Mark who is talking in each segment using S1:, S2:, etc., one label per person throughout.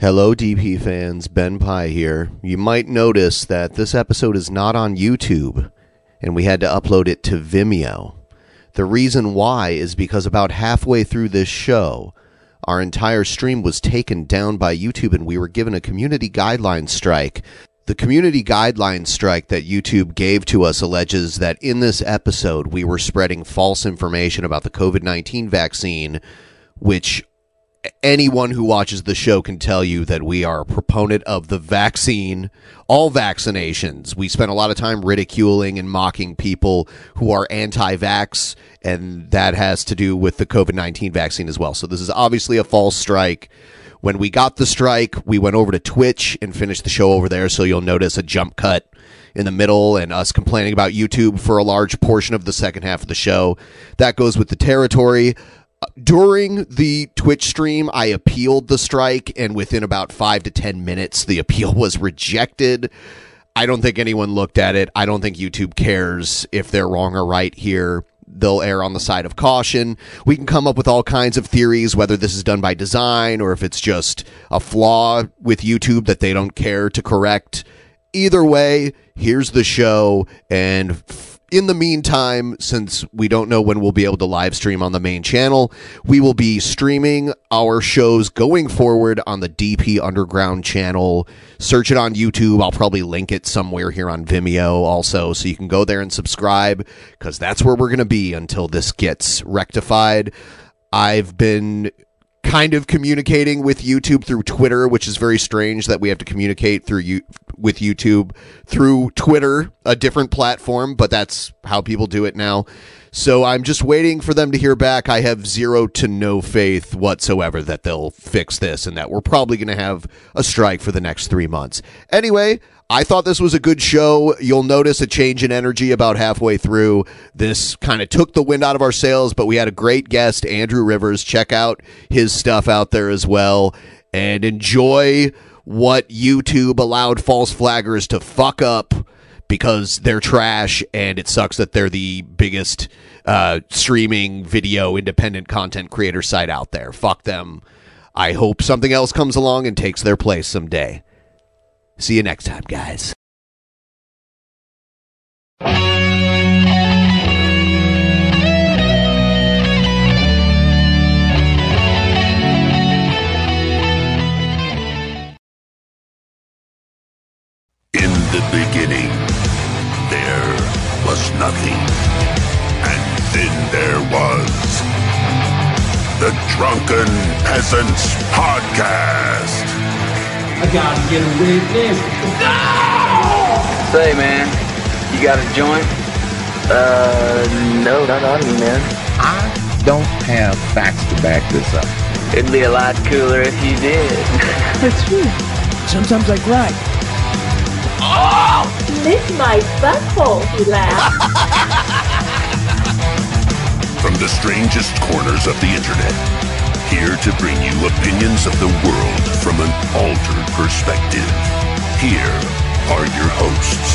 S1: Hello, DP fans. Ben Pye here. You might notice that this episode is not on YouTube, and we had to upload it to Vimeo. The reason why is because about halfway through this show, our entire stream was taken down by YouTube and we were given a community guideline strike. The community guideline strike that YouTube gave to us alleges that in this episode we were spreading false information about the COVID 19 vaccine, which anyone who watches the show can tell you that we are a proponent of the vaccine, all vaccinations. We spend a lot of time ridiculing and mocking people who are anti vax, and that has to do with the COVID 19 vaccine as well. So, this is obviously a false strike. When we got the strike, we went over to Twitch and finished the show over there. So, you'll notice a jump cut in the middle and us complaining about YouTube for a large portion of the second half of the show. That goes with the territory Uh, during the Twitch stream, I appealed the strike, and within about five to 10 minutes, the appeal was rejected. I don't think anyone looked at it. I don't think YouTube cares if they're wrong or right here. They'll err on the side of caution. We can come up with all kinds of theories, whether this is done by design or if it's just a flaw with YouTube that they don't care to correct. Either way, here's the show, and in the meantime, since we don't know when we'll be able to live stream on the main channel, we will be streaming our shows going forward on the DP Underground channel. Search it on YouTube. I'll probably link it somewhere here on Vimeo also, so you can go there and subscribe because that's where we're going to be until this gets rectified. I've been kind of communicating with YouTube through Twitter, which is very strange that we have to communicate through you with YouTube through Twitter, a different platform, but that's how people do it now. So I'm just waiting for them to hear back. I have zero to no faith whatsoever that they'll fix this and that we're probably going to have a strike for the next 3 months. Anyway, I thought this was a good show. You'll notice a change in energy about halfway through. This kind of took the wind out of our sails, but we had a great guest, Andrew Rivers. Check out his stuff out there as well and enjoy what YouTube allowed false flaggers to fuck up because they're trash and it sucks that they're the biggest uh, streaming video independent content creator site out there. Fuck them. I hope something else comes along and takes their place someday. See you next time, guys.
S2: In the beginning, there was nothing. And then there was the Drunken Peasants Podcast.
S3: I gotta get away from this.
S4: Say, man, you got a joint? Uh, no, not on me, man.
S5: I don't have facts to back this up.
S4: It'd be a lot cooler if you did.
S6: That's true. Hmm. Sometimes I cry.
S7: Lick my butthole, he laughed.
S2: From the strangest corners of the internet, here to bring you opinions of the world from an altered perspective. Here are your hosts.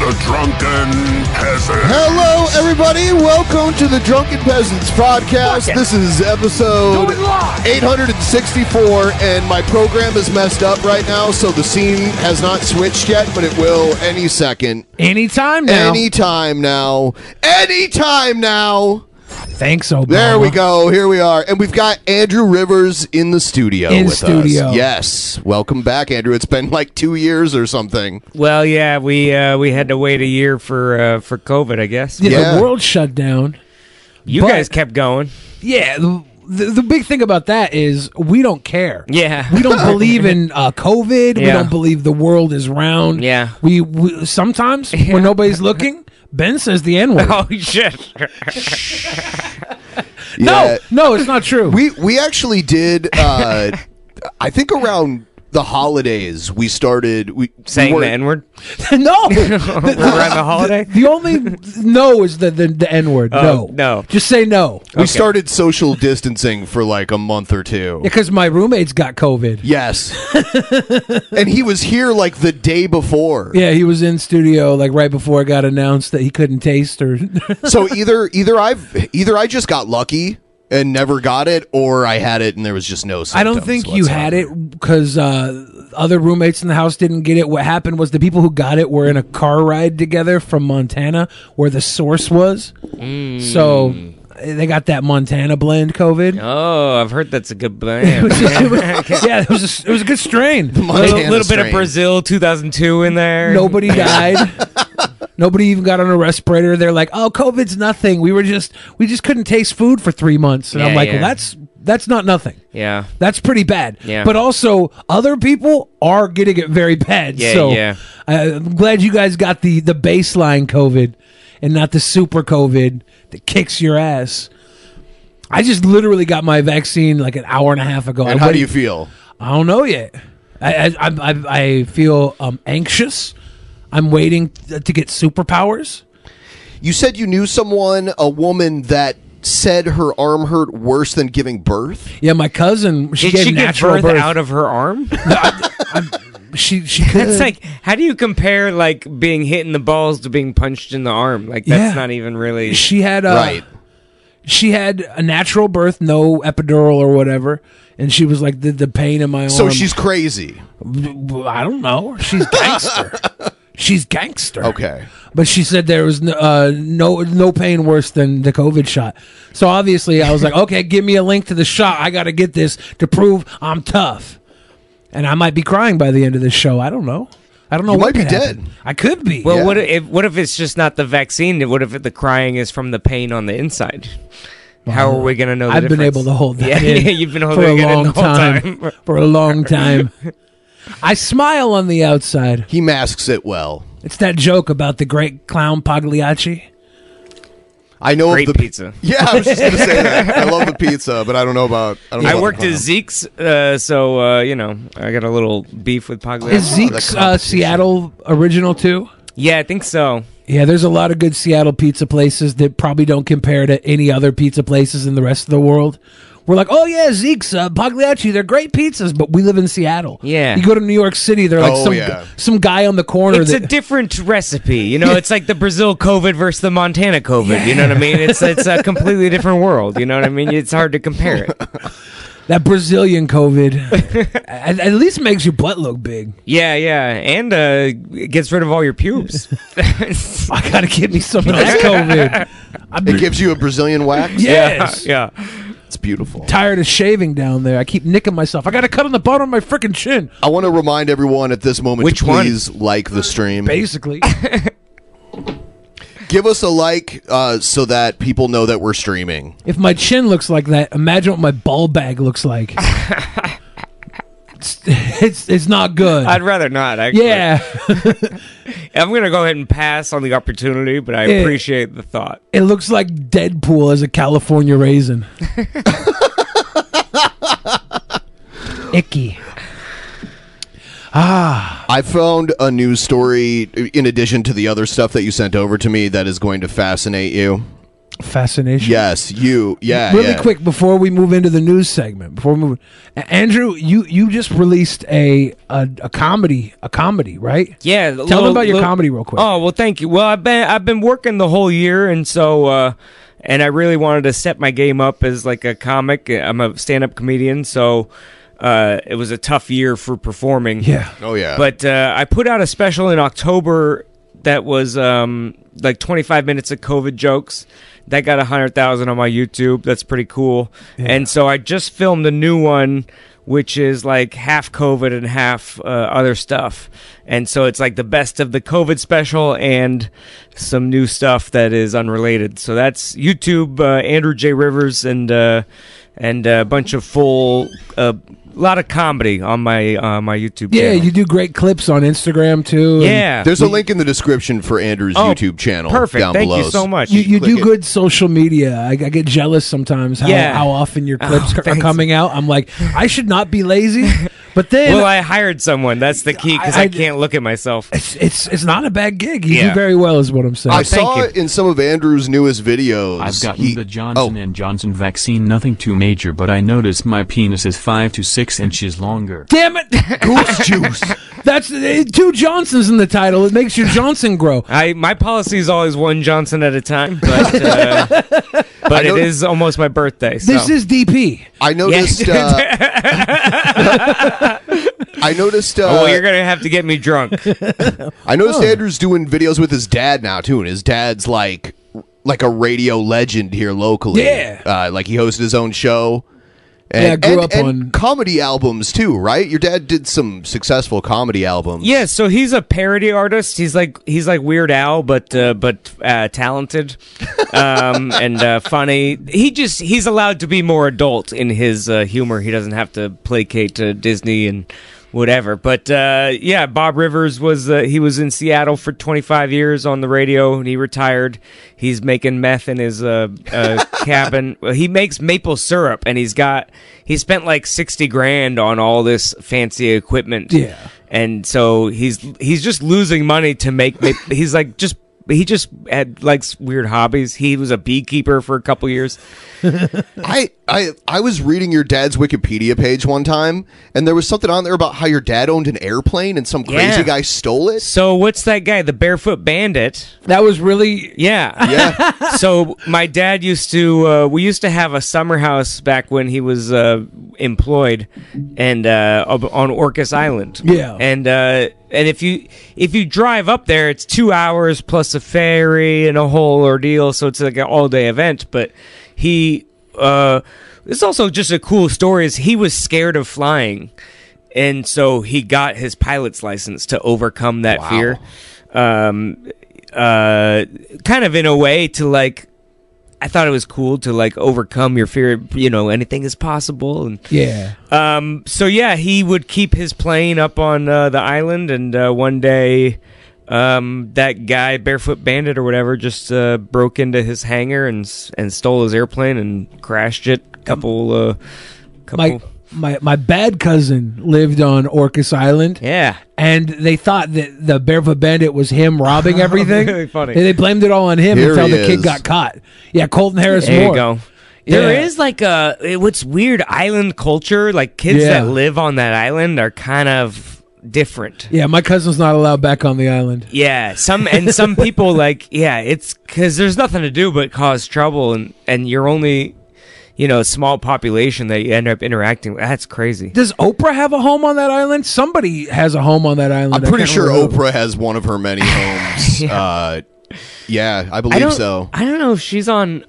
S2: the Drunken Peasant.
S1: Hello, everybody. Welcome to the Drunken Peasants podcast. This is episode 864, and my program is messed up right now, so the scene has not switched yet, but it will any second.
S8: Anytime now.
S1: Anytime now. Anytime now.
S8: Thanks, Obama.
S1: There we go. Here we are, and we've got Andrew Rivers in the studio.
S8: In
S1: with
S8: studio.
S1: us. yes. Welcome back, Andrew. It's been like two years or something.
S9: Well, yeah, we uh, we had to wait a year for uh, for COVID, I guess.
S8: Yeah, The world shut down.
S9: you
S8: but-
S9: guys kept going.
S8: Yeah. The, the, the big thing about that is we don't care.
S9: Yeah.
S8: We don't believe in uh, COVID. We
S9: Yeah.
S8: don't believe the world is round.
S9: Yeah.
S8: We, we sometimes when nobody's looking, Ben says the N word.
S9: Oh shit!
S1: Yeah.
S8: No, no, it's not true.
S1: We we actually did. Uh, I think around the holidays we started we
S9: Saying
S1: we
S9: the N word.
S8: no. The-
S9: Around the holiday?
S8: The, the only no is the the, the N word.
S1: Oh,
S8: no. No. Just say no.
S1: We started social distancing for like a month or two.
S8: because my roommates got COVID.
S1: Yes, and he was here like the day before.
S8: Yeah, he was in studio like right before it got announced that he couldn't taste or
S1: So either either I've either I just got lucky and never got it, or I had it and there was just no. Symptoms
S8: I don't think you had it because uh, other roommates in the house didn't get it. What happened was the people who got it were in a car ride together from Montana, where the source was. So they got that Montana blend COVID.
S9: Oh, I've heard that's a good plan.
S8: yeah, it was a, it was a good strain.
S9: A little, little bit of Brazil 2002 in there.
S8: Nobody died. Nobody even got on a respirator. They're like, "Oh, COVID's nothing. We were just we just couldn't taste food for three months." And I'm
S9: Yeah,
S8: like,
S9: yeah.
S8: "Well, that's that's not nothing.
S9: Yeah.
S8: That's pretty bad."
S9: Yeah.
S8: But also, other people are getting it very bad.
S9: Yeah,
S8: so
S9: yeah.
S8: I, I'm glad you guys got the the baseline COVID and not the super COVID that kicks your ass. I just literally got my vaccine like an hour and a half ago. I
S1: And how do
S8: waited-
S1: you feel?
S8: I don't know yet. I I, I, I- I feel um, anxious. I'm waiting t- to get superpowers.
S1: You said you knew someone, a woman that said her arm hurt worse than giving birth.
S8: Yeah, my cousin. She
S9: Did
S8: gave
S9: she give
S8: natural
S9: birth, out of her arm?
S8: she she.
S9: That's like, how do you compare like being hit in the balls to being punched in the arm? Like that's
S8: Yeah.
S9: not even really.
S8: She had uh, She had a natural birth, no epidural or whatever, and she was like the, the pain in my
S1: So
S9: um,
S8: arm.
S1: she's crazy.
S8: I don't know. She's gangster. she's gangster.
S1: Okay.
S8: But she said there was no, uh, no no pain worse than the COVID shot. So obviously, I was like, okay, give me a link to the shot. I got to get this to prove I'm tough. And I might be crying by the end of this show. I don't know. I don't know.
S9: You
S8: what
S9: might be
S8: could
S9: dead.
S8: happen. I could be.
S9: Well, what if what if it's just not the vaccine? What if the crying is from the pain on the inside? How are we gonna know? The
S8: I've been
S9: difference?
S8: able to hold that.
S9: Yeah,
S8: in
S9: yeah, you've been holding
S8: for a
S9: it in
S8: long
S9: the whole
S8: time.
S9: time.
S8: for a long time. I smile on the outside.
S1: He masks it well.
S8: It's that joke about the great clown Pagliacci.
S1: I know
S9: Great
S1: of the
S9: pizza.
S1: Yeah, I was just gonna say that. I love the pizza, but I don't know about. I, don't know
S9: I
S1: about
S9: worked
S1: the
S9: at Zeke's, uh, so uh, you know I got a little beef with Paglia.
S8: Is Zeke's uh, Seattle original too?
S9: yeah, I think so.
S8: Yeah, there's a lot of good Seattle pizza places that probably don't compare to any other pizza places in the rest of the world. We're like, oh yeah, Zeke's, uh, Pagliacci, they're great pizzas, but we live in Seattle.
S9: Yeah.
S8: you go to New York City, they're like
S9: Oh,
S8: some
S9: yeah.
S8: some guy on the corner.
S9: It's a
S8: that,
S9: different recipe, you know. It's like the Brazil COVID versus the Montana COVID. You know what I mean? It's it's a completely different world. You know what I mean? It's hard to compare it.
S8: that Brazilian COVID at, at least makes your butt look big.
S9: Yeah, yeah, and uh, it gets rid of all your pubes. I
S8: gotta get me some of that COVID.
S1: It gives you a Brazilian wax.
S8: Yes.
S9: yeah,
S1: it's beautiful.
S8: Tired of shaving down there. I keep nicking myself. I got a cut on the bottom of my freaking chin.
S1: I want to remind everyone at this moment
S8: Which
S1: to
S8: one?
S1: please like the stream.
S8: Basically,
S1: Give us a like uh, so that people know that we're streaming.
S8: if my chin looks like that, imagine what my ball bag looks like. it's, it's it's not good.
S9: I'd rather not. Actually.
S8: yeah,
S9: I'm gonna go ahead and pass on the opportunity, but I
S8: Yeah.
S9: appreciate the thought.
S8: it looks like Deadpool as a California raisin. Icky. Ah.
S1: I found a news uh, story in addition to the other stuff that you sent over to me that is going to fascinate you.
S8: Fascination.
S1: Yes, you. Yeah,
S8: really
S1: yeah.
S8: quick before we move into the news segment. Before we move, A- Andrew, you you just released a a, a comedy, a comedy, right?
S9: Yeah.
S8: Tell them about your comedy real quick.
S9: Oh well, thank you. Well, I've been I've been working the whole year, and so uh, and I really wanted to set my game up as like a comic. I'm a stand up comedian, so uh, it was a tough year for performing.
S8: Yeah.
S1: Oh yeah.
S9: But uh, I put out a special in October that was um, like 25 minutes of COVID jokes. That got 100,000 on my YouTube. That's pretty cool. And so I just filmed a new one, which is like half COVID and half uh, other stuff. And so it's like the best of the COVID special and some new stuff that is unrelated. So that's YouTube, uh, Andrew J. Rivers, and. Uh, and a bunch of full, a lot of comedy on my uh, my YouTube.
S8: Yeah,
S9: channel.
S8: you do great clips on Instagram too. and-
S1: There's a link in the description for Andrew's
S9: Oh,
S1: YouTube channel.
S9: perfect.
S1: Down
S9: Thank
S1: below.
S9: you so much.
S8: You, you
S1: Click
S8: do
S1: it.
S8: good social media. I, I get jealous sometimes how,
S9: Yeah.
S8: how often your clips
S9: Oh,
S8: are
S9: thanks.
S8: coming out. I'm like, I should not be lazy, but then
S9: well, I hired someone. That's the key because I,
S8: I-
S9: can't look at myself.
S8: it's it's not a bad gig. You
S9: Yeah.
S8: do very well, is what I'm saying.
S1: I saw it in some of Andrew's newest videos.
S10: I've gotten
S1: He- Oh.
S10: the Johnson and Johnson vaccine, nothing too major, but I noticed my penis is five to six inches longer.
S8: Damn it,
S1: goose juice.
S8: That's eh, two Johnsons in the title. It makes your Johnson grow.
S9: I my policy is always one Johnson at a time, but uh, but it is almost my birthday. So.
S8: This is DP.
S1: I noticed.
S9: Yeah.
S1: Uh, I noticed. Uh,
S9: oh, well, you're gonna have to get me drunk.
S1: I noticed
S9: Oh.
S1: Andrew's doing videos with his dad now too, and his dad's like like a radio legend here locally.
S8: Yeah.
S1: uh, like he hosted his own show.
S8: Yeah, I grew up
S1: on comedy albums too, right? Your dad did some successful comedy albums.
S9: Yeah, so he's a parody artist. He's like he's like Weird Al, but uh, but uh, talented um, and uh, funny. He just he's allowed to be more adult in his uh, humor. He doesn't have to placate to Disney and whatever. But uh, yeah, Bob Rivers was uh, he was in Seattle for 25 years on the radio, and he retired. He's making meth in his uh, uh, cabin. Well, He makes maple syrup, and he's got he spent like 60 grand on all this fancy equipment
S8: Yeah.
S9: and so he's he's just losing money to make. ma- He's like just he just had likes weird hobbies. He was a beekeeper for a couple years.
S1: I, I I was reading your dad's Wikipedia page one time, and there was something on there about how your dad owned an airplane and some crazy
S9: Yeah.
S1: guy stole it.
S9: So what's that guy, the barefoot bandit?
S8: That was really
S9: yeah yeah. so my dad used to uh, we used to have a summer house back when he was uh, employed and uh, ob- on Orcas Island.
S8: Yeah.
S9: and uh, and if you if you drive up there, it's two hours plus a ferry and a whole ordeal. So it's like an all day event. But he uh, it's also just a cool story. Is he was scared of flying, and so he got his pilot's license to overcome that fear. Um, uh, kind of in a way to like. I thought it was cool to like overcome your fear. You know, anything is possible, and
S8: Yeah.
S9: um, so yeah, he would keep his plane up on uh, the island, and uh, one day, um, that guy Barefoot Bandit or whatever just uh, broke into his hangar and s- and stole his airplane and crashed it. Couple, uh, couple.
S8: my my my bad cousin lived on Orcas Island.
S9: Yeah.
S8: And they thought that the barefoot bandit was him robbing everything.
S9: Really funny.
S8: And they blamed it all on him
S9: Here
S8: until
S9: he
S8: the kid
S9: is.
S8: got caught. Yeah, Colton Harris
S9: There you
S8: Moore.
S9: go. There
S8: Yeah.
S9: is like a it- what's weird island culture. Like kids
S8: Yeah.
S9: that live on that island are kind of different.
S8: Yeah, my cousin's not allowed back on the island.
S9: Yeah, some and some people like yeah, it's because there's nothing to do but cause trouble, and and you're only, you know, a small population that you end up interacting with. That's crazy.
S8: Does Oprah have a home on that island? Somebody has a home on that island.
S1: I'm
S8: I
S1: pretty
S8: can't
S1: sure
S8: remember.
S1: Oprah has one of her many homes. yeah. Uh, yeah, I
S9: I
S1: believe
S9: don't-
S1: so.
S9: I don't know if she's on.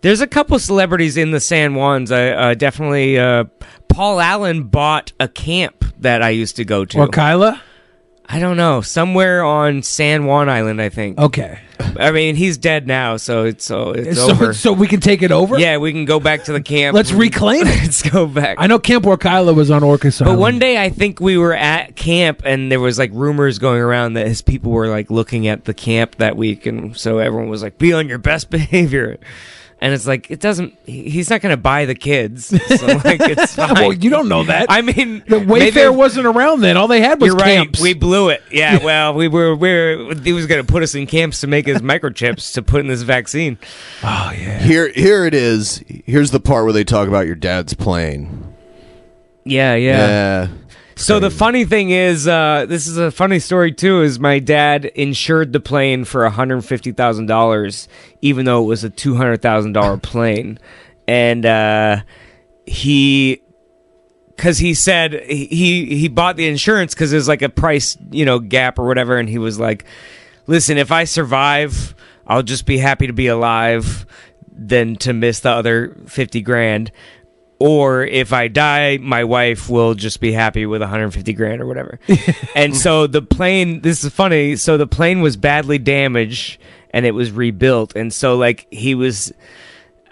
S9: There's a couple celebrities in the San Juans. I uh, definitely. Uh, Paul Allen bought a camp that I used to go to.
S8: Or Kyla?
S9: I don't know. Somewhere on San Juan Island, I think.
S8: Okay.
S9: I mean, he's dead now, so it's so it's
S8: So,
S9: over.
S8: so we can take it over?
S9: Yeah, we can go back to the camp.
S8: Let's reclaim it.
S9: Let's go back.
S8: I know Camp Orkyla was on Orcas
S9: But
S8: Island.
S9: one day, I think we were at camp, and there was like rumors going around that his people were like looking at the camp that week, and so everyone was like, "Be on your best behavior." And it's like it doesn't. he- He's not going to buy the kids. So like it's fine.
S8: Well, you don't know that.
S9: I mean,
S8: The Wayfair
S9: maybe-
S8: wasn't around then. All they had was
S9: You're
S8: camps.
S9: right. We blew it. Yeah. Well, we were. We were he was going to put us in camps to make his microchips to put in this vaccine.
S8: Oh yeah.
S1: Here, here it is. Here's the part where they talk about your dad's plane.
S9: Yeah.
S1: Yeah.
S9: So the funny thing is, uh, this is a funny story too. Is my dad insured the plane for one hundred fifty thousand dollars, even though it was a two hundred thousand dollar plane, and uh, he because he said he he bought the insurance because there's like a price you know gap or whatever, and he was like, "Listen, if I survive, I'll just be happy to be alive, than to miss the other fifty grand." Or if I die, my wife will just be happy with 150 grand or whatever. and so the plane, this is funny. So the plane was badly damaged and it was rebuilt. And so like he was,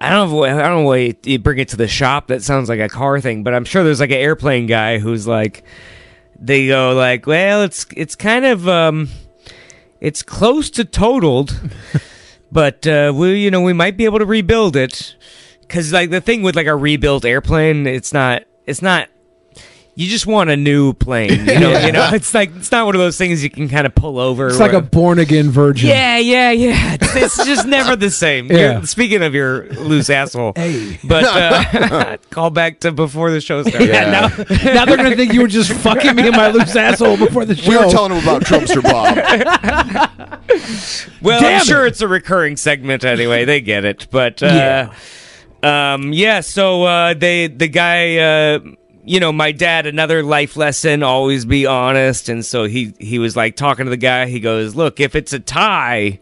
S9: I don't know. I don't know why you- you bring it to the shop. That sounds like a car thing, but I'm sure there's like an airplane guy who's like, they go like, well, it's it's kind of um, it's close to totaled, but uh, we you know we might be able to rebuild it, because like the thing with like a rebuilt airplane, it's not it's not. You just want a new plane, you know. You know, it's like it's not one of those things you can kind of pull over.
S8: It's
S9: or
S8: like a born again virgin.
S9: yeah, yeah, yeah. It's, it's just never the same.
S8: Yeah.
S9: You're- Speaking of your loose asshole, but uh, call back to before the show starts.
S8: Yeah, now, now they're gonna think you were just fucking me in my loose asshole before the show.
S1: We were telling them about Trumpster Bob.
S9: well,
S8: Damn
S9: I'm sure it's a recurring segment anyway. They get it, but uh,
S8: Yeah.
S9: Um, yeah. So uh, they the guy, uh, you know, my dad. Another life lesson: always be honest. And so he he was like talking to the guy. He goes, "Look, if it's a tie."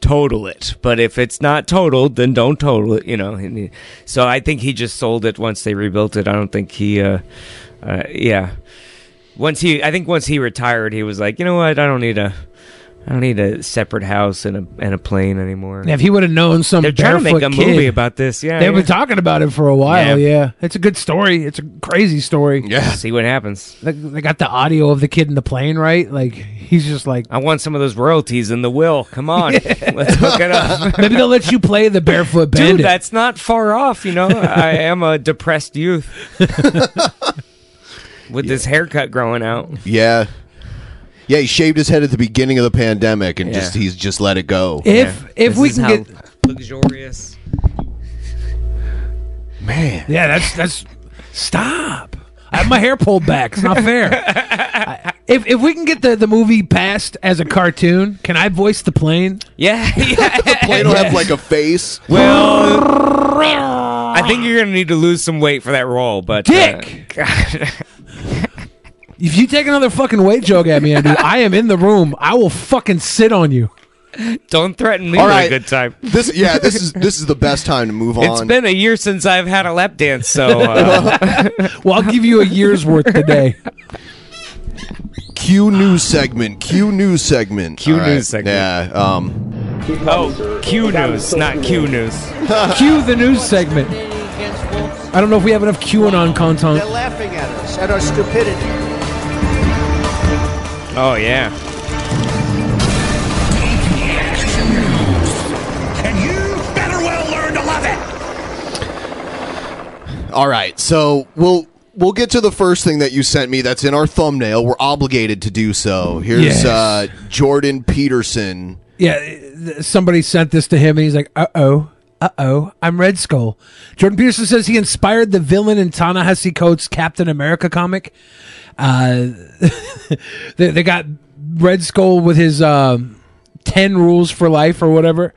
S9: Total it, but if it's not totaled, then don't total it. You know, And he- so I think he just sold it once they rebuilt it. I don't think he, uh, uh, yeah. Once he, I think once he retired, he was like, you know what, I don't need a, I don't need a separate house and a and a plane anymore.
S8: Yeah, if he would have known some
S9: They're trying to
S8: barefoot
S9: make a
S8: kid-
S9: movie about this. Yeah,
S8: they've
S9: yeah.
S8: been talking about it for a while.
S9: Yeah.
S8: Yeah. it's a good story. It's a crazy story.
S1: Yeah,
S9: see what happens.
S8: they, they got the audio of the kid in the plane, right? Like he's just like,
S9: I want some of those royalties in the will. Come on, let's hook it up.
S8: maybe they'll let you play the barefoot bandit.
S9: Dude, that's not far off. You know, I am a depressed youth with this haircut growing out.
S1: Yeah. Yeah, he shaved his head at the beginning of the pandemic and just he's just let it go.
S8: If if we can get
S9: luxurious,
S1: man,
S8: yeah, that's that's stop. I have my hair pulled back. It's not fair. I- if if we can get the the movie passed as a cartoon, can I voice the plane?
S9: yeah,
S1: the plane will have like a face.
S9: I think you're gonna need to lose some weight for that role. But uh,
S8: Dick!
S9: God.
S8: If you take another fucking weight joke at me, Andrew, I am in the room. I will fucking sit on you.
S9: don't threaten me
S1: All
S9: with
S1: right.
S9: a good time.
S1: This yeah, this is this is the best time to move
S9: It's
S1: on.
S9: been a year since I've had a lap dance, so uh,
S8: Well, I'll give you a year's worth today.
S1: Q news segment. Q news segment. Q
S9: news segment.
S1: Yeah. Um
S9: oh, Q news, not Q news.
S8: Cue the news segment. I don't know if we have enough QAnon content.
S11: laughing at us, at our stupidity.
S9: Oh yeah.
S1: all right. So we'll we'll get to the first thing that you sent me that's in our thumbnail. We're obligated to do so. Here's
S8: Yes.
S1: uh Jordan Peterson.
S8: Yeah, th- somebody sent this to him, and he's like, "Uh oh, uh oh, I'm Red Skull." Jordan Peterson says he inspired the villain in Ta-Nehisi Coates' Captain America comic. Uh, they, they got Red Skull with his um, ten rules for life or whatever.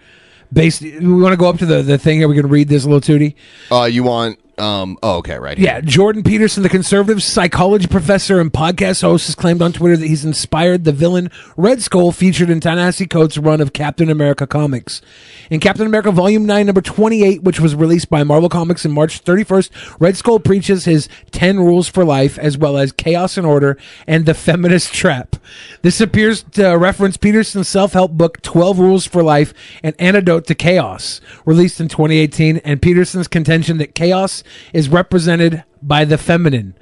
S8: Based, we want to go up to the, the thing here. We can read this little tootie.
S1: Uh you want um oh okay, right here.
S8: Yeah, Jordan Peterson, the conservative psychology professor and podcast host, has claimed on Twitter that he's inspired the villain Red Skull featured in Ta-Nehisi Coates' run of Captain America comics. In Captain America Volume 9, number 28, which was released by Marvel Comics on March 31st, Red Skull preaches his 10 rules for life, as well as Chaos and Order and the Feminist Trap. This appears to reference Peterson's self-help book 12 Rules for Life, an antidote to chaos, released in 2018, and Peterson's contention that chaos is represented by the feminine.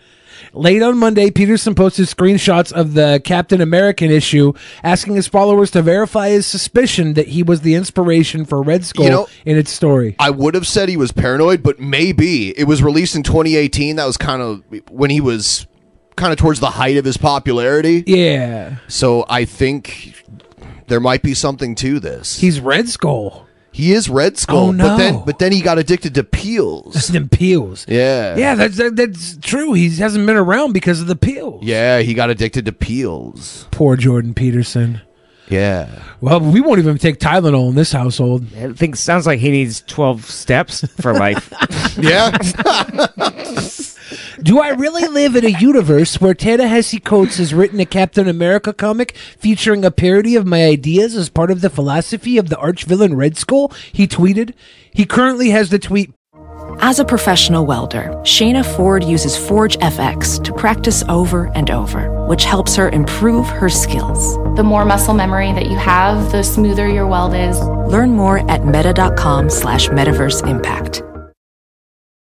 S8: Late on Monday, Peterson posted screenshots of the Captain American issue, asking his followers to verify his suspicion that he was the inspiration for Red Skull
S1: know-
S8: in its story.
S1: I would have said he was paranoid, but maybe it was released in 2018. That was kind of when he was kind of towards the height of his popularity.
S8: Yeah.
S1: So I think there might be something to this.
S8: He's Red Skull.
S1: He is Red Skull.
S8: Oh,
S1: But then
S8: no.
S1: but then he got addicted to peels.
S8: Them peels.
S1: Yeah.
S8: Yeah, that's that, that's true. He hasn't been around because of the peel.
S1: Yeah, he got addicted to peels.
S8: Poor Jordan Peterson.
S1: Yeah.
S8: Well, we won't even take Tylenol in this household.
S9: I think sounds like he needs twelve steps for life.
S1: yeah.
S8: Do I really live in a universe where Ta-Nehisi Coates has written a Captain America comic featuring a parody of my ideas as part of the philosophy of the archvillain Red Skull? He tweeted. He currently has the tweet
S12: As a professional welder, Shayna Ford uses Forge FX to practice over and over, which helps her improve her skills.
S13: The more muscle memory that you have, the smoother your weld is.
S12: Learn more at meta.com slash metaverse impact.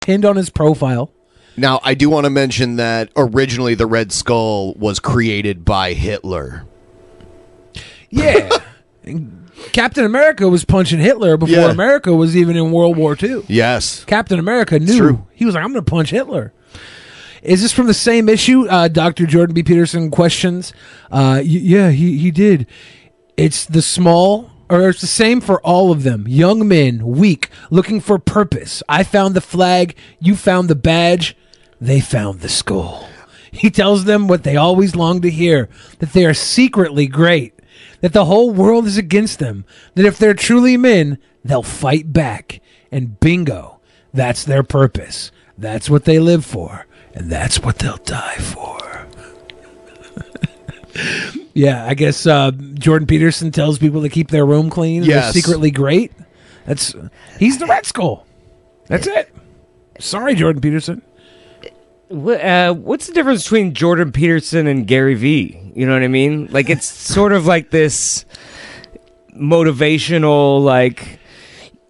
S8: pinned on his profile.
S1: Now I do want to mention that originally the Red Skull was created by Hitler.
S8: Yeah. Captain America was punching Hitler before
S1: Yeah.
S8: America was even in World War II.
S1: Yes.
S8: Captain America knew.
S1: true.
S8: He was like, I'm going to punch Hitler. Is this from the same issue? Uh, Dr. Jordan B. Peterson questions. Uh, y- yeah, he, he did. It's the small, or it's the same for all of them. Young men, weak, looking for purpose. I found the flag. You found the badge. They found the skull. He tells them what they always long to hear that they are secretly great, that the whole world is against them, that if they're truly men, they'll fight back. And bingo, that's their purpose. That's what they live for, and that's what they'll die for. yeah, I guess uh, Jordan Peterson tells people to keep their room clean. and
S1: Yes.
S8: They're secretly great. That's he's the Red Skull. That's it. Sorry, Jordan Peterson.
S9: Wh- uh, what's the difference between Jordan Peterson and Gary Vee? You know what I mean? Like it's sort of like this motivational, like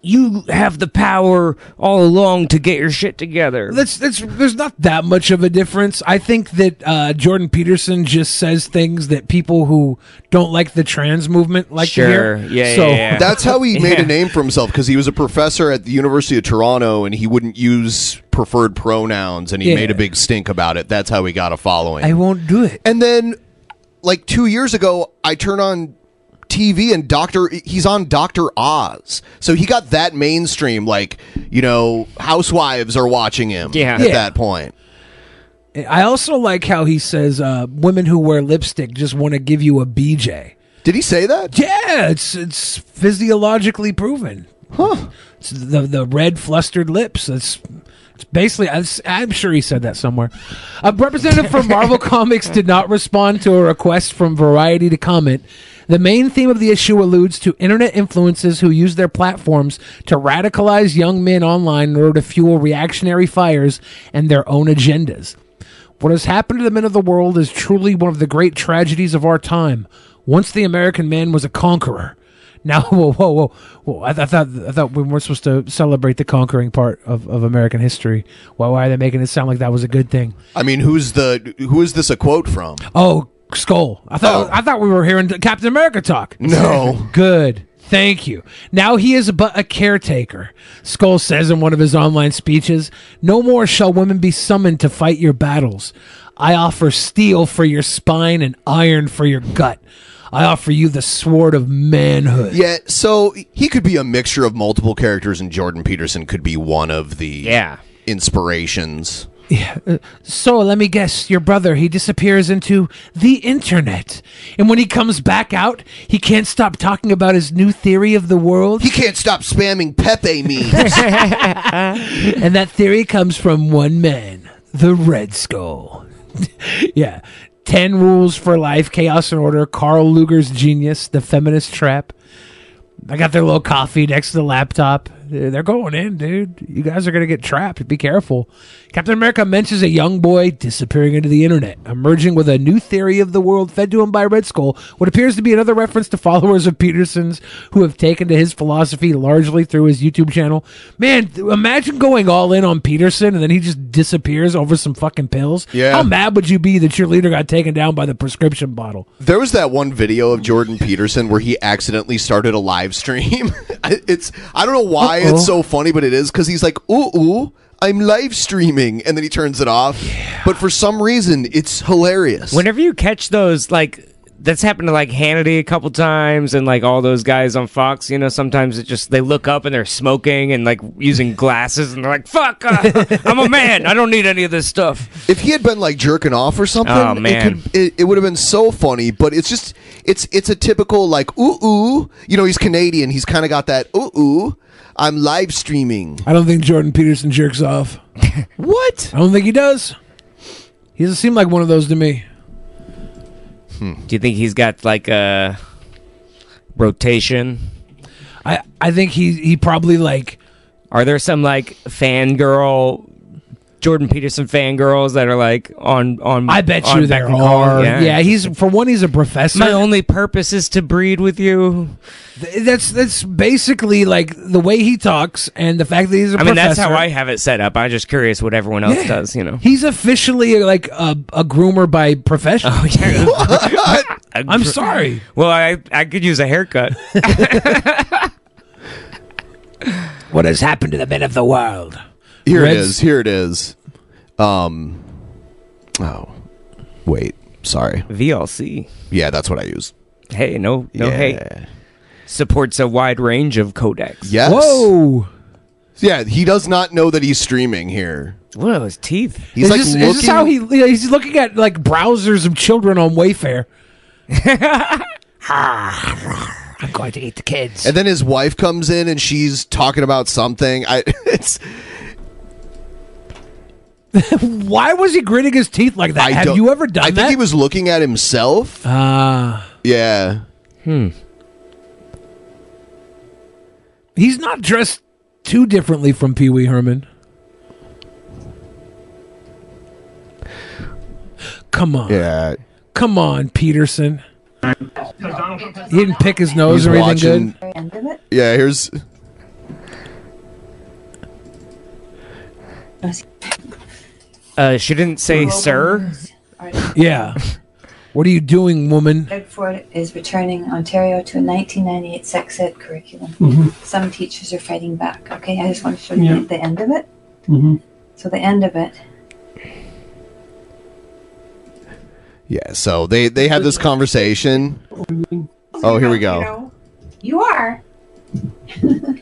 S9: you have the power all along to get your shit together.
S8: That's that's there's not that much of a difference. I think that uh, Jordan Peterson just says things that people who don't like the trans movement like to hear. so
S1: that's how he made a
S8: Yeah.
S1: name for himself because he was a professor at the University of Toronto and he wouldn't use preferred pronouns and he
S8: Yeah.
S1: made a big stink about it. That's how he got a following.
S8: I won't do it.
S1: and then, like two years ago, I turn on TV and Doctor he's on Doctor Oz, so he got that mainstream. Like you know, housewives are watching him.
S8: Yeah.
S1: at
S8: Yeah.
S1: that point.
S8: I also like how he says uh, women who wear lipstick just want to give you a BJ.
S1: Did he say that?
S8: Yeah, it's it's physiologically proven. Huh. It's the the red flustered lips. That's it's basically. I s- I'm sure he said that somewhere. A representative from Marvel Comics did not respond to a request from Variety to comment. The main theme of the issue alludes to internet influences who use their platforms to radicalize young men online in order to fuel reactionary fires and their own agendas. What has happened to the men of the world is truly one of the great tragedies of our time. Once the American man was a conqueror. Now, whoa, whoa, whoa! whoa I, I thought I thought we weren't supposed to celebrate the conquering part of, of American history. Why, why are they making it sound like that was a good thing?
S1: I mean, who's the who is this a quote from?
S8: Oh, Skull! I thought I thought we were hearing Captain America talk.
S1: Oh. No.
S8: good. Thank you. Now he is but a caretaker. Skull says in one of his online speeches, "No more shall women be summoned to fight your battles. I offer steel for your spine and iron for your gut. I offer you the sword of manhood."
S1: Yeah, so he could be a mixture of multiple characters, and Jordan Peterson could be one of the yeah. inspirations.
S8: So let me guess, your brother, he disappears into the internet. And when he comes back out, he can't stop talking about his new theory of the world. He
S1: can't stop spamming Pepe memes.
S8: and that theory comes from one man, the Red Skull. yeah. 10 Rules for Life, Chaos and Order, Carl Luger's Genius, The Feminist Trap. I got their little coffee next to the laptop. They're they're going in, dude. You guys are gonna get trapped. Be careful. Captain America mentions a young boy disappearing into the internet, emerging with a new theory of the world fed to him by Red Skull. What appears to be another reference to followers of Peterson's who have taken to his philosophy largely through his YouTube channel. Man, th- imagine going all in on Peterson and then he just disappears over some fucking pills.
S1: Yeah.
S8: How mad would you be that your leader got taken down by the prescription bottle?
S1: There was that one video of Jordan Peterson where he accidentally started a live stream. I- it's I don't know why
S8: Uh-oh.
S1: it's so funny, but it is because he's like, ooh, ooh, I'm live streaming, and then he turns it off. But for some reason, it's hilarious.
S9: Whenever you catch those, like that's happened to like Hannity a couple times, and like all those guys on Fox. You know, sometimes it just they look up and they're smoking and like using glasses, and they're like, "Fuck, uh, I'm a man. I don't need any of this stuff."
S1: If he had been like jerking off or something,
S9: Oh, man.
S1: it could it, it would have been so funny. But it's just it's it's a typical like ooh ooh. You know, he's Canadian. He's kind of got that ooh ooh. I'm live streaming.
S8: I don't think Jordan Peterson jerks off.
S1: what?
S8: I don't think he does. He doesn't seem like one of those to me.
S9: Do you think he's got like a rotation?
S8: I I think he he probably like.
S9: Are there some like fangirl? Jordan Peterson fangirls that are like on on.
S8: I
S14: Oh,
S8: bet
S9: on
S8: you there
S9: Beck and Hall?
S8: are. Yeah. he's for one, he's a professor.
S9: My only purpose is to breed with you.
S8: That's that's basically like the way he talks and the fact that he's a
S9: I mean, that's
S8: professor.
S9: how I have it set up. I'm just curious what everyone else does, you know.
S8: He's officially like a, a groomer by profession. Oh
S9: yeah.
S8: I'm sorry.
S9: Well, I I could use a haircut.
S8: What has happened to the men of the world?
S1: Here
S8: Red
S1: it is. Here it is. Um. Oh, wait. Sorry.
S9: VLC.
S1: Yeah, that's what I use.
S9: Hey, no, no, hey. Supports a wide range of codecs.
S1: Yes.
S8: Whoa.
S1: Yeah, he does not know that he's streaming here.
S9: What are those teeth?
S1: He's
S8: is
S1: like
S8: this,
S1: looking.
S8: is this how he he's looking at like browsers of children on Wayfair? I'm going to eat the kids.
S1: and then his wife comes in and she's talking about something. I. It's.
S8: Why was he gritting his teeth like that?
S1: I
S8: Have
S1: don't-
S8: you ever done
S1: I
S8: that?
S1: think he was looking at himself.
S8: Ah.
S1: Yeah.
S9: Hmm.
S8: He's not dressed too differently from Pee Wee Herman. Come on.
S1: Yeah.
S8: Come on, Peterson. He didn't pick his nose
S1: He's
S8: or anything
S1: watching-
S8: Oh, good.
S1: Yeah. Here's.
S9: Uh, she didn't say sir.
S8: Yeah. What are you doing, woman?
S15: Ford is returning Ontario to a 1998 sex ed curriculum.
S8: Mhm.
S15: Some teachers are fighting back. Okay, I just want to show you
S8: Yeah.
S15: the end of it.
S8: Mm-hmm.
S15: So the end of it.
S1: Yeah. So they they had this conversation. Oh, here we go.
S15: You are.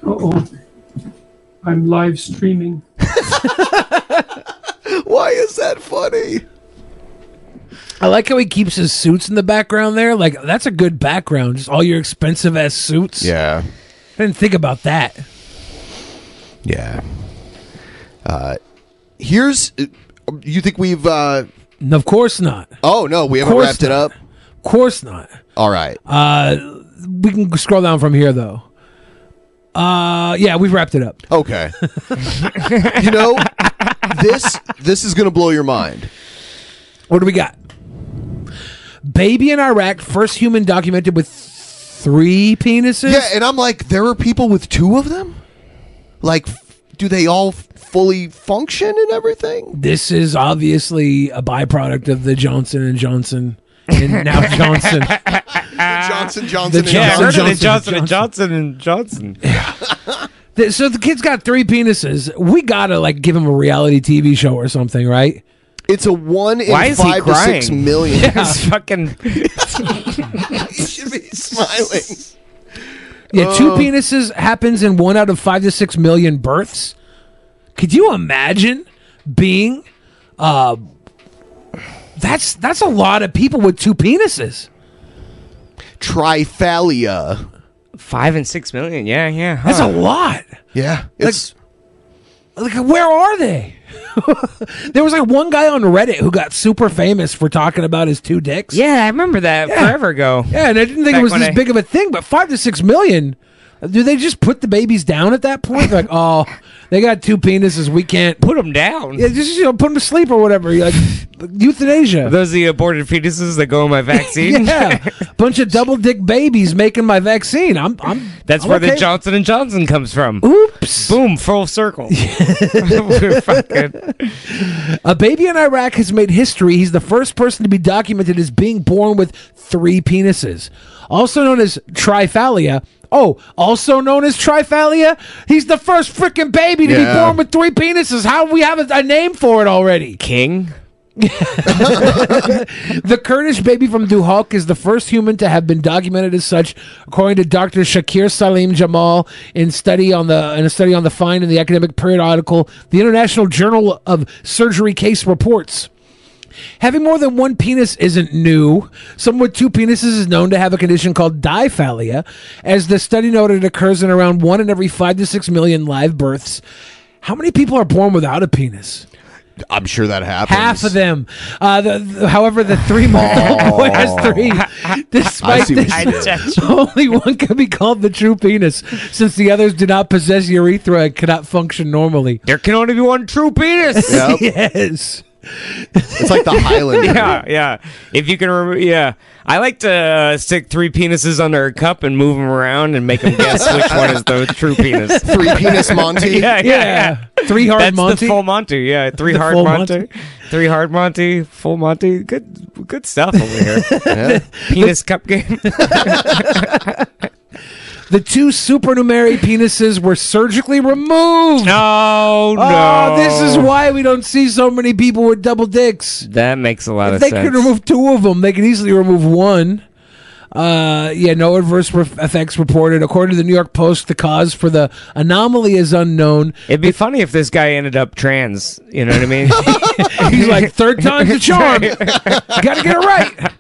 S16: oh. I'm live streaming.
S1: Why is that funny?
S8: I like how he keeps his suits in the background there. Like that's a good background. Just all your expensive ass suits.
S1: Yeah.
S8: I didn't think about that.
S1: Yeah. Uh, here's. You think we've? uh
S8: Of course not.
S1: Oh no, we haven't
S8: Course
S1: wrapped it up. Of
S8: course not.
S1: All right.
S8: Uh, we can scroll down from here though. Uh, yeah, we've wrapped it up.
S1: Okay. you know, this this is gonna blow your mind.
S8: What do we got? Baby in Iraq, first human documented with three penises.
S1: Yeah, and I'm like, there are people with two of them. Like, f- do they all f- fully function and everything?
S8: This is obviously a byproduct of the Johnson and Johnson and now Johnson.
S1: Johnson Johnson.
S8: The
S1: and
S8: Johnson,
S1: Johnson.
S8: Johnson,
S9: and Johnson and Johnson.
S8: Th- So the kid's got three penises. We gotta like give him a reality TV show or something, right?
S1: It's a one in
S9: Why is he
S1: five to
S9: crying?
S1: six million.
S9: It's fucking
S1: he should be smiling.
S8: Yeah, two
S1: Uh.
S8: penises happens in one out of five to six million births. Could you imagine being? Uh, that's that's a lot of people with two penises.
S1: Triphalia.
S9: five and six million. Yeah, yeah.
S8: That's
S9: huh.
S8: a lot.
S1: Yeah, it's
S8: Like, where are they? there was like one guy on Reddit who got super famous for talking about his two dicks.
S9: Yeah, I remember that
S8: Yeah.
S9: forever ago.
S8: Yeah, and I didn't think
S9: Back
S8: it was
S9: when
S8: this
S9: I-
S8: big of a thing, but five to six million. Do they just put the babies down at that point? They're like, oh, they got two penises. We can't
S9: put them down.
S8: Yeah, just you know, put them to sleep or whatever. You're like euthanasia.
S9: Are those the aborted fetuses that go in my vaccine.
S8: yeah, bunch of double dick babies making my vaccine. I'm, I'm.
S9: That's
S8: I'm
S9: where the
S8: okay.
S9: Johnson and Johnson comes from.
S8: Oops.
S9: Boom, full circle. We're fucking-
S8: A baby in Iraq has made history. He's the first person to be documented as being born with three penises, also known as triphalia. Oh, also known as triphalia. He's the first freaking baby to be
S9: Yeah.
S8: born with three penises. How we have a, a name for it already?
S9: King.
S8: the Kurdish baby from Duhok is the first human to have been documented as such, according to Dr. Shakir Salim Jamal in study on the in a study on the find in the academic periodical, the International Journal of Surgery Case Reports. Having more than one penis isn't new. Someone with two penises is known to have a condition called diphalia. As the study noted, it occurs in around one in every five to six million live births. How many people are born without a penis?
S17: I'm sure that happens.
S8: Half of them. Uh, the, the- however, the three multiple boy has
S17: Oh.
S8: three. Despite
S17: see what
S8: this,
S17: you did.
S8: only one can be called the true penis, since the others do not possess urethra and cannot function normally.
S9: There can only be one true penis.
S8: Yep. yes.
S9: It's
S8: like the Highlander.
S9: yeah, yeah. If you can remember, yeah. I like to uh, stick three penises under a cup and move them around and make them guess which one is the true penis.
S8: Three penis Monty?
S9: yeah, yeah,
S8: Yeah.
S9: yeah.
S8: Uh, Three hard
S9: That's
S8: Monty?
S9: The full Monty. Yeah, three
S8: The
S9: hard
S8: full
S9: Monty.
S8: Monty.
S9: Three hard Monty. Full Monty. Good, good stuff over here. Penis cup game.
S8: The two supernumerary penises were surgically removed. Oh,
S9: No, no.
S8: this is why we don't see so many people with double dicks.
S9: That makes a lot
S8: If
S9: of
S8: they
S9: sense.
S8: could remove two of them, they could easily remove one. Uh, yeah, no adverse ref- effects reported. According to the New York Post, the cause for the anomaly is unknown.
S9: It'd be funny if this guy ended up trans. You know what I mean?
S8: He's like, third time's the charm. Gotta get it right.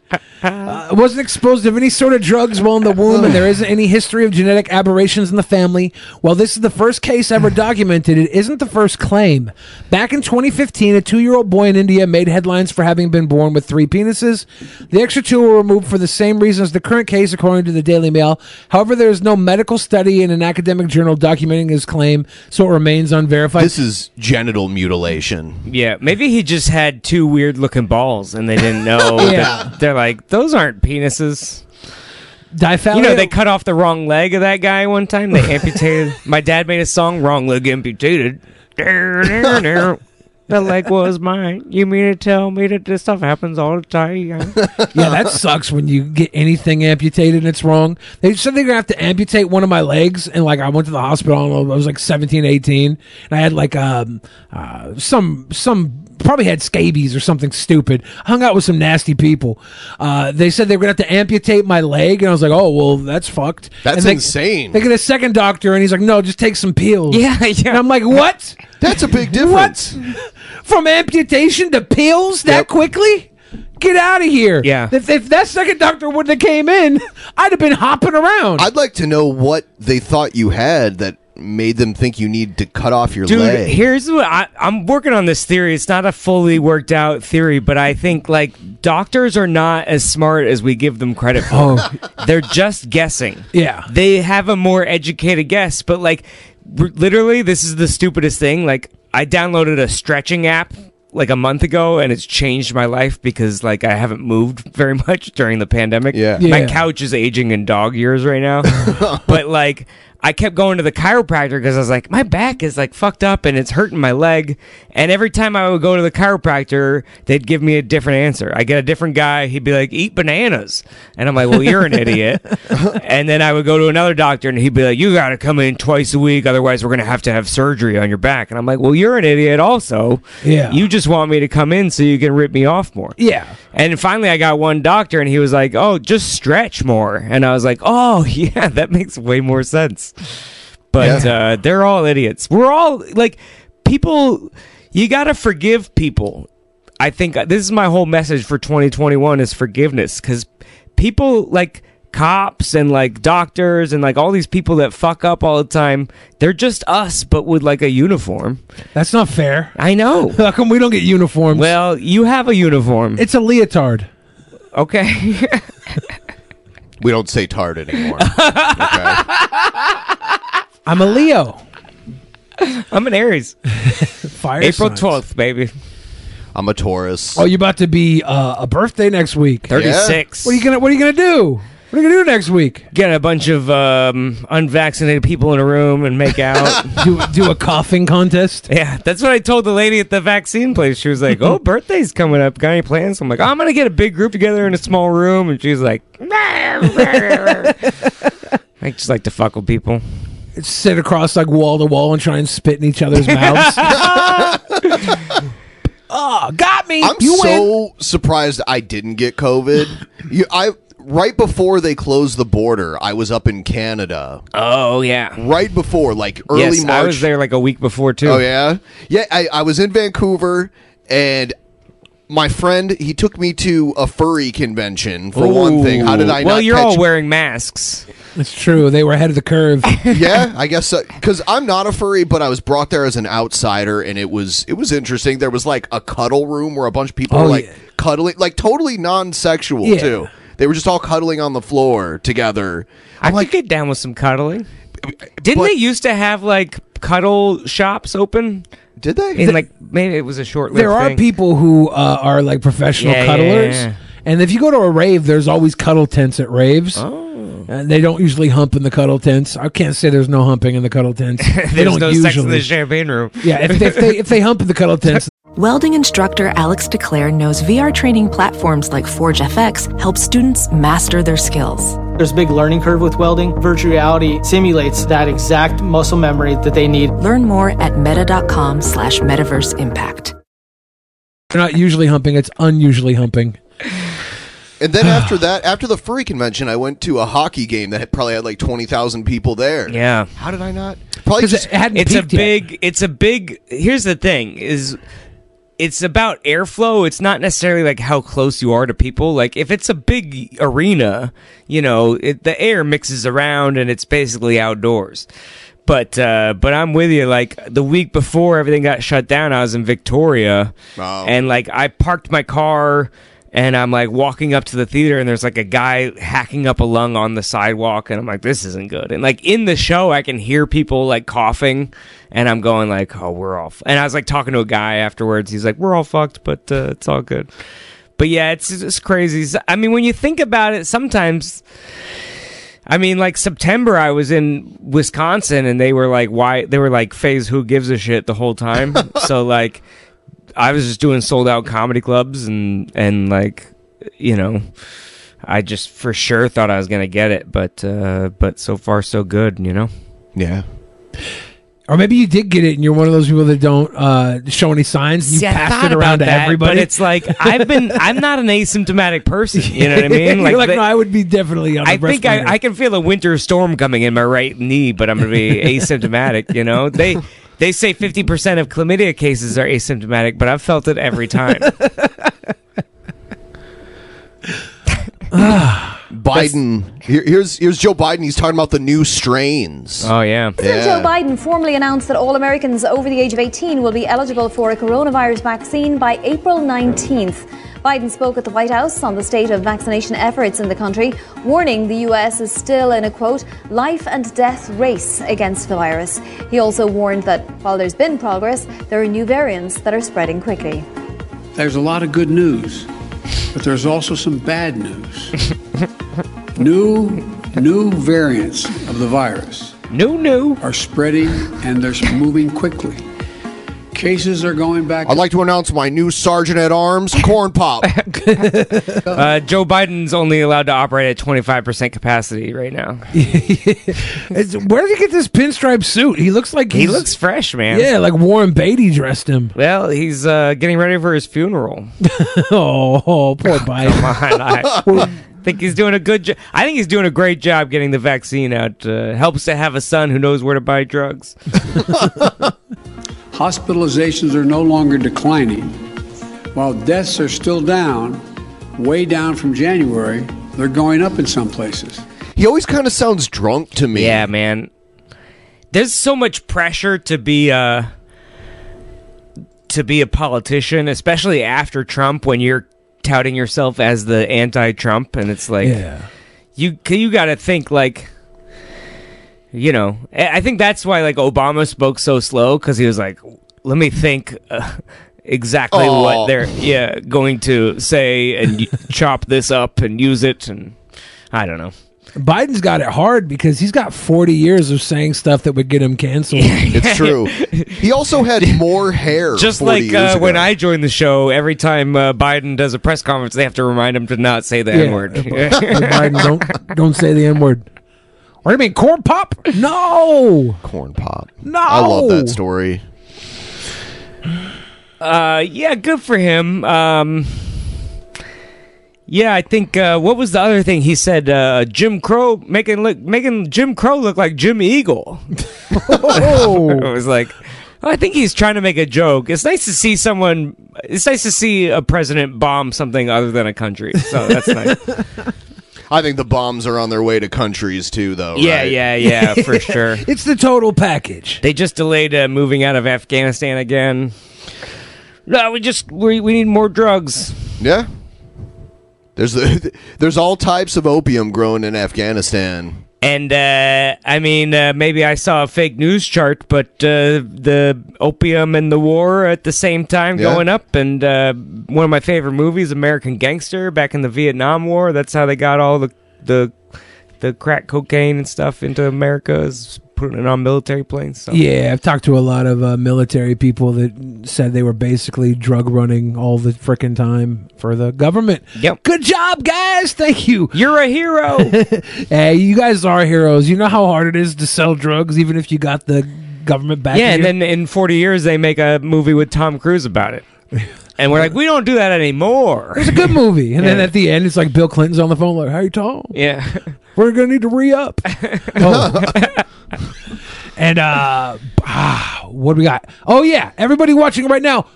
S8: Uh, wasn't exposed to any sort of drugs while in the womb, and there isn't any history of genetic aberrations in the family. While this is the first case ever documented, it isn't the first claim. Back in 2015, a two year old boy in India made headlines for having been born with three penises. The extra two were removed for the same reason as the current case, according to the Daily Mail. However, there is no medical study in an academic journal documenting his claim, so it remains unverified.
S1: This is genital mutilation.
S9: Yeah, maybe he just had two weird looking balls and they didn't know.
S8: Yeah.
S9: that- they're like, those aren't penises.
S8: Diphalia.
S9: You know, they cut off the wrong leg of that guy one time. They amputated. My dad made a song, Wrong Leg Amputated. the leg was mine. You mean to tell me that this stuff happens all the time?
S8: yeah, that sucks when you get anything amputated and it's wrong. They said they're gonna have to amputate one of my legs, and like I went to the hospital and I was like 17, 18, and I had like um uh, some some probably had scabies or something stupid. Hung out with some nasty people. Uh, they said they were gonna have to amputate my leg, and I was like, oh well, that's fucked.
S17: That's
S8: And they-
S17: insane.
S8: They get a second doctor, and he's like, no, just take some pills.
S9: Yeah, yeah.
S8: And I'm like, what?
S17: That's a big difference.
S8: From amputation to pills that quickly? Get out of here.
S9: Yeah.
S8: If, if that second doctor wouldn't have came in, I'd have been hopping around.
S1: I'd like to know what they thought you had that made them think you need to cut off your
S9: Dude,
S1: leg.
S9: here's what I, I'm working on this theory. It's not a fully worked out theory, but I think like doctors are not as smart as we give them credit for. They're just guessing.
S8: Yeah.
S9: They have a more educated guess, but like r- literally, this is the stupidest thing. Like, I downloaded a stretching app like a month ago and it's changed my life because like I haven't moved very much during the pandemic.
S1: Yeah.
S9: My couch is aging in dog years right now. but like I kept going to the chiropractor because I was like, my back is like fucked up and it's hurting my leg. And every time I would go to the chiropractor, they'd give me a different answer. I get a different guy. He'd be like, eat bananas. And I'm like, well, you're an idiot. and then I would go to another doctor and he'd be like, you got to come in twice a week. Otherwise, we're going to have to have surgery on your back. And I'm like, well, you're an idiot also.
S8: Yeah.
S9: You just want me to come in so you can rip me off more.
S8: yeah.
S9: And finally, I got one doctor, and he was like, "Oh, just stretch more." And I was like, "Oh, yeah, that makes way more sense." But uh, they're all idiots. We're all like people. You gotta forgive people. I think uh, this is my whole message for 2021 is forgiveness because people like cops and like doctors and like all these people that fuck up all the time. They're just us, but with like a uniform.
S8: That's not fair.
S9: I know.
S8: How come we don't get uniforms?
S9: Well, you have a uniform.
S8: it's a leotard.
S9: okay.
S1: we don't say tard anymore. Okay?
S8: I'm a Leo.
S9: I'm an Aries.
S8: Fire
S9: April
S8: signs.
S9: 12th, baby.
S1: I'm a Taurus.
S8: Oh, you're about to be uh, a birthday next week.
S9: 36.
S8: What are you gonna What are you gonna do? What are you gonna do next week?
S9: Get a bunch of um, unvaccinated people in a room and make out.
S8: do do a coughing contest?
S9: Yeah, that's what I told the lady at the vaccine place. She was like, "Oh, birthday's coming up. Got any plans?" I'm like, "Oh, "I'm gonna get a big group together in a small room," and she's like, "I just like to fuck with people."
S8: Sit across like wall to wall and try and spit in each other's mouths. oh, got me.
S1: I'm so surprised I didn't get COVID. you, I right before they closed the border, I was up in Canada.
S9: Oh yeah,
S1: right before like early
S9: yes,
S1: March.
S9: I was there like a week before too.
S1: Oh yeah, yeah. I, I was in Vancouver, and my friend he took me to a furry convention for one thing. How did I?
S9: Well,
S1: not
S9: you're all
S1: catch-
S9: wearing masks.
S8: It's true. They were ahead of the curve.
S1: yeah, I guess because I'm not a furry, but I was brought there as an outsider, and it was it was interesting. There was like a cuddle room where a bunch of people
S8: Oh,
S1: were like
S8: yeah.
S1: cuddling, like totally non-sexual
S8: Yeah.
S1: too. They were just all cuddling on the floor together.
S9: I could get down with some cuddling. Didn't
S1: But-
S9: they used to have like cuddle shops open?
S1: Did they?
S9: And like maybe it was a short.
S8: there are people who uh, are like professional
S9: Yeah, yeah,
S8: cuddlers.
S9: yeah.
S8: And if you go to a rave, there's always cuddle tents at raves. Oh. And they don't usually hump in the cuddle tents. I can't say there's no humping in the cuddle tents. they
S9: There's
S8: don't
S9: no
S8: usually.
S9: sex in the champagne room.
S8: yeah, if they, if they if they hump in the cuddle tents,
S12: Welding instructor Alex DeClaire knows VR training platforms like ForgeFX help students master their skills.
S3: There's a big learning curve with welding. Virtual reality simulates that exact muscle memory that they need.
S12: Learn more at meta.com slash metaverse impact.
S8: they're not usually humping. It's unusually humping.
S1: And then after that, after the furry convention, I went to a hockey game that had probably had like twenty thousand people there.
S9: Yeah.
S1: How did I not? Probably
S8: 'Cause
S1: just,
S8: it hadn't
S9: it's a
S8: peaked yet.
S9: big it's a big here's the thing is it's about airflow it's not necessarily like how close you are to people like if it's a big arena you know it, the air mixes around and it's basically outdoors but uh but i'm with you like the week before everything got shut down i was in victoria and like i parked my car and I'm like walking up to the theater, and there's like a guy hacking up a lung on the sidewalk, and I'm like, this isn't good. And like in the show, I can hear people like coughing, and I'm going like, oh, we're all. F-. And I was like talking to a guy afterwards. He's like, we're all fucked, but uh, it's all good. But yeah, it's it's crazy. S- I mean, when you think about it, sometimes. I mean, like September, I was in Wisconsin, and they were like, "Why?" They were like, "Phase, who gives a shit?" the whole time. so like, I was just doing sold out comedy clubs and and like you know I just for sure thought I was gonna get it, but uh, but so far so good, you know.
S1: Yeah.
S8: Or maybe you did get it, and you're one of those people that don't uh, show any signs. and You
S9: I
S8: passed
S9: thought
S8: it around
S9: about
S8: to
S9: that,
S8: everybody.
S9: but it's like I've been I'm not an asymptomatic person, you know what I mean?
S8: You're like,
S9: they-
S8: no, I would be definitely on a
S9: I think
S8: breastfeeder."
S9: I, I can feel a winter storm coming in my right knee, but I'm gonna be asymptomatic. You know, they they say 50 percent of chlamydia cases are asymptomatic, but I've felt it every time.
S1: Biden. Here, here's here's Joe Biden. He's talking about the new strains.
S9: Oh yeah.
S18: President Joe Biden formally announced that all Americans over the age of 18 will be eligible for a coronavirus vaccine by April 19th. Biden spoke at the White House on the state of vaccination efforts in the country, warning the U.S. is still in a quote, life and death race against the virus. He also warned that while there's been progress, there are new variants that are spreading quickly.
S11: There's a lot of good news, but there's also some bad news. new, new variants of the virus.
S9: New, new.
S11: Are spreading and they're moving quickly. Cases are going back.
S1: I'd like to announce my new sergeant at arms, Corn Pop.
S9: Uh, Joe Biden's only allowed to operate at 25 percent capacity right now.
S8: It's- where did he get this pinstripe suit? He looks like
S9: He
S8: he's-
S9: looks fresh, man.
S8: Yeah, like Warren Beatty dressed him.
S9: Well, he's uh, getting ready for his funeral.
S8: oh, oh, poor Biden.
S9: Come on, I think he's doing a good job. I think he's doing a great job getting the vaccine out. Uh, helps to have a son who knows where to buy drugs.
S11: Hospitalizations are no longer declining. While deaths are still down, way down from January, they're going up in some places.
S1: He always kind of sounds drunk to me.
S9: Yeah, man. There's so much pressure to be uh to be a politician, especially after Trump when you're touting yourself as the anti-Trump and it's like
S8: Yeah.
S9: you you got to think like you know, I I think that's why like Obama spoke so slow because he was like, "Let me think uh, exactly
S1: Aw.
S9: what they're yeah going to say and y- chop this up and use it." And I don't know.
S8: Biden's got it hard because he's got 40 years of saying stuff that would get him canceled.
S9: It's true.
S1: He also had more hair.
S9: Just
S1: 40
S9: like
S1: years
S9: uh,
S1: ago.
S9: when I joined the show, every time uh, Biden does a press conference, they have to remind him to not say the
S8: Yeah.
S9: N word.
S8: Biden, don't don't say the N word. What do you mean, corn pop? No,
S1: corn pop.
S8: No,
S1: I love that story.
S9: Uh, yeah, good for him. Um, yeah, I think uh, what was the other thing he said? Uh, Jim Crow making look making Jim Crow look like Jim Eagle. it was like. I think he's trying to make a joke. It's nice to see someone. It's nice to see a president bomb something other than a country. So that's nice.
S1: I think the bombs are on their way to countries too, though.
S9: Yeah,
S1: right?
S9: yeah, yeah, for sure.
S8: It's the total package.
S9: They just delayed uh, moving out of Afghanistan again. No, we just we, we need more drugs.
S1: Yeah. There's the, there's all types of opium grown in Afghanistan.
S9: And uh, I mean, uh, maybe I saw a fake news chart, but uh, the opium and the war at the same time
S1: Yeah.
S9: going up. And uh, one of my favorite movies, American Gangster, back in the Vietnam War. That's how they got all the the the crack cocaine and stuff into America, is putting it on military planes. So.
S8: Yeah, I've talked to a lot of uh, military people that said they were basically drug running all the frickin' time for the government.
S9: Yep.
S8: Good job, guys. Thank you.
S9: You're a hero.
S8: hey, you guys are heroes. You know how hard it is to sell drugs, even if you got the government back.
S9: yeah, and then in 40 years they make a movie with Tom Cruise about it. And we're like, we don't do that anymore.
S8: it's a good movie. And then at the end, it's like Bill Clinton's on the phone, like, "How you tall?
S9: Yeah.
S8: We're gonna need to re up." and uh, ah, what do we got? Oh yeah, everybody watching right now,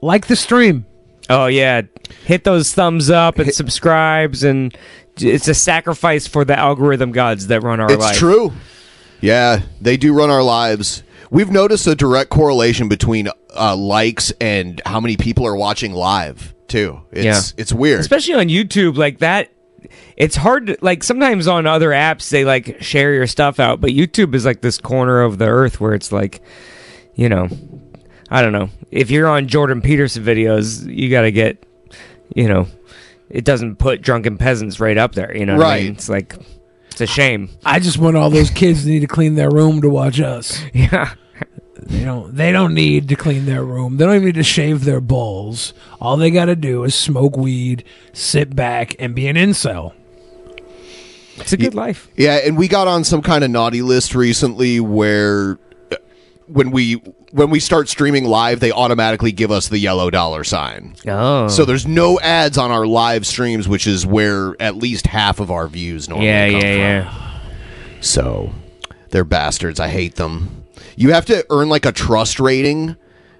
S8: like the stream.
S9: Oh yeah, hit those thumbs up and subscribes and it's a sacrifice for the algorithm gods that run our
S1: it's
S9: life.
S1: true. Yeah, they do run our lives. We've noticed a direct correlation between uh, likes and how many people are watching live too. It's
S9: Yeah.
S1: it's weird.
S9: Especially on YouTube like that it's hard to, like sometimes on other apps they like share your stuff out, but YouTube is like this corner of the earth where it's like you know, I don't know. If you're on Jordan Peterson videos, you got to get you know, it doesn't put drunken peasants right up there, you know what I mean?
S8: Right.
S9: It's like it's a shame.
S8: I just want all those kids that need to clean their room to watch us.
S9: Yeah.
S8: They don't they don't need to clean their room. They don't even need to shave their balls. All they gotta do is smoke weed, sit back, and be an incel.
S9: It's a good life.
S1: Yeah, and we got on some kind of naughty list recently where uh, when we when we start streaming live, they automatically give us the yellow dollar sign.
S9: Oh.
S1: So there's no ads on our live streams, which is where at least half of our views normally
S9: Yeah,
S1: come
S9: yeah,
S1: from. Yeah. So they're bastards. I hate them. You have to earn like a trust rating,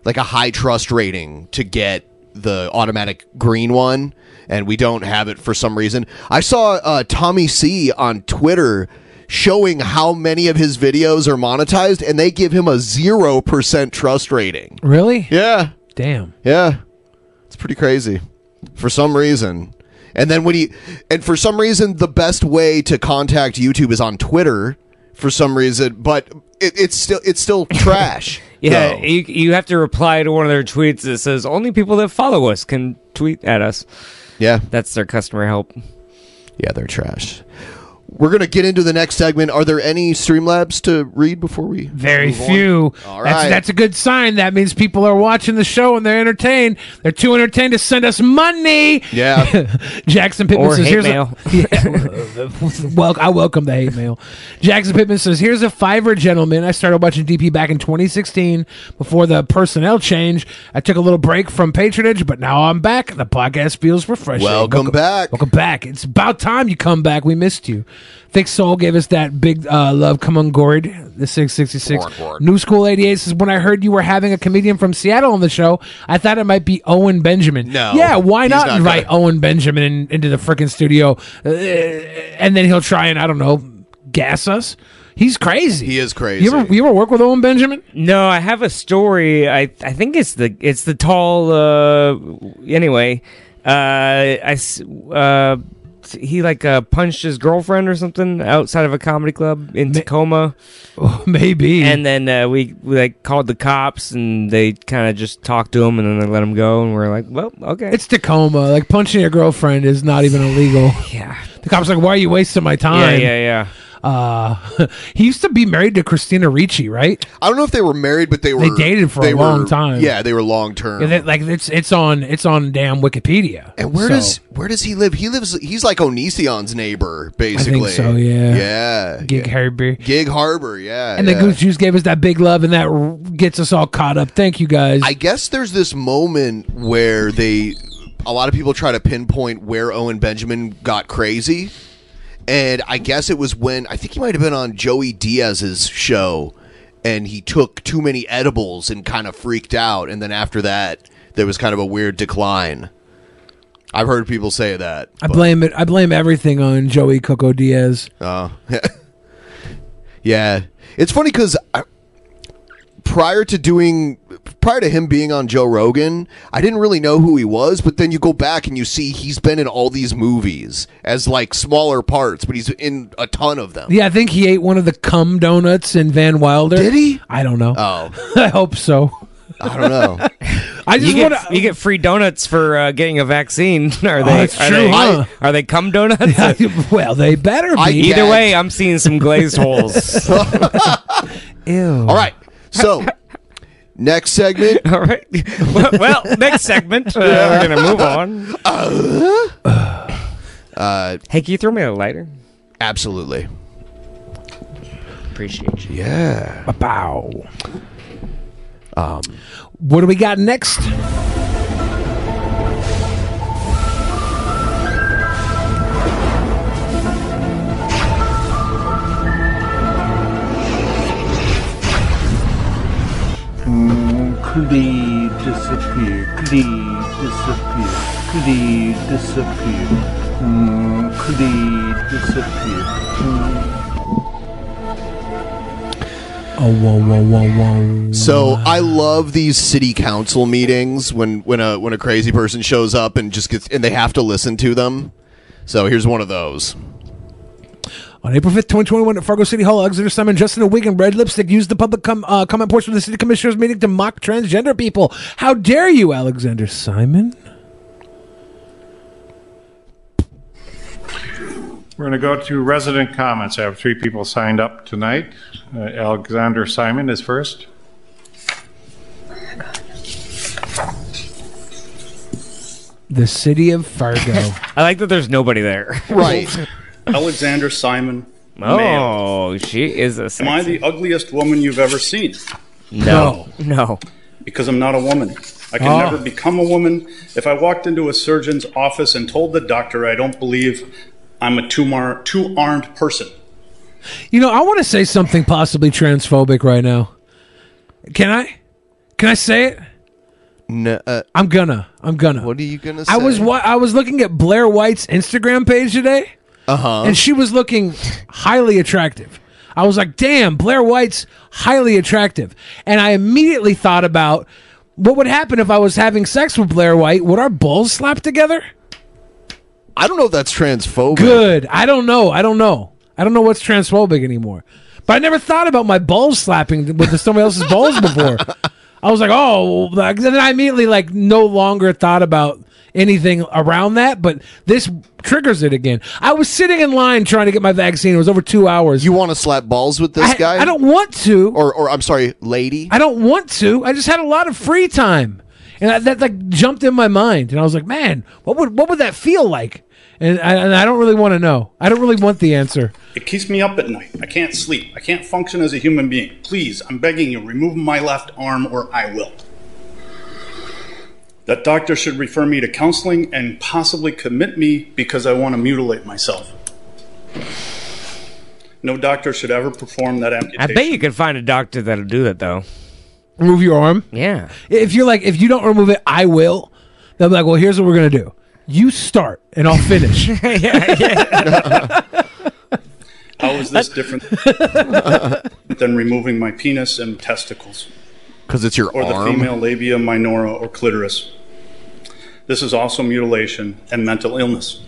S1: like a high trust rating to get the automatic green one, and we don't have it for some reason. I saw uh, Tommy C on Twitter showing how many of his videos are monetized, and they give him a 0% trust rating.
S8: Really?
S1: Yeah.
S8: Damn.
S1: Yeah. It's pretty crazy. For some reason. And then when he and for some reason the best way to contact YouTube is on Twitter for some reason, but it, it's still it's still trash.
S9: Yeah,
S1: though.
S9: you, you have to reply to one of their tweets that says only people that follow us can tweet at us.
S1: Yeah,
S9: that's their customer help.
S1: Yeah, they're trash. We're gonna get into the next segment. Are there any Streamlabs to read before we
S8: Very
S1: move on?
S8: few.
S1: All
S8: That's
S1: right.
S8: that's a good sign. That means people are watching the show and they're entertained. They're too entertained to send us money.
S1: Yeah.
S8: Jackson Pittman
S9: Or
S8: says
S9: hate
S8: here's
S9: mail."
S8: a Yeah. well, I welcome the hate mail. Jackson Pittman says here's a fiver gentleman. I started watching DP back in 2016 before the personnel change. I took a little break from patronage, but now I'm back. The podcast feels refreshing.
S1: Welcome back.
S8: Welcome back. It's about time you come back. We missed you. Thick Soul gave us that big uh, love. Come on, Gord. The 666.
S6: Gord, Gord.
S8: New School 88 says, When I heard you were having a comedian from Seattle on the show, I thought it might be Owen Benjamin.
S1: No.
S8: Yeah, why
S1: He's
S8: not,
S1: not
S8: invite Owen Benjamin in, into the freaking studio? Uh, and then he'll try and, I don't know, gas us? He's crazy.
S1: He is crazy.
S8: You ever, you ever work with Owen Benjamin?
S9: No, I have a story. I I think it's the it's the tall. Uh, anyway, uh, I s- uh, t- he like uh, punched his girlfriend or something outside of a comedy club in Tacoma.
S8: Oh, maybe.
S9: And then uh, we, we like called the cops and they kind of just talked to him and then they let him go and we're like, well, okay.
S8: It's Tacoma. Like punching your girlfriend is not even illegal.
S9: yeah.
S8: The cops like, why are you wasting my time?
S9: Yeah, yeah,
S8: yeah. Uh, he used to be married to Christina Ricci, right?
S1: I don't know if they were married, but they were
S8: dated for a
S1: they
S8: long
S1: were-
S8: time.
S1: Yeah, they were long term.
S8: And it- like it's it's on it's on damn Wikipedia.
S1: And where
S8: So-
S1: does where does he live? He lives. He's like Onision's neighbor, basically.
S8: so, yeah.
S1: Yeah.
S8: Gig Harbor.
S1: Gig Harbor. Yeah.
S8: and
S1: yeah.
S8: the Goose Juice gave us that big love, and that r- gets us all caught up. Thank you guys.
S1: I guess there's this moment where they, a lot of people try to pinpoint where Owen Benjamin got crazy, and I guess it was when I think he might have been on Joey Diaz's show, and he took too many edibles and kind of freaked out, and then after that there was kind of a weird decline. I've heard people say that.
S8: I blame it. I blame everything on Joey Coco Diaz.
S1: Oh, yeah. It's funny because prior to doing, prior to him being on Joe Rogan, I didn't really know who he was. But then you go back and you see he's been in all these movies as like smaller parts, but he's in a ton of them.
S8: Yeah, I think he ate one of the cum donuts in Van Wilder. Did
S1: he?
S8: I don't know.
S1: Oh,
S8: I hope so.
S1: I don't know.
S8: I just
S9: you get,
S8: wanna- Oh,
S9: you get free donuts for uh, getting a vaccine. Are they?
S8: that's
S9: are
S8: true,
S9: They,
S8: huh?
S9: Are they cum donuts?
S8: well, they better be.
S9: Either way, I'm seeing some glazed holes.
S8: Ew.
S1: All right. So next segment.
S9: All right. well, well, next segment, uh, we're gonna move on.
S8: uh,
S1: Uh,
S9: hey, can you throw me a lighter?
S1: Absolutely.
S9: Appreciate you.
S1: Yeah.
S8: Bow. Um, what do we got next?
S2: Hmm, Clee disappear, Clee disappear, Clee disappear, mm, Clee disappear. Mm.
S8: Oh, whoa, whoa, whoa, whoa.
S1: So I love these city council meetings when when a when a crazy person shows up and just gets and they have to listen to them. So here's one of those.
S8: On April 5th, 2021, at Fargo City Hall, Exeter Simon, Justin and Wig, and Red Lipstick used the public com- uh, comment portion of the city commissioners' meeting to mock transgender people. How dare you, Alexander Simon?
S19: We're going to go to resident comments. I have three people signed up tonight. Uh, Alexander Simon is first.
S8: The city of Fargo.
S9: I like that there's nobody there.
S20: Alexander Simon. male.
S9: Oh, she is a.
S20: Am I
S9: sexy-
S20: the ugliest woman you've ever seen?
S9: No. No.
S20: Because I'm not a woman. I can
S9: Oh.
S20: never become a woman. If I walked into a surgeon's office and told the doctor I don't believe I'm a two-mar- two-armed person,
S8: You know, I want to say something possibly transphobic right now. Can I? Can I say it?
S1: No, uh,
S8: I'm gonna. I'm gonna.
S1: What are you gonna?
S8: I was
S1: say?
S8: wa- I was looking at Blair White's Instagram page today,
S1: Uh-huh.
S8: and she was looking highly attractive. I was like, "Damn, Blair White's highly attractive," and I immediately thought about what would happen if I was having sex with Blair White. Would our balls slap together?
S1: I don't know if that's transphobic.
S8: Good. I don't know. I don't know. I don't know what's transphobic anymore. But I never thought about my balls slapping with somebody else's balls before. I was like, oh, like, then I immediately like no longer thought about anything around that. But this triggers it again. I was sitting in line trying to get my vaccine. It was over two hours.
S1: You want to slap balls with this guy?
S8: I don't want to.
S1: Or, or I'm sorry, lady.
S8: I don't want to. I just had a lot of free time, and I, that like jumped in my mind, and I was like, man, what would what would that feel like? And I, and I don't really want to know. I don't really want the answer.
S20: it keeps me up at night. I can't sleep. I can't function as a human being. Please, I'm begging you, remove my left arm or I will. That doctor should refer me to counseling and possibly commit me because I want to mutilate myself. No doctor should ever perform that amputation.
S9: I bet you can find a doctor that'll do that though.
S8: Remove your arm.
S9: Yeah.
S8: If you're like, if you don't remove it, I will. They'll be like, well, here's what we're gonna do. You start, and I'll finish.
S20: How is this different than removing my penis and testicles?
S1: Because it's your
S20: or the
S1: arm.
S20: female labia minora or clitoris. This is also mutilation and mental illness.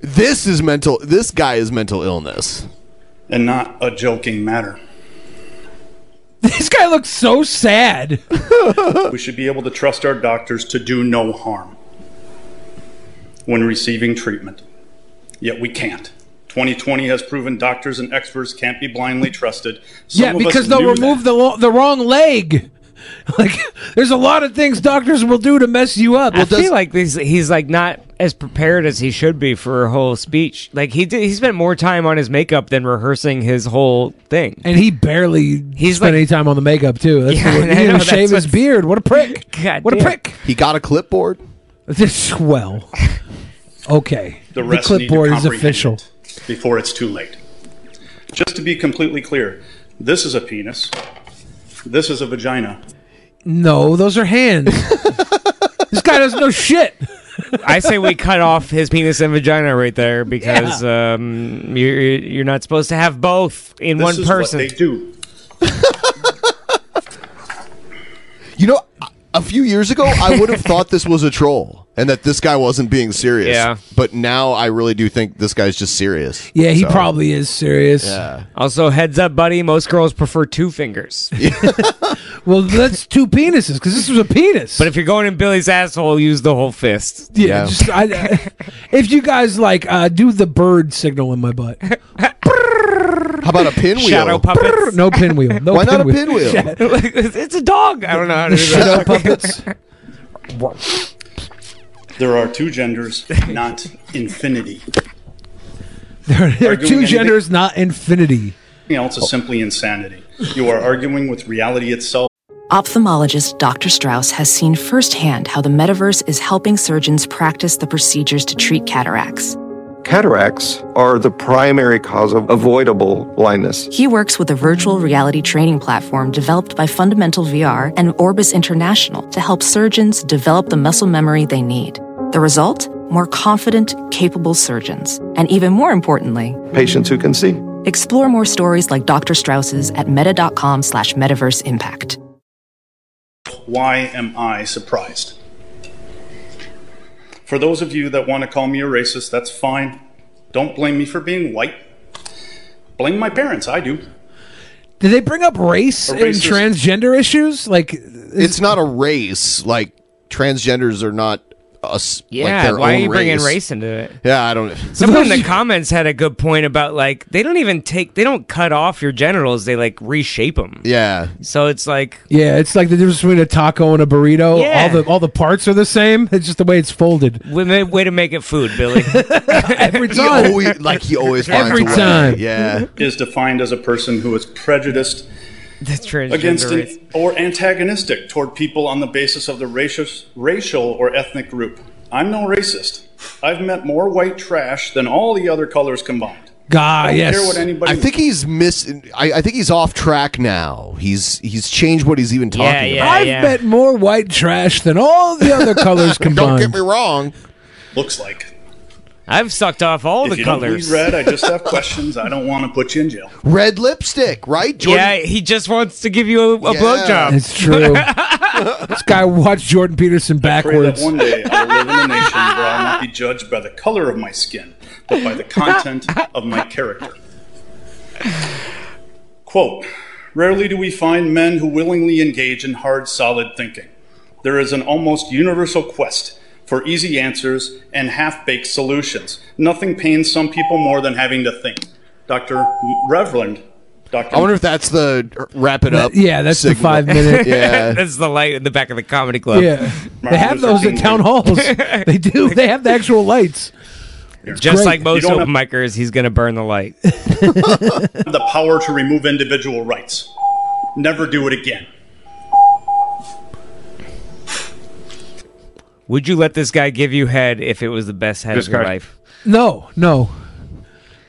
S1: This is mental. This guy is mental illness.
S20: And not a joking matter.
S8: This guy looks so sad.
S20: we should be able to trust our doctors to do no harm when receiving treatment. Yet we can't. 2020 has proven doctors and experts can't be blindly trusted. Some
S8: yeah,
S20: of us
S8: because they'll
S20: knew
S8: remove
S20: that.
S8: the lo- the wrong leg. Like, there's a lot of things doctors will do to mess you up.
S9: I feel like he's, he's like not as prepared as he should be for a whole speech. Like he did, he spent more time on his makeup than rehearsing his whole thing.
S8: and he barely
S9: He's
S8: spent
S9: like-
S8: any time on the makeup too. That's
S9: Yeah,
S8: the- he
S9: I
S8: didn't
S9: know,
S8: even
S9: that's
S8: shave his
S9: what's-
S8: beard. What a prick!
S9: God
S8: what a
S9: damn.
S8: prick!
S1: He got a clipboard.
S8: This well, okay.
S20: The rest need to
S8: clipboard is
S20: comprehend
S8: official.
S20: before it's too late. Just to be completely clear, this is a penis. This is a vagina.
S8: No, those are hands. this guy doesn't know shit.
S9: I say we cut off his penis and vagina right there because um, you're you're not supposed to have both in
S20: This
S9: one
S20: is what
S9: person.
S20: they do.
S1: You know, a few years ago, I would have thought this was a troll and that this guy wasn't being serious.
S9: Yeah.
S1: But now I really do think this guy's just serious.
S8: Yeah, he probably is serious.
S1: Yeah.
S9: Also, heads up, buddy. Most girls prefer two fingers.
S8: Well, that's two penises because this was a penis.
S9: But if you're going in Billy's asshole, use the whole fist.
S8: Yeah, Just, I, if you guys like, uh, do the bird signal in my butt.
S1: How about a pinwheel?
S9: Shadow puppets.
S8: No pinwheel. No
S1: Why not a
S8: pinwheel.
S1: pinwheel?
S9: it's it's a dog. I don't know how to do
S8: Shadow
S9: that.
S8: puppets.
S20: There are two genders, not infinity.
S8: There, there are
S20: Arguing
S8: two
S20: anything?
S8: genders, not infinity.
S20: You know, it's a simply insanity. You are arguing with reality itself.
S12: Ophthalmologist Dr. Strauss has seen firsthand how the metaverse is helping surgeons practice the procedures to treat cataracts.
S21: Cataracts are the primary cause of avoidable blindness.
S12: He works with a virtual reality training platform developed by Fundamental VR and Orbis International to help surgeons develop the muscle memory they need. The result? More confident, capable surgeons. And even more importantly,
S21: Patients who can see.
S12: explore more stories like Dr. Strauss's at meta.com slash metaverse impact.
S20: Why am I surprised? For those of you that want to call me a racist, that's fine. Don't blame me for being white. Blame my parents. I do.
S8: Did they bring up race
S20: A
S8: and
S20: racist-
S8: transgender issues? Like,
S1: It's not a race. Like, transgenders are not us.
S9: Yeah,
S1: like their
S9: why are
S1: own
S9: you bringing
S1: race.
S9: race into it?
S1: Yeah, I don't.
S9: Someone in the comments had a good point about like they don't even take they don't cut off your genitals they like reshape them.
S1: Yeah.
S9: So it's like
S8: yeah, it's like the difference between a taco and a burrito.
S9: Yeah.
S8: All the all the parts are the same. It's just the way it's folded.
S9: way- way way to make it food, Billy.
S8: Every
S1: He always, like he always finds
S8: Every
S1: a way.
S8: time.
S1: Yeah.
S20: Is defined as a person who is prejudiced against
S9: transgender
S20: an-
S9: race.
S20: or antagonistic toward people on the basis of the racial, racial or ethnic group. I'm no racist. I've met more white trash than all the other colors combined. I
S8: God,
S20: don't
S8: yes.
S20: care what anybody.
S1: I think he's miss. I, I think he's off track now. He's he's changed what he's even talking about.
S8: I've met more white trash than all the other colors
S1: Don't
S8: combined.
S1: get me wrong.
S20: looks like.
S9: I've sucked off all
S20: if
S9: the
S20: you
S9: colors.
S20: don't read, I just have questions. I don't want to put you in jail.
S1: Red lipstick, right? Jordan,
S9: Yeah, he just wants to give you a, a
S1: Yeah.
S9: blowjob.
S8: It's true. this guy watched Jordan Peterson
S20: Pray that
S8: backwards.
S20: one day I will live in a nation where I will not be judged by the color of my skin, but by the content of my character. Quote Rarely do we find men who willingly engage in hard, solid thinking. There is an almost universal quest for easy answers and half baked solutions. Nothing pains some people more than having to think. Dr. Reverend, Dr.
S1: I wonder if that's the wrap it up.
S8: yeah, that's the
S1: signal.
S8: five minute-
S1: yeah.
S9: That's the light in the back of the comedy club.
S8: Yeah. They
S20: Martin
S8: have
S20: Luther
S8: those at
S20: King.
S8: town halls. They do. They have the actual lights.
S9: Just
S8: great.
S9: like most
S20: You don't
S9: open micers, he's gonna burn the light.
S20: have the power to remove individual rights. Never do it again.
S9: Would you let this guy give you head if it was the best head
S19: This
S9: of your
S19: guy-
S9: life?
S8: No, no, no.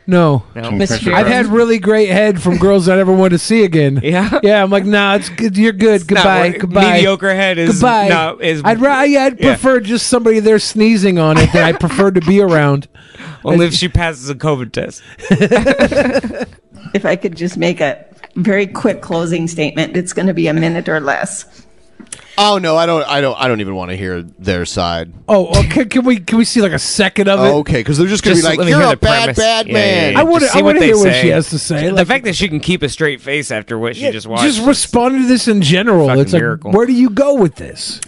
S9: No.
S19: Mr.
S8: I've had really great head from girls I never want to see again.
S9: Yeah?
S8: yeah. I'm like, nah, it's good. You're good.
S9: not
S8: Goodbye.
S9: what-
S8: Goodbye.
S9: mediocre head is
S8: Goodbye.
S9: not- is-
S8: I'd ra- yeah, I'd
S9: Yeah.
S8: prefer just somebody there sneezing on it that I prefer to be around.
S9: Only if she passes a COVID test.
S14: If I could just make a very quick closing statement, it's going to be a minute or less.
S1: Oh no, I don't. I don't. I don't even want to hear their side.
S8: Oh, oh, can, can we can we see like a second of it?
S1: Okay, because they're just gonna be like,
S9: let me
S1: "You're
S9: hear
S1: a
S9: the
S1: bad, bad man."
S8: I want to.
S9: Just see
S8: I want to
S9: they
S8: hear what
S9: say.
S8: she has to say.
S9: The
S8: Like,
S9: fact that she can keep a straight face after what she just watched.
S8: just respond to this in general.
S9: Fucking
S8: It's like,
S9: miracle.
S8: where do you go with this?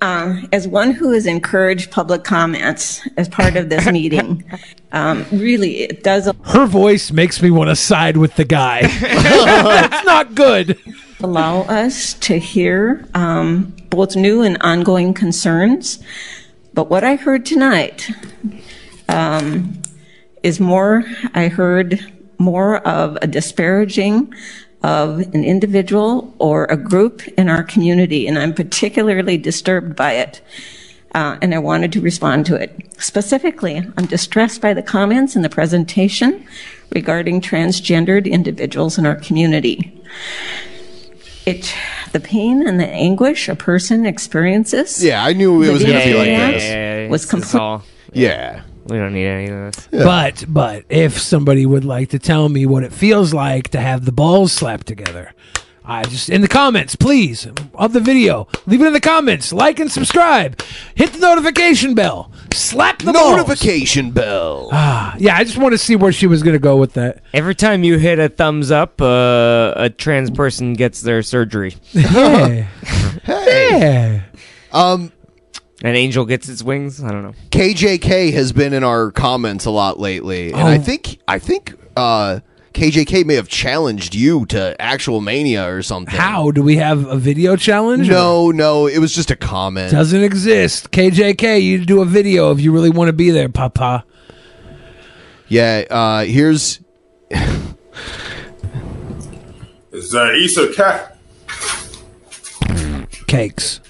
S14: Um, as one who has encouraged public comments as part of this meeting, um, really, it does
S8: Her voice makes me want to side with the guy. it's not good.
S14: allow us to hear um, both new and ongoing concerns. But what I heard tonight um, is more, I heard more of a disparaging of an individual or a group in our community, and I'm particularly disturbed by it. Uh, and I wanted to respond to it. Specifically, I'm distressed by the comments in the presentation regarding transgendered individuals in our community. It, the pain and the anguish a person experiences.
S1: Yeah, I knew it was
S14: living
S1: gonna be
S14: through
S1: like
S14: that
S1: this.
S9: Yeah, it's-
S14: Was
S9: it's
S14: complete.
S9: all-
S1: Yeah.
S9: We don't need any of this.
S8: But but if somebody would like to tell me what it feels like to have the balls slapped together, I just in the comments, please of the video, leave it in the comments, like and subscribe, hit the notification bell, slap the
S1: notification bell.
S8: Ah, yeah, I just want to see where she was going to go with that.
S9: Every time you hit a thumbs up, uh, a trans person gets their surgery.
S8: Yeah.
S1: Um,
S9: An angel gets its wings. I don't know.
S1: KJK has been in our comments a lot lately,
S9: Oh.
S1: and I think I think uh, KJK may have challenged you to actual mania or something.
S8: How do we have a video challenge?
S1: No, no, it was just a comment.
S8: Doesn't exist. KJK, you do a video if you really want to be there, Papa.
S1: Yeah, uh, here's
S5: Is that Issa Cat?
S8: Cakes.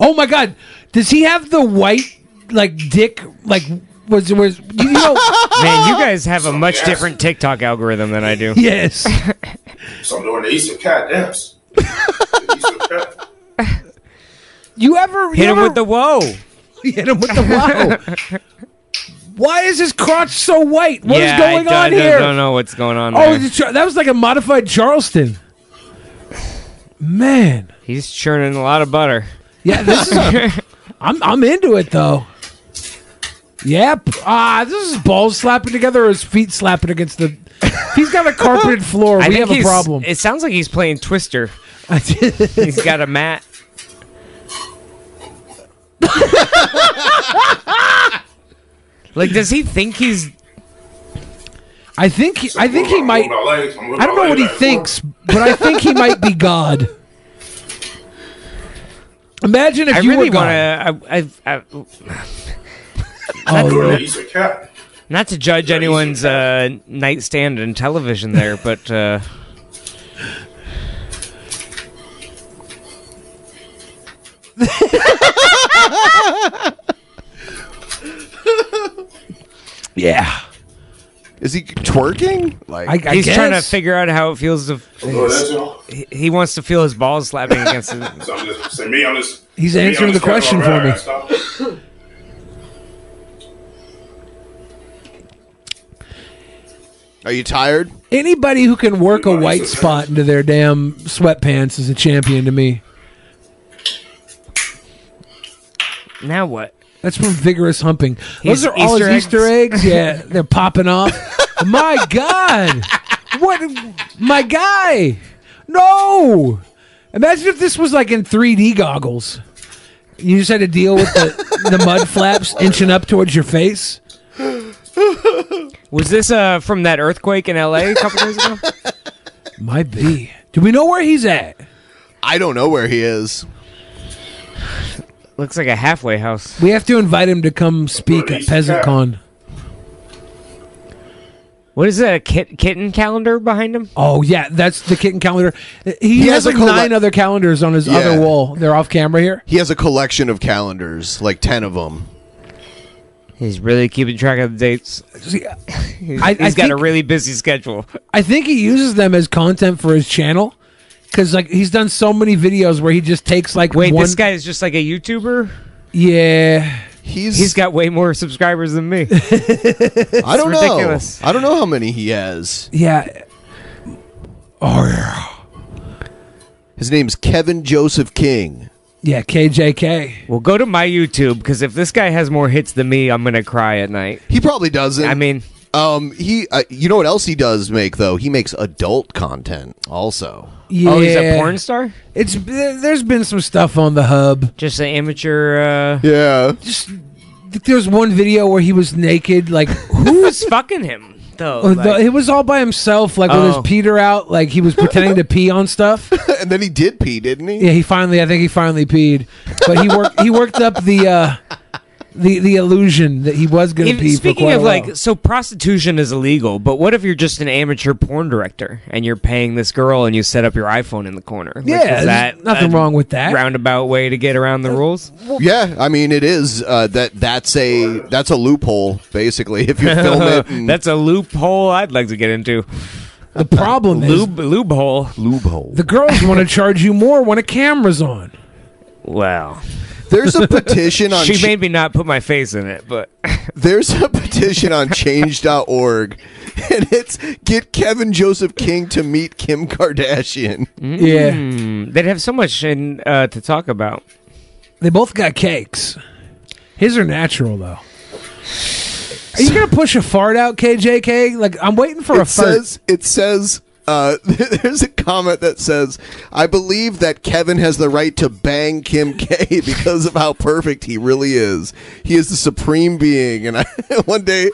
S8: Oh my God, does he have the white like dick? Like was was you, you know?
S9: Man, you guys have a much different TikTok algorithm than I do.
S8: Yes.
S5: So I'm doing the Issa Cat dance.
S8: You ever
S9: Hit
S8: you
S9: him
S8: ever-
S9: with the whoa.
S8: You hit him with the wow. Why is his crotch so white? What is
S9: yeah,
S8: going
S9: I don't,
S8: on
S9: I don't,
S8: here?
S9: don't know what's going on.
S8: Oh,
S9: there.
S8: it's Char- that was like a modified Charleston. Man,
S9: he's churning a lot of butter.
S8: Yeah, this is. I'm I'm into it though. Yep. Ah, this is balls slapping together or his feet slapping against the. He's got a carpeted floor.
S9: I
S8: we
S9: think
S8: have a
S9: he's-
S8: problem.
S9: It sounds like he's playing Twister. he's got a mat. like, does he think he's?
S8: I think he, I think he might. I don't know what he thinks, but I think he might be God. Imagine if
S9: I
S8: you
S9: really
S8: were God.
S9: want to. I, I, I,
S8: Oh,
S9: not,
S8: yeah.
S9: to, not to judge anyone's uh, nightstand and television there, but uh,
S8: yeah.
S1: Is he twerking? Like
S9: he's trying to figure out how it feels to.
S5: Oh, that's all.
S9: He, he wants to feel his balls slapping against his.
S5: So I'm just, say me, I'm just,
S9: He's
S5: me, I'm
S9: answering
S5: just
S9: the question
S5: kinda
S9: for me.
S5: alright, I stop.
S1: Are you tired?
S8: Anybody who can work a white spot into their damn sweatpants is a champion to me.
S9: Now what?
S8: That's from vigorous humping.
S9: He's
S8: Those are all
S9: Easter
S8: his Easter eggs. Yeah, they're popping off. my God, what? My guy, no. Imagine if this was like in 3D goggles. You just had to deal with the, the mud flaps inching up towards your face.
S9: Was this uh, from that earthquake in L.A. a couple days ago?
S8: Might be. Do we know where he's at?
S1: I don't know where he is.
S9: Looks like a halfway house.
S8: We have to invite him to come speak at PeasantCon.
S9: What is that? A kit- kitten calendar behind him?
S8: Oh yeah, that's the kitten calendar. He, has,
S1: has a
S8: like
S1: colle-
S8: nine other calendars on his
S1: Yeah.
S8: other wall. They're off camera here.
S1: He has a collection of calendars, like ten of them.
S9: He's really keeping track of the dates.
S8: See,
S9: He's
S8: I- I
S9: he's got a
S8: think-
S9: really busy schedule.
S8: I think he uses them as content for his channel because like he's done so many videos where he just takes like
S9: Wait,
S8: one.
S9: this guy is just like a YouTuber.
S8: yeah,
S1: he's
S9: he's got way more subscribers than me.
S1: I don't
S9: ridiculous.
S1: know. I don't know how many he has.
S8: yeah. Oh yeah.
S1: His name's Kevin Joseph King.
S8: Yeah, KJK.
S9: Well, go to my YouTube because if this guy has more hits than me, I'm gonna cry at night.
S1: He probably doesn't.
S9: I mean,
S1: um, he. Uh, you know what else he does make though? He makes adult content also.
S9: Oh, he's a porn star.
S8: It's there's been some stuff on the hub.
S9: Just an amateur. Uh,
S1: yeah.
S8: Just there's one video where he was naked. Like who
S9: was fucking him though?
S8: Oh,
S9: Like-
S8: the- It was all by himself, like with
S9: Oh.
S8: his Peter out, like he was pretending to pee on stuff.
S1: and then he did pee, didn't he?
S8: Yeah, he finally, I think he finally peed, but he worked he worked up the uh, the the illusion that he was going to
S9: If-
S8: pee. for
S9: speaking
S8: quite
S9: of
S8: a while.
S9: like, so prostitution is illegal, but what if you're just an amateur porn director and you're paying this girl and you set up your iPhone in the corner? Like,
S8: Yeah,
S9: is
S8: there's
S9: that
S8: nothing
S9: a
S8: wrong with that.
S9: Roundabout way to get around the rules.
S1: Yeah, I mean it is uh, that that's a that's a loophole basically. If you film it, and,
S9: That's a loophole I'd like to get into.
S8: The problem is-
S9: lube lube hole.
S1: Lube hole.
S8: the girls want to charge you more when a camera's on.
S9: Wow.
S1: There's a petition on
S9: She
S1: Ch-
S9: made me not put my face in it, but
S1: there's a petition on Change.org, and it's get Kevin Joseph King to meet Kim Kardashian.
S9: Mm, they'd have so much in, uh, to talk about.
S8: They both got cakes. His are natural though. Are you gonna push a fart out, KJK? Like I'm waiting for
S1: it
S8: a fart.
S1: says it says uh, there's a comment that says I believe that Kevin has the right to bang Kim K because of how perfect he really is. He is the supreme being, and I one day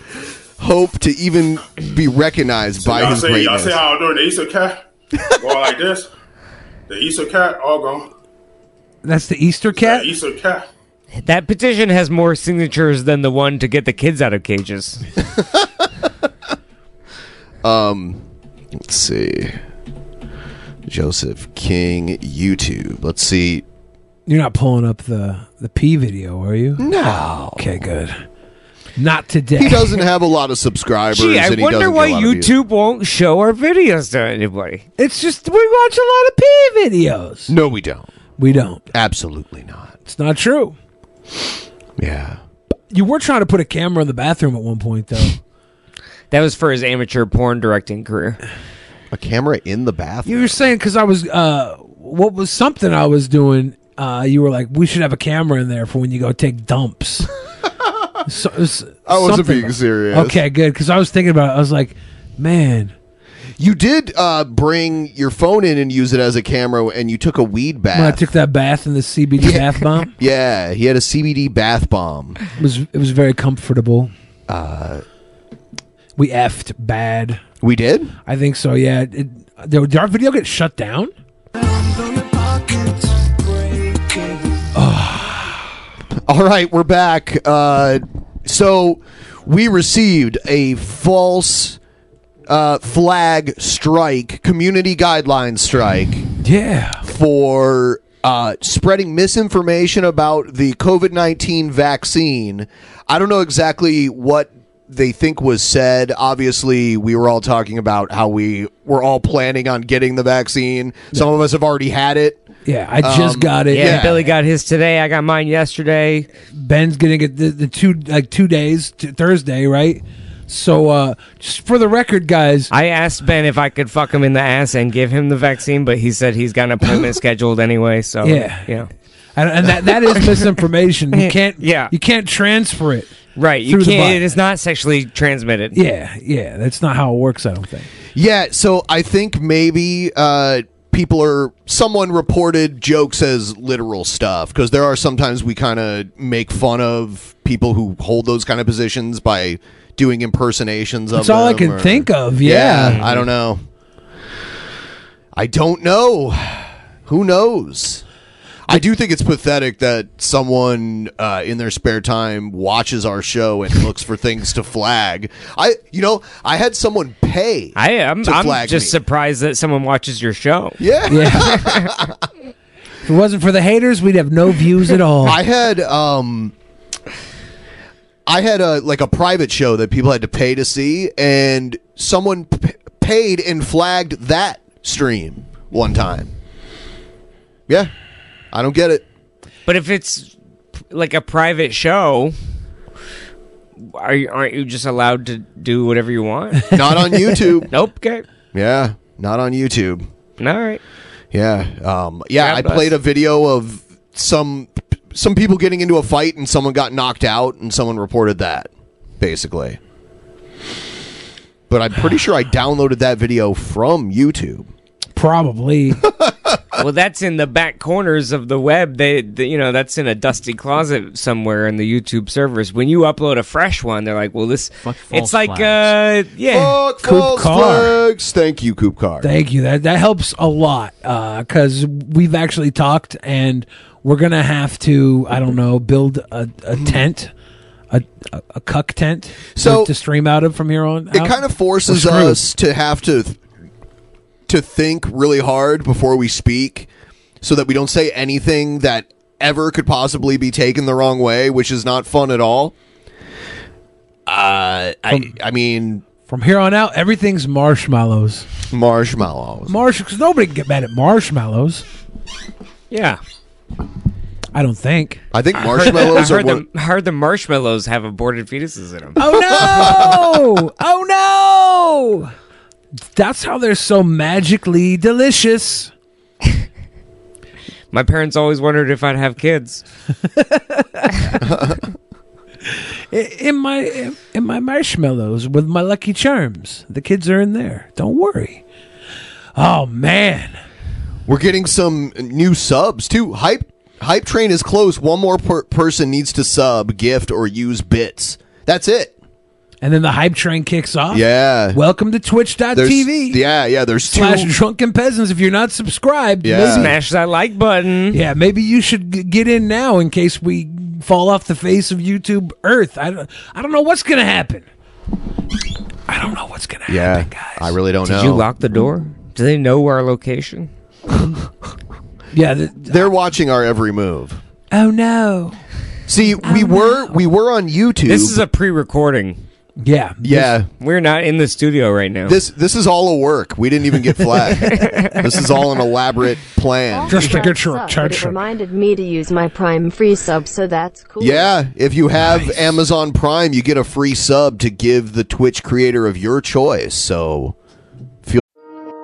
S1: hope to even be recognized by
S5: y'all
S1: his
S5: say, y'all
S1: greatness.
S5: say how I'm doing the Easter cat? Going like this. The Easter cat all gone.
S8: That's the Easter
S5: The
S8: cat.
S1: e-
S5: Easter cat.
S9: That petition has more signatures than the one to get the kids out of cages.
S1: Um, let's see. Joseph King YouTube. Let's see.
S8: You're not pulling up the the pee video, are you?
S1: No.
S8: Okay, good. Not today.
S1: He doesn't have a lot of subscribers.
S9: Gee, I
S1: and he
S9: wonder
S1: doesn't
S9: why
S1: get a lot of views.
S9: YouTube won't show our videos to anybody.
S8: It's just we watch a lot of pee videos.
S1: No, we don't.
S8: We don't.
S1: Absolutely not.
S8: It's not true.
S1: Yeah.
S8: You were trying to put a camera in the bathroom at one point, though.
S9: That was for his amateur porn directing career.
S1: A camera in the bathroom.
S8: You were saying because I was uh, what was something I was doing. Uh, you were like, we should have a camera in there for when you go take dumps. so,
S1: I wasn't being serious.
S8: Okay, good. Because I was thinking about it. I was like, man,
S1: You did uh, bring your phone in and use it as a camera, and you took a weed
S8: when I
S1: bath.
S8: took that bath in the CBD bath bomb,
S1: yeah, he had a CBD bath bomb.
S8: it was it was very comfortable.
S1: Uh,
S8: We effed bad.
S1: We did.
S8: I think so. Yeah. It, did our video get shut down?
S1: All right, we're back. Uh, so we received a false uh, flag strike, community guideline strike.
S8: Yeah.
S1: For uh, spreading misinformation about the COVID 19 vaccine. I don't know exactly what they think was said. Obviously, we were all talking about how we were all planning on getting the vaccine. Some of us have already had it.
S8: Yeah, I just
S1: Um,
S8: got it.
S1: yeah, Yeah. Billy
S9: got his today. I got mine yesterday.
S8: Ben's getting it the, the two like two days t- Thursday, right? So uh just for the record, guys,
S9: I asked Ben if I could fuck him in the ass and give him the vaccine, but he said he's got an appointment scheduled anyway. So
S8: Yeah.
S9: yeah.
S8: and, and that that is misinformation. You can't
S9: Yeah.
S8: you can't transfer it.
S9: Right, you
S8: through the
S9: can't.
S8: body.
S9: It is not sexually transmitted.
S8: Yeah, yeah, that's not how it works. I don't think.
S1: Yeah, so I think maybe uh, people are. Someone reported jokes as literal stuff because there are sometimes we kind of make fun of people who hold those kind of positions by doing impersonations of
S8: That's all I
S1: them
S8: can
S1: or-
S8: think of, yeah.
S1: I don't know. I don't know. Who knows? I do think it's pathetic that someone uh, in their spare time watches our show and looks for things to flag. I, you know, I had someone pay.
S9: I am.
S1: to
S9: I'm
S1: flag
S9: just
S1: me.
S9: surprised that someone watches your show.
S1: Yeah.
S8: If it wasn't for the haters, we'd have no views at all.
S1: I had um I had a like a private show that people had to pay to see and someone p- paid and flagged that stream one time. Yeah. I don't get it.
S9: But if it's p- like a private show, are you, aren't you just allowed to do whatever you want?
S1: Not on YouTube.
S9: nope. Okay.
S1: Yeah, not on YouTube.
S9: All right.
S1: Yeah, um, yeah.
S17: God
S1: I
S17: bless.
S1: played a video of some some people getting into a fight and someone got knocked out and someone reported that basically. But I'm pretty sure I downloaded that video from YouTube.
S8: Probably.
S9: well, that's in the back corners of the web. They, they, you know, that's in a dusty closet somewhere in the YouTube servers. When you upload a fresh one, they're like, "Well, this." it's
S1: false
S9: like, uh, yeah,
S1: Fuck false flags. Thank you, Coop Car.
S8: Thank you. That that helps a lot because we've actually talked, and we're gonna have to I don't know build a, a tent, a, a a cuck tent,
S1: So-
S8: to, to stream out of from here on.
S1: It kind of forces us to have to to think really hard before we speak, so that we don't say anything that ever could possibly be taken the wrong way, which is not fun at all. Uh,
S9: Um,
S1: I I mean,
S8: from here on out, everything's marshmallows.
S1: Marshmallows.
S8: Marsh, because nobody can get mad at marshmallows.
S9: yeah.
S8: I don't think.
S1: I think
S9: I heard, the, I heard the marshmallows have aborted fetuses in them.
S8: Oh no! oh no! That's how they're so magically delicious.
S9: My parents always wondered if I'd have kids.
S8: I- In my in- in my marshmallows with my Lucky Charms. The kids are in there. Don't worry. Oh man,
S1: we're getting some new subs too. Hype hype train is close. One more per- person needs to sub, gift, or use bits. That's it.
S8: And then the hype train kicks
S9: Uh,
S8: off.
S1: Yeah.
S8: Welcome to Twitch.tv.
S1: There's- Yeah, yeah. There's two.
S8: Slash drunken peasants. If you're not subscribed,
S1: Yeah. Smash
S9: that like button.
S8: Yeah, maybe you should g- get in now in case we fall off the face of YouTube Earth. I don't, I don't know what's gonna happen. I don't know what's gonna.
S1: yeah, I really don't
S9: Did
S1: know.
S9: you lock the door? Do they know our location?
S8: yeah,
S1: they're watching our every move.
S8: Oh no.
S1: See, we were we were on YouTube.
S9: Oh, This is a pre-recording.
S8: Yeah.
S1: Yeah.
S9: We're not in the studio right now.
S1: This this is all a work. We didn't even get flagged. this is all an elaborate plan.
S8: Just a good
S4: Sub, but it reminded me to use my Prime free sub, so that's cool.
S1: Yeah, if you have Amazon Prime, you get a free sub to give the Twitch creator of your choice. So feel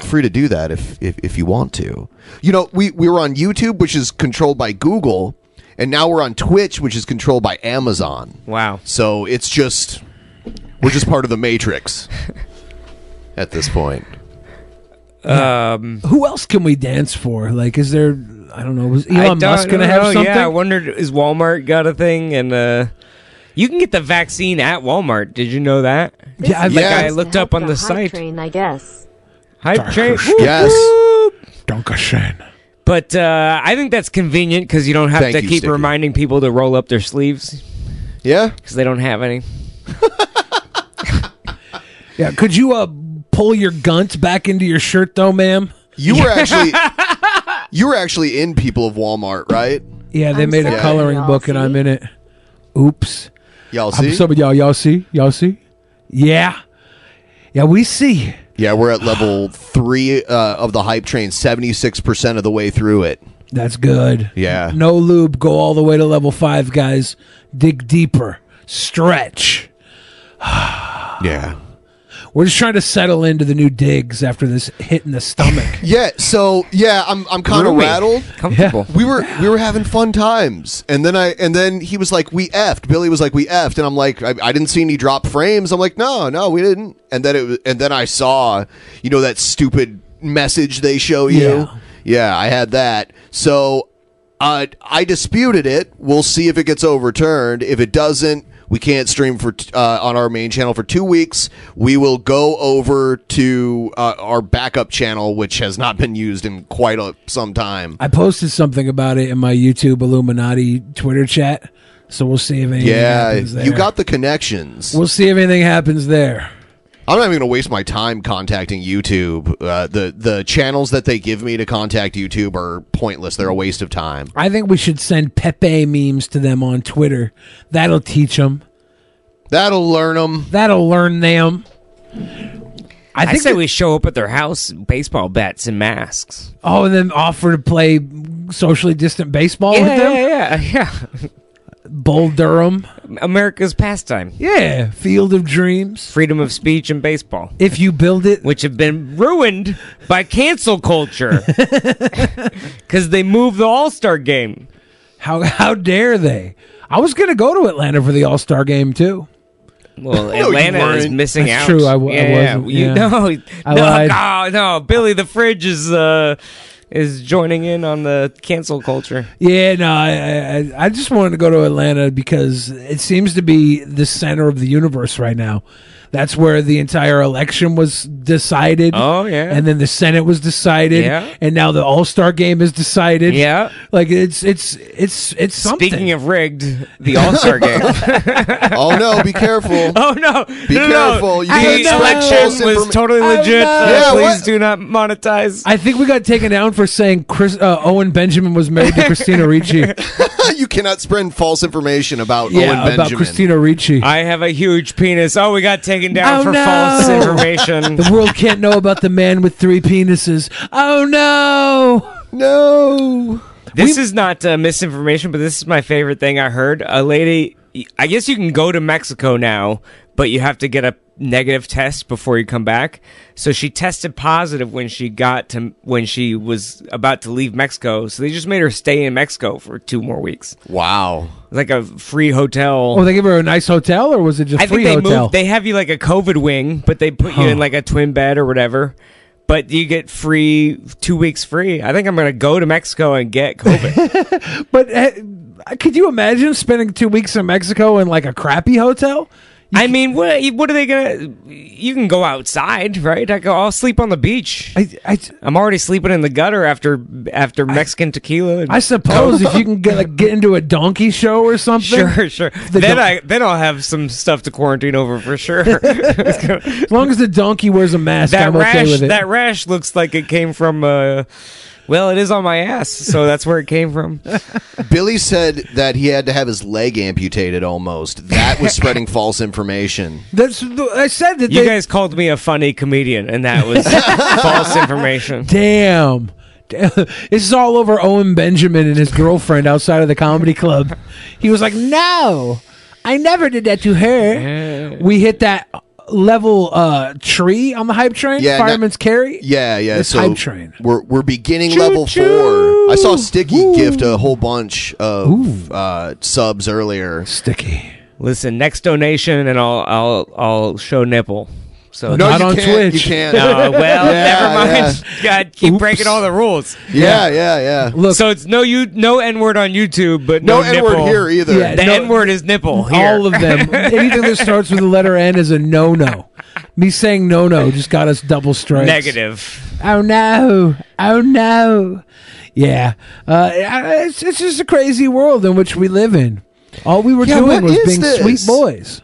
S1: free to do that if, if if you want to. You know, we we were on YouTube, which is controlled by Google, and now we're on Twitch, which is controlled by Amazon.
S9: Wow.
S1: So it's just we're just part of the matrix at this point.
S9: Um,
S8: Who else can we dance for? Like, is there? I don't know. Was Elon Musk gonna have something?
S9: Yeah, I wondered is Walmart got a thing and uh you can get the vaccine at Walmart. Did you know that?
S8: Yeah,
S9: like
S8: I've- Yeah.
S9: I looked up on the
S4: Hype
S9: site.
S4: train, I guess.
S9: Hype train.
S1: Yes.
S9: But uh, I think that's convenient because you don't have
S1: Thank
S9: to
S1: you,
S9: keep
S1: Sticky.
S9: reminding people to roll up their sleeves.
S1: Yeah,
S9: because they don't have any.
S8: Yeah, could you uh pull your gunt back into your shirt though, ma'am?
S1: You were actually you were actually in People of Walmart, right?
S8: Yeah, they
S1: I'm
S8: made
S1: sorry,
S8: a coloring
S1: y'all
S8: book and I'm in it. Oops.
S1: Y'all
S8: I'm
S1: see?
S8: some of y'all y'all see? Y'all see? Yeah. Yeah, we see.
S1: Yeah, we're at level three uh, of the hype train, seventy six percent of the way through it.
S8: That's good.
S1: Yeah.
S8: No lube, go all the way to level five, guys. Dig deeper. Stretch.
S1: yeah.
S8: We're just trying to settle into the new digs after this hit in the stomach.
S1: Yeah, so yeah, I'm I'm kind of
S8: Roomy.
S1: rattled.
S8: Comfortable.
S1: We were we were having fun times, and then I and then he was like, "We effed." Billy was like, "We effed," and I'm like, I, I didn't see any drop frames." I'm like, "No, no, we didn't." And then it was- and then I saw, you know, that stupid message they show you.
S8: Yeah.
S1: Yeah, I had that. So uh, I disputed it. We'll see if it gets overturned. If it doesn't, we can't stream for t- uh, on our main channel for two weeks. We will go over to uh, our backup channel, which has not been used in quite a, some time.
S8: I posted something about it in my YouTube Illuminati Twitter chat. So we'll see if anything
S1: yeah,
S8: happens there.
S1: you got the connections.
S8: We'll see if anything happens there.
S1: I'm not even going to waste my time contacting YouTube. Uh, the the channels that they give me to contact YouTube are pointless. They're a waste of time.
S8: I think we should send Pepe memes to them on Twitter. That'll teach them.
S1: That'll learn them.
S8: That'll learn them.
S9: I think say we show up at their house, baseball bats and masks.
S8: Oh, and then offer to play socially distant baseball
S9: yeah,
S8: with them.
S9: yeah, yeah, yeah.
S8: Bull Durham,
S9: America's pastime.
S8: Yeah, Field of Dreams,
S9: freedom of speech and baseball.
S8: If you build it,
S9: which have been ruined by cancel culture, because they moved the All Star game.
S8: How how dare they? I was gonna go to Atlanta for the All Star game too.
S9: Well,
S8: you
S9: Atlanta is
S8: weren't.
S9: missing
S8: That's
S9: out.
S8: true, I w- I
S9: yeah, yeah.
S8: wasn't,
S9: You
S8: yeah.
S9: know,
S8: I
S9: no,
S8: lied.
S9: God, no, Billy the Fridge is uh, is joining in on the cancel culture.
S8: Yeah, no, I, I- I I just wanted to go to Atlanta because it seems to be the center of the universe right now. That's where the entire election was decided.
S9: Oh, yeah.
S8: and then the Senate was decided.
S9: Yeah.
S8: and now the All Star game is decided.
S9: Yeah.
S8: like it's it's it's it's something.
S9: Speaking of rigged, the All Star game.
S1: oh no, be careful.
S9: Oh no,
S1: Be
S9: no, no.
S1: careful. You
S9: the
S1: can't spread false
S9: election was
S1: informa-
S9: totally
S1: Oh,
S9: legit.
S1: no.
S9: Uh,
S1: Yeah,
S9: please
S1: what?
S9: do not monetize.
S8: I think we got taken down for saying Chris uh, Owen Benjamin was married to Christina Ricci.
S1: you cannot spread false information about
S8: Yeah,
S1: Owen
S8: about
S1: Benjamin.
S8: Christina Ricci.
S9: I have a huge penis. Oh, we got taken down
S8: Oh,
S9: for
S8: no.
S9: false information.
S8: the world can't know about the man with three penises. Oh no,
S1: no.
S9: This is not uh, misinformation, but this is my favorite thing I heard. A lady, I guess you can go to Mexico now, but you have to get a negative test before you come back. So she tested positive when she got to when she was about to leave Mexico. So they just made her stay in Mexico for two more weeks.
S1: Wow,
S9: like a free hotel.
S8: Oh, they gave her a nice hotel, or was it just
S9: I think
S8: free
S9: they
S8: hotel?
S9: moved. They have you like a COVID wing, but they put you in like a twin bed or whatever. But you get free two weeks free. I think I'm gonna go to Mexico and get COVID.
S8: But uh, could you imagine spending two weeks in Mexico in like a crappy hotel?
S9: I mean, what what are they gonna? You can go outside, right? I go. I'll sleep on the beach.
S8: I, I,
S9: am already sleeping in the gutter after after Mexican tequila. and
S8: I suppose if you can get like get into a donkey show or something.
S9: Sure, sure.
S8: The
S9: then
S8: don-
S9: I then I'll have some stuff to quarantine over for sure.
S8: as long as the donkey wears a mask,
S9: that
S8: I'm
S9: rash
S8: okay with it.
S9: that rash looks like it came from uh well it is on my ass so that's where it came from
S1: Billy said that he had to have his leg amputated almost. That was spreading false information.
S8: That's I said that
S9: you
S8: they-
S9: guys called me a funny comedian and that was false information
S8: Damn. Damn. This is all over Owen Benjamin and his girlfriend outside of the comedy club. He was like, "No, I never did that to her." We hit that level uh tree on the hype train,
S1: Yeah, no-
S8: fireman's carry.
S1: Yeah, yeah.
S8: This
S1: so
S8: hype train.
S1: We're we're beginning level four. I saw Sticky gift a whole bunch of uh, subs earlier.
S8: Sticky.
S9: listen next donation and i'll i'll i'll show nipple so
S1: No, Not you on can't, you Twitch. can't.
S9: Oh, well
S1: Yeah,
S9: never mind god keep breaking all the rules
S1: Yeah, yeah, yeah.
S8: Look,
S9: so it's no you no n-word on youtube but no,
S1: No N-word
S9: nipple.
S1: here either. Yeah,
S9: the
S1: no-
S9: n-word is nipple here.
S8: All of them. Anything that starts with the letter N is a no no. Me saying no no just got us double strikes.
S9: negative
S8: Oh no! Oh no! Yeah, uh, I- it's, it's just a crazy world in which we live in. All we were
S1: Yeah,
S8: doing
S1: what
S8: was
S1: is
S8: being
S1: this?
S8: sweet boys.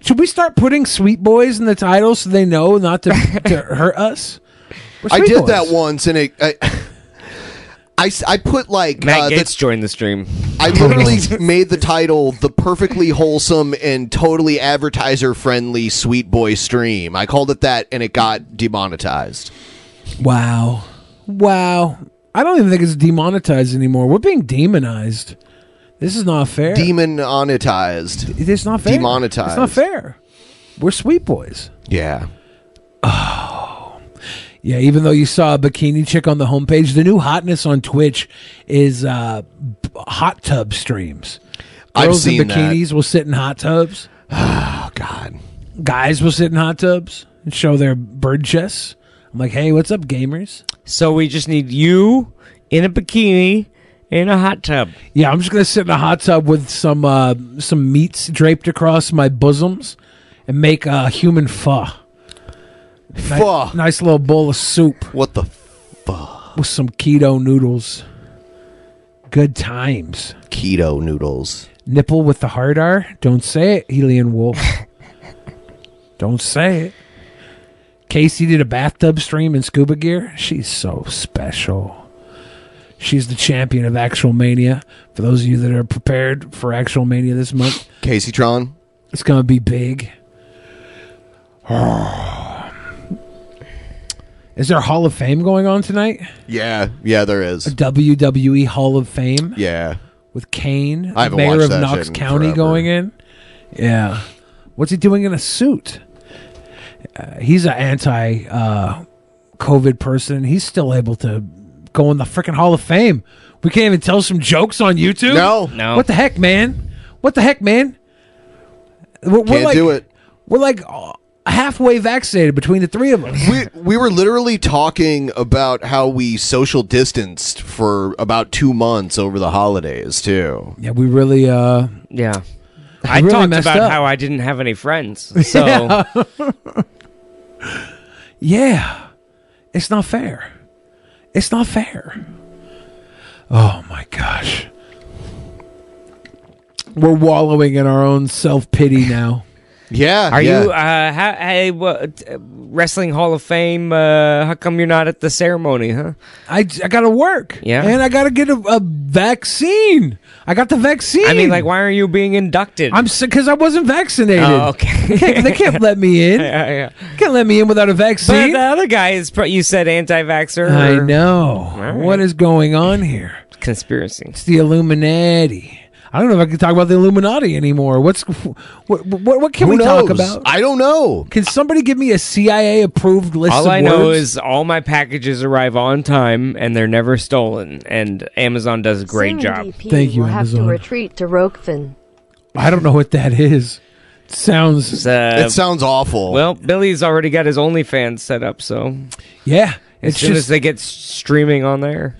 S8: Should we start putting sweet boys in the title so they know not to, to hurt us? We're
S1: I
S8: sweet
S1: did
S8: boys.
S1: that once, and it. I, I, s- I put like
S9: matt
S1: uh, the-
S9: gates joined the stream
S1: I literally made the title the perfectly wholesome and totally advertiser friendly sweet boy stream. I called it that, and it got demonetized.
S8: Wow, wow! I don't even think it's demonetized anymore. We're being demonized. This is not fair.
S1: Demonetized.
S8: It's not fair.
S1: Demonetized.
S8: It's not fair. We're sweet boys.
S1: Yeah.
S8: Yeah, even though you saw a bikini chick on the homepage, the new hotness on Twitch is uh, b- hot tub streams.
S1: I've
S8: Girls
S1: seen
S8: in
S1: that.
S8: bikinis will sit in hot tubs.
S1: Oh God.
S8: Guys will sit in hot tubs and show their bird chests. I'm like, hey, what's up, gamers?
S9: So we just need you in a bikini in a hot tub.
S8: Yeah, I'm just gonna sit in a hot tub with some uh, some meats draped across my bosoms and make uh, human pho. Ni-
S1: Pho.
S8: nice little bowl of soup.
S1: What the
S8: with some keto noodles. Good times.
S1: Keto noodles.
S8: Nipple with the hard R. Don't say it, Helian Wolf. Don't say it. Casey did a bathtub stream in scuba gear. She's so special. She's the champion of Actual Mania. For those of you that are prepared for Actual Mania this month,
S1: Casey Tron,
S8: it's going to be big. Is there a Hall of Fame going on tonight?
S1: Yeah, yeah, there
S8: A
S1: is.
S8: WWE Hall of Fame
S1: Yeah,
S8: with Kane,
S1: I haven't
S8: mayor
S1: watched
S8: of
S1: that
S8: Knox
S1: shit in
S8: County,
S1: forever.
S8: going in. Yeah, what's he doing in a suit? Uh, he's an anti uh, COVID person. He's still able to go in the freaking Hall of Fame. We can't even tell some jokes on YouTube.
S1: No. No.
S8: What the heck, man? What the heck, man? We're,
S1: Can't do it.
S8: We're like uh, halfway vaccinated between the three of us.
S1: we we were literally talking about how we social distanced for about two months over the holidays too.
S8: yeah, we really. uh
S9: Yeah, I
S8: really
S9: talked
S8: messed
S9: about
S8: up.
S9: how I didn't have any friends. So
S8: Yeah. yeah. It's not fair. It's not fair. Oh my gosh. We're wallowing in our own self pity now.
S1: yeah.
S9: Are you uh, how, hey, what, uh, wrestling Hall of Fame? Uh, how come you're not at the ceremony, huh?
S8: I, I gotta work.
S9: Yeah.
S8: And I gotta get a, a vaccine. I got the vaccine.
S9: I mean, like, why are you being inducted?
S8: I'm sick because I wasn't vaccinated.
S9: Oh, okay.
S8: They can't, they can't let me in.
S9: Yeah, yeah.
S8: Can't let me in without a vaccine.
S9: But uh, the other guy is. Pro- you said anti-vaxer.
S8: I
S9: or-
S8: know.
S9: All right.
S8: What is going on here?
S9: Conspiracy.
S8: It's the Illuminati. I don't know if I can talk about the Illuminati anymore. What's what? What, what can
S1: Who
S8: we talk
S1: knows?
S8: about?
S1: I don't know.
S8: Can somebody give me a CIA approved list?
S9: all
S8: of
S9: I know
S8: words?
S9: is all my packages arrive on time and they're never stolen. And Amazon does a great
S4: Soon
S9: job.
S4: DP
S8: Thank you,
S4: will have to
S8: Amazon.
S4: retreat to Roquefin.
S8: I don't know what that is. It sounds.
S9: Uh,
S1: It sounds awful.
S9: Well, Billy's already got his OnlyFans set up, so
S8: Yeah,
S9: as
S8: it's
S9: soon
S8: just.
S9: as they get s- streaming on there,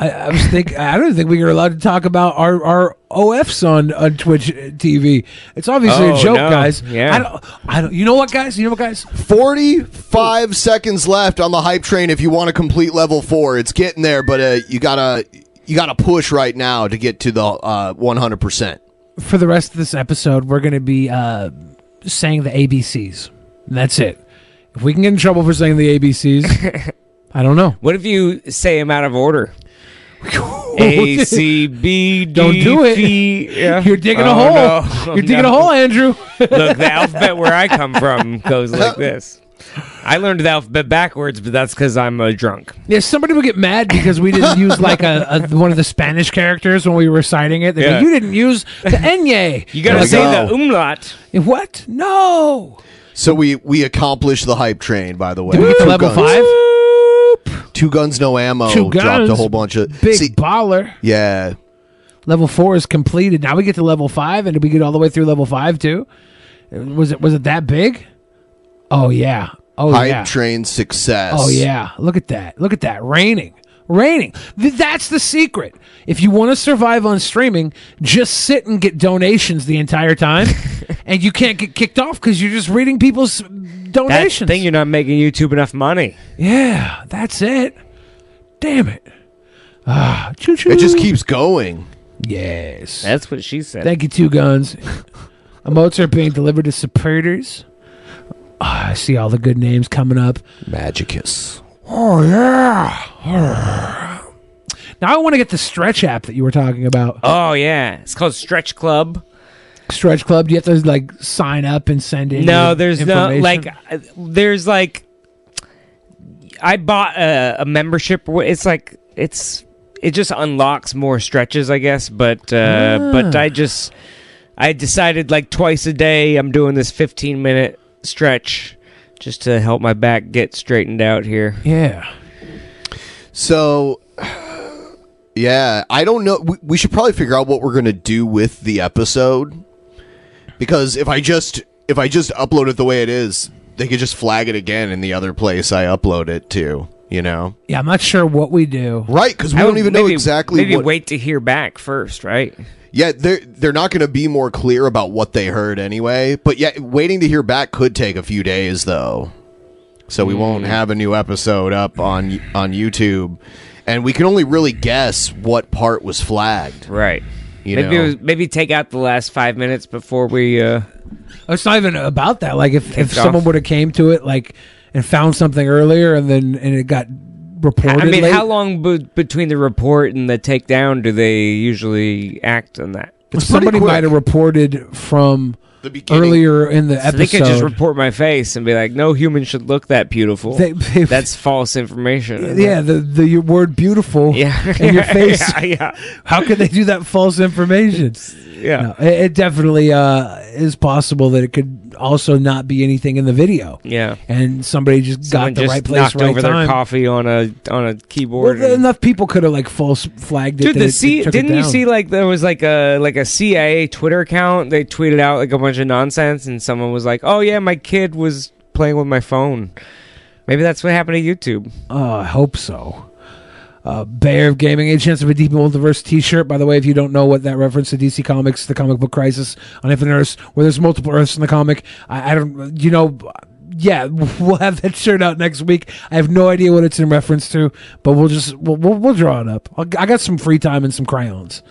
S8: I, I was think. I don't think we are allowed to talk about our our OFs on on Twitch TV. It's obviously
S9: Oh,
S8: a joke,
S9: no.
S8: guys.
S9: Yeah.
S8: I don't. I don't. You know what, guys? You know what, guys?
S1: Forty-five seconds left on the hype train. If you want to complete level four, it's getting there, but uh, you gotta you gotta push right now to get to the uh, one hundred percent.
S8: for the rest of this episode, we're going to be uh, saying the ABCs. And that's it. If we can get in trouble for saying the ABCs, I don't know.
S9: what if you say them out of order? A C B D.
S8: Don't do it.
S9: F, yeah.
S8: You're digging
S9: Oh,
S8: a hole.
S9: no. Oh,
S8: You're digging
S9: no.
S8: a hole, Andrew.
S9: Look, the alphabet where I come from goes like this. I learned the alphabet backwards, but that's because I'm a drunk.
S8: Yeah, somebody would get mad because we didn't use like a, a one of the Spanish characters when we were reciting it. They'd be,
S9: Yeah.
S8: you didn't use the enye.
S9: You gotta
S1: There we
S9: say
S1: go.
S9: the umlaut.
S8: What? No.
S1: So we we accomplished the hype train. By the way,
S8: Did we get to
S1: Two
S8: level
S1: guns-
S8: five?
S1: Two guns, no ammo.
S8: Two
S1: Dropped a
S8: guns.
S1: whole bunch of
S8: Big
S1: See,
S8: baller.
S1: yeah.
S8: Level four is completed. Now we get to level five, and did we get all the way through level five too? Was it was it that big? Oh yeah. Oh
S1: hype
S8: yeah.
S1: train success.
S8: Oh yeah, look at that! Look at that raining, raining. Th- that's the secret. If you want to survive on streaming, just sit and get donations the entire time, and you can't get kicked off because you're just reading people's
S9: That
S8: donations.
S9: thing you're not making YouTube enough money.
S8: yeah, that's it. Damn it! Ah, choo choo.
S1: It just keeps going.
S8: Yes.
S9: That's what she said.
S8: Thank you, Two Guns. Emotes are being delivered to supporters. Ah, I see all the good names coming up.
S1: Magicus.
S8: Oh yeah. Now I want to get the stretch app that you were talking about.
S9: Oh yeah, it's called Stretch Club.
S8: Stretch Club. Do you have to like sign up and send in?
S9: No,
S8: your
S9: there's no
S8: information?
S9: like, uh, there's like, I bought a, a membership. wh- It's like it's it just unlocks more stretches, I guess. But uh, but
S8: Ah.
S9: I just I decided like twice a day I'm doing this 15 minute stretch just to help my back get straightened out here.
S8: Yeah.
S1: So, yeah, I don't know. We, we should probably figure out what we're gonna do with the episode because if I just if I just upload it the way it is, they could just flag it again in the other place I upload it to. You know,
S8: Yeah, I'm not sure what we do.
S1: right? Because we
S9: I
S1: don't
S9: would
S1: even know
S9: maybe-
S1: exactly.
S9: Maybe
S1: what,
S9: wait to hear back first, right?
S1: Yeah, they're they're not going to be more clear about what they heard anyway. But yeah, waiting to hear back could take a few days though, so we
S8: Mm.
S1: won't have a new episode up on on YouTube, and we can only really guess what part was flagged.
S9: Right.
S1: You
S9: maybe
S1: know.
S9: it was, maybe take out the last five minutes before we. Uh,
S8: It's not even about that. Like if, if
S9: Kicked off.
S8: someone would have came to it like and found something earlier, and then and it got reported.
S9: I mean,
S8: late.
S9: how long be- between the report and the takedown do they usually act on that?
S8: somebody might have reported from earlier in the
S9: So
S8: episode.
S9: they could just report my face and be like, "No human should look that beautiful."
S8: They- they-
S9: That's false information.
S8: yeah, the the your word beautiful
S9: Yeah.
S8: in your face.
S9: Yeah, yeah.
S8: How could they do that false information?
S9: yeah.
S8: No, it, it definitely uh, is possible that it could also not be anything in the video.
S9: Yeah.
S8: and somebody just
S9: Someone
S8: got the
S9: just
S8: right place,
S9: knocked
S8: right
S9: over
S8: time.
S9: their coffee on a on a
S8: Well,
S9: keyboard. and-
S8: enough people could have like false flagged it.
S9: Dude,
S8: that
S9: the
S8: it-
S9: C
S8: it took it
S9: didn't you
S8: down.
S9: see like there was like a like a CIA Twitter account? They tweeted out like a bunch of nonsense, and someone was like, "Oh yeah, my kid was playing with my phone." Maybe that's what happened to YouTube.
S8: Oh, I hope so. Uh, Bear of Gaming, a chance of a deep multiverse T-shirt. By the way, if you don't know what that reference to DC Comics, the comic book crisis on Infinite Earths, where there's multiple Earths in the comic, I, I don't, you know, yeah, we'll have that shirt out next week. I have no idea what it's in reference to, but we'll just we'll we'll, we'll draw it up. I'll, I got some free time and some crayons.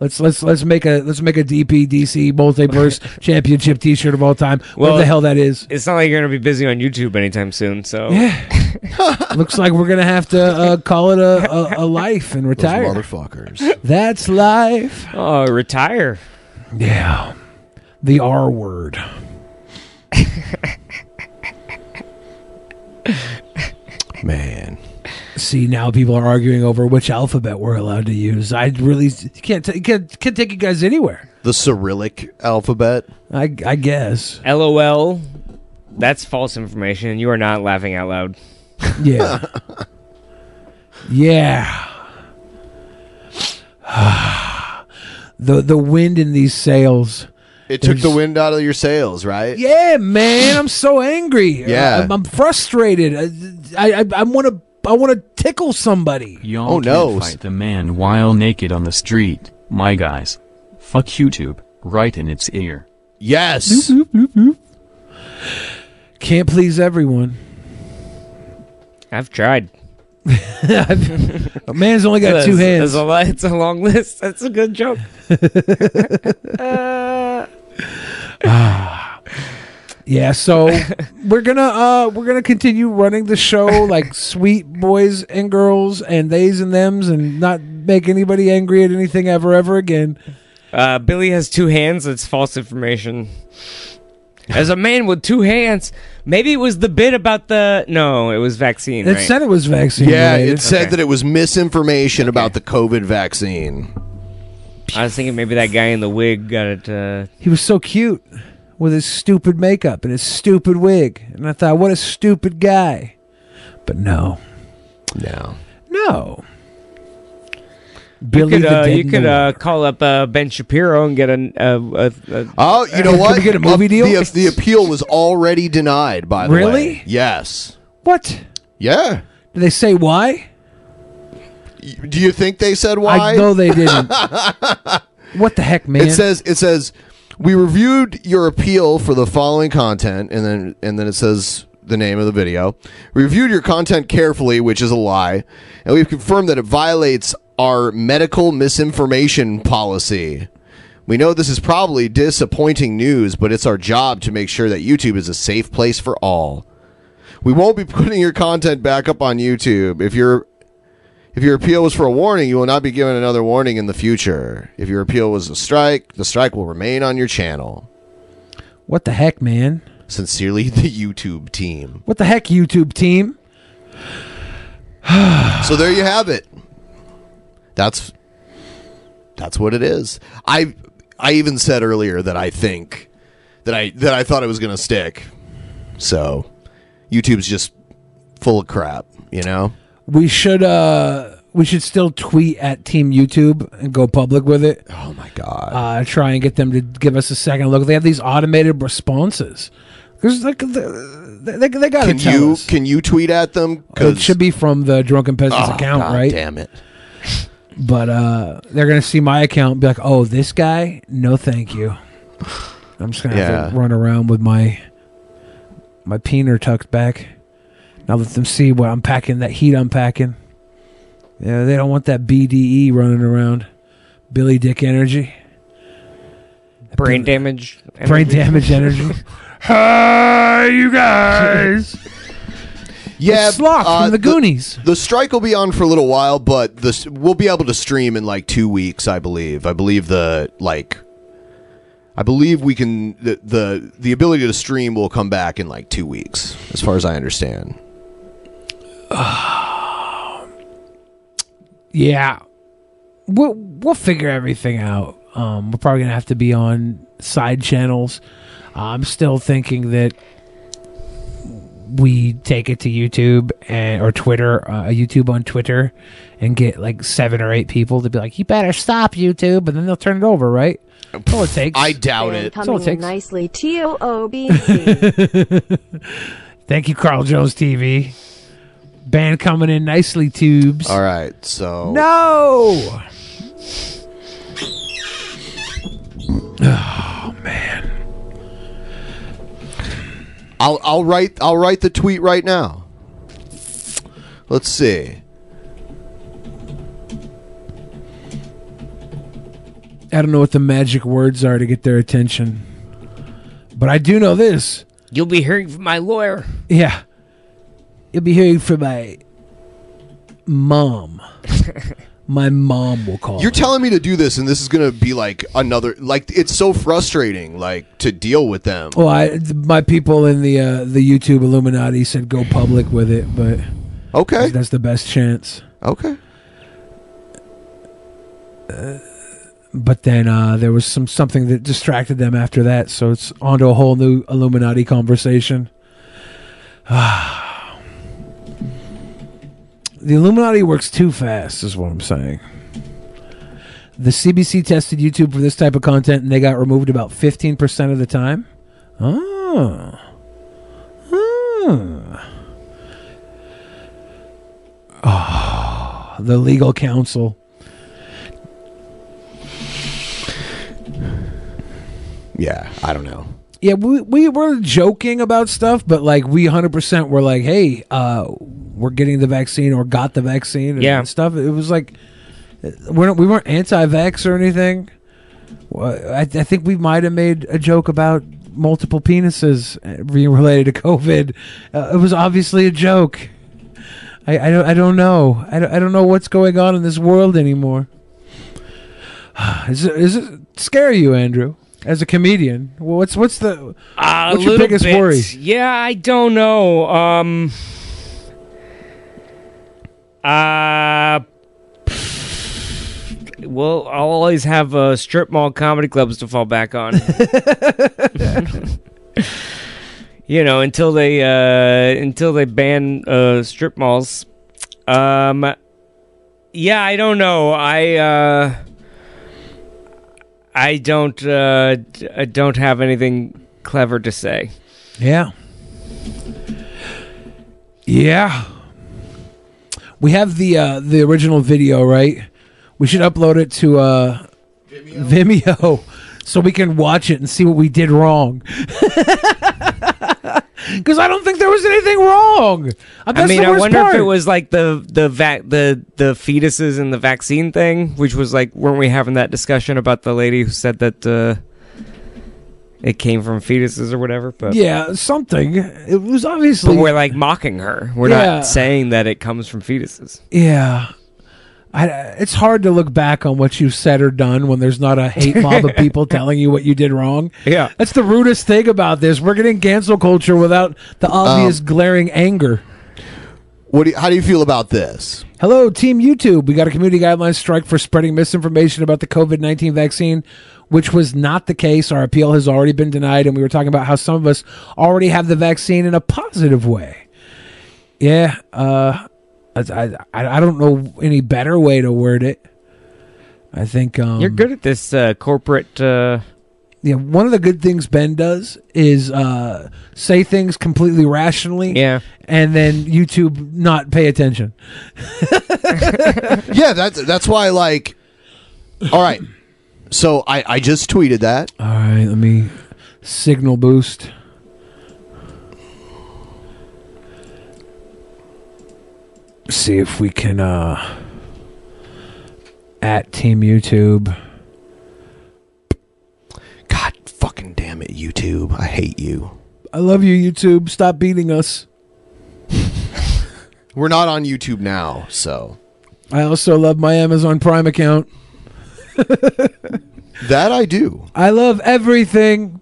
S8: Let's let's let's make a let's make a DP DC multiverse championship T-shirt of all time. what the hell that is.
S9: It's not like you're gonna be busy on YouTube anytime soon. So
S8: Yeah. Looks like we're gonna have to uh, call it a, a, a life and retire.
S1: motherfuckers.
S8: That's life.
S9: Oh, retire.
S8: Yeah. The R word.
S1: Man.
S8: See, now people are arguing over which alphabet we're allowed to use. I really you can't, ta- can't can't take you guys anywhere.
S1: The Cyrillic alphabet.
S8: I, I guess.
S9: LOL. That's false information, and you are not laughing out loud.
S8: Yeah. yeah. the the wind in these sails.
S1: It took the
S8: There's-
S1: wind out of your sails, right?
S8: Yeah, man, I'm so angry.
S1: Yeah.
S8: I'm, I'm frustrated. I I I want to I want to tickle somebody.
S10: Y'all
S1: Oh,
S5: Oh,
S10: can't fight the man while naked on the street, my guys. Fuck YouTube, right in its ear.
S1: Yes.
S8: Can't please everyone.
S9: I've tried.
S8: A man's only got
S9: That's-
S8: two hands.
S9: That's a, li- it's a long list. That's a good joke. Uh,
S8: Ah. yeah, so we're gonna uh we're gonna continue running the show like sweet boys and girls and theys and thems and not make anybody angry at anything ever ever again.
S9: Uh, Billy has two hands. That's false information. As a man with two hands, maybe it was the bit about the no, it was vaccine.
S1: It
S9: right?
S1: said
S8: it was vaccine
S1: Yeah,
S8: related.
S1: it said
S9: Okay.
S1: that it was misinformation about the COVID vaccine.
S9: I was thinking maybe that guy in the wig got it. Uh,
S8: He was so cute with his stupid makeup and his stupid wig, and I thought, what a stupid guy. But no,
S1: no,
S8: no.
S9: you
S8: Billy
S9: could,
S8: the
S9: uh,
S8: Dead
S9: you
S8: in
S9: could
S8: the
S9: uh, call up uh, Ben Shapiro and get a. Uh, a, a
S1: Oh, you know what? Uh,
S9: Uh,
S1: The, the appeal was already denied. By the
S9: Really?
S1: way, yes.
S8: What?
S1: Yeah.
S8: Did they say why?
S1: Do you think they said why?
S8: I know they didn't. what the heck, man?
S1: It says it says we reviewed your appeal for the following content, and then and then it says the name of the video. We reviewed your content carefully, which is a lie, and we've confirmed that it violates our medical misinformation policy. We know this is probably disappointing news, but it's our job to make sure that YouTube is a safe place for all. We won't be putting your content back up on YouTube. If your if your appeal was for a warning, you will not be given another warning in the future. If your appeal was a strike, the strike will remain on your channel.
S8: what the heck, man?
S1: Sincerely, the YouTube team.
S8: What the heck, YouTube team?
S1: so there you have it. That's that's what it is. I I even said earlier that I think that I that I thought it was going to stick. So YouTube's just full of crap, you know.
S8: We should uh we should still tweet at Team YouTube and go public with it.
S1: Oh my god.
S8: Uh try and get them to give us a second look. They have these automated responses. There's like they, they, they got to
S1: Can
S8: Oh, tell
S1: you
S8: us.
S1: can you tweet at them?
S8: It should be from the drunken peasants
S1: Oh,
S8: account,
S1: God
S8: right?
S1: Damn it.
S8: But uh they're gonna see my account and be like, "Oh, this guy? No, thank you." I'm just gonna have to
S1: Yeah.
S8: run around with my my peener tucked back. Now let them see what I'm packing, that heat I'm packing. Yeah, they don't want that BDE running around, Billy Dick energy,
S9: brain damage.
S8: brain damage energy.
S9: Hi, you
S8: guys.
S17: Yeah,
S8: Sloth
S17: uh,
S8: from the Goonies.
S17: The strike will be on for a little while, but this we'll be able to stream in like two weeks, I believe. I believe the like, I believe we can the the, the ability to stream will come back in like two weeks, as far as I understand.
S8: Yeah. We'll we'll figure everything out. Um, we're probably gonna have to be on side channels. I'm still thinking that we take it to YouTube and or Twitter, uh, YouTube on Twitter, and get like seven or eight people to be like, "You better stop YouTube," and then they'll turn it over, right? That's all it takes. I doubt
S4: And
S8: That's all
S4: coming
S8: it
S4: in
S8: takes.
S4: nicely, T-O-O-B.
S8: Thank you, Carl Jones TV. Band coming in nicely, tubes. All
S17: right, so
S8: no.
S17: Oh, I'll I'll write I'll write the tweet right now. Let's see.
S8: I don't know what the magic words are to get their attention, but I do know this.
S9: You'll be hearing from my lawyer.
S8: Yeah, you'll be hearing from my mom. my mom will call.
S17: You're telling me to do this, and this is gonna be like another like it's so frustrating like to deal with them.
S8: Well, I, th- my people in the uh, the YouTube Illuminati said go public with it, but
S17: okay,
S8: that's the best chance.
S17: Okay.
S8: But then uh, there was some something that distracted them after that, so it's onto a whole new Illuminati conversation. the Illuminati works too fast, is what I'm saying. The CBC tested YouTube for this type of content, and they got removed about 15% of the time. Oh. Hmm. Oh, the legal counsel.
S17: Yeah, I don't know.
S8: Yeah, we, we were joking about stuff, but like we 100% were like, hey, uh, we're getting the vaccine or got the vaccine and
S9: Yeah.
S8: stuff. It was like, uh, we're not, we weren't anti vax or anything. Well, I, I think we might have made a joke about multiple penises uh, being related to COVID. Uh, it was obviously a joke. I, I, don't, I don't know. I don't, I don't know what's going on in this world anymore. Is it, is it scare you, Andrew, as a comedian? What's what's the
S9: A
S8: what's your
S9: little
S8: biggest
S9: bit.
S8: worry?
S9: Yeah, I don't know. Um, uh, well, I'll always have uh, strip mall comedy clubs to fall back on. you know, until they uh, until they ban uh, strip malls. Um, yeah, I don't know. I. Uh, I don't uh, d- I don't have anything clever to say.
S8: Yeah, yeah. We have the uh, the original video, right? We should upload it to uh, Vimeo. so we can watch it and see what we did wrong. Because I don't think there was anything wrong. Uh,
S9: I
S8: that's
S9: mean,
S8: the
S9: I
S8: worst
S9: wonder if
S8: part.
S9: it was like the the vac the the fetuses and the vaccine thing, which was like, weren't we having that discussion about the lady who said that uh, it came from fetuses or whatever? But
S8: yeah, something. It was
S9: but
S8: obviously
S9: we're like mocking her. We're
S8: Yeah.
S9: not saying that it comes from fetuses.
S8: Yeah. I, it's hard to look back on what you've said or done when there's not a hate mob of people telling you what you did wrong.
S9: Yeah.
S8: That's the rudest thing about this. We're getting cancel culture without the obvious glaring anger.
S17: What? Do you, how do you feel about this?
S8: Hello, Team YouTube. We got a community guidelines strike for spreading misinformation about the COVID 19 vaccine, which was not the case. Our appeal has already been denied, and we were talking about how some of us already have the vaccine in a positive way. Yeah, uh, I, I, I don't know any better way to word it. I think um,
S9: You're good at this uh, corporate. Uh,
S8: yeah, one of the good things Ben does is uh, say things completely rationally.
S9: Yeah.
S8: And then YouTube not pay attention.
S17: yeah, that's that's why. Like, all right. So I I just tweeted that.
S8: All right, let me signal boost. See if we can uh at Team YouTube.
S17: Fucking damn it, YouTube! I hate you.
S8: I love you, YouTube. Stop beating us.
S1: We're not on YouTube now, so
S8: I also love my Amazon Prime account.
S1: that I do.
S8: I love everything.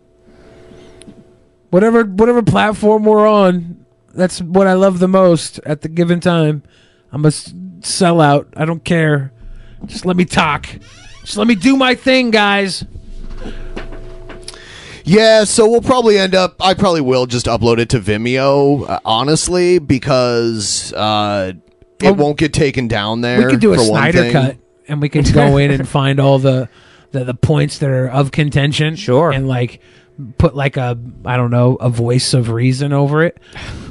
S8: Whatever whatever platform we're on, that's what I love the most at the given time. I'm a s- sellout. I don't care. Just let me talk. Just let me do my thing, guys.
S1: Yeah, so we'll probably end up. I probably will just upload it to Vimeo, uh, honestly, because uh, it won't get taken down there.
S8: We could do a
S1: for one
S8: Snyder
S1: thing.
S8: cut, and we could go in and find all the, the the points that are of contention. Sure, and like put like a I don't know a voice of reason over it.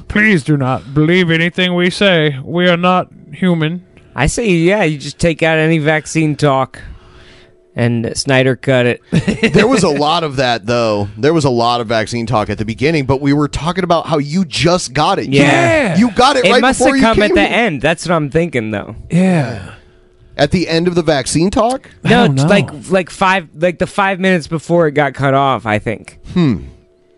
S8: Please do not believe anything we say. We are not human.
S9: I say, yeah, you just take out any vaccine talk, and Snyder cut it.
S1: there was a lot of that though. There was a lot of vaccine talk at the beginning, but we were talking about how you just got it. You-
S9: Yeah.
S1: you, got it,
S9: It
S1: right
S9: must
S1: before
S9: have
S1: you
S9: come at
S1: came
S9: the
S1: here.
S9: end. That's what I'm thinking, though.
S8: Yeah.
S1: At the end of the vaccine talk?
S9: No, it's like like five, like the five minutes before it got cut off. I think.
S1: Hmm.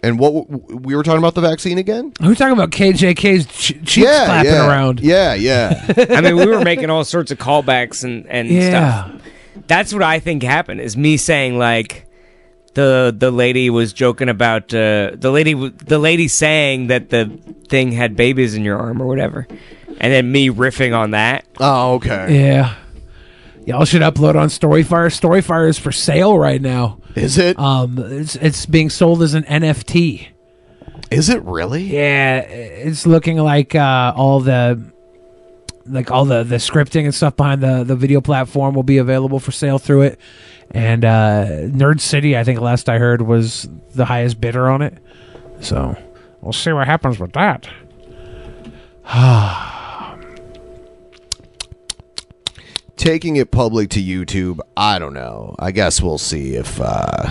S1: And what w- we were talking about the vaccine again?
S8: Who's talking about KJK's ch- cheeks
S1: Yeah,
S8: flapping
S1: yeah.
S8: around?
S1: Yeah, yeah.
S9: I mean, we were making all sorts of callbacks and and
S8: Yeah.
S9: stuff. That's what I think happened is me saying like the the lady was joking about uh, the lady w- the lady saying that the thing had babies in your arm or whatever, and then me riffing on that.
S1: Oh, okay.
S8: Yeah. Y'all should upload on Storyfire. Storyfire is for sale right now.
S1: Is it?
S8: Um, it's, it's being sold as an NFT.
S1: Is it really?
S8: Yeah, it's looking like uh, all the like all the the scripting and stuff behind the the video platform will be available for sale through it. And uh, Nerd City, I think last I heard, was the highest bidder on it. So we'll see what happens with that.
S1: Taking it public to YouTube, I don't know. I guess we'll see if. Uh,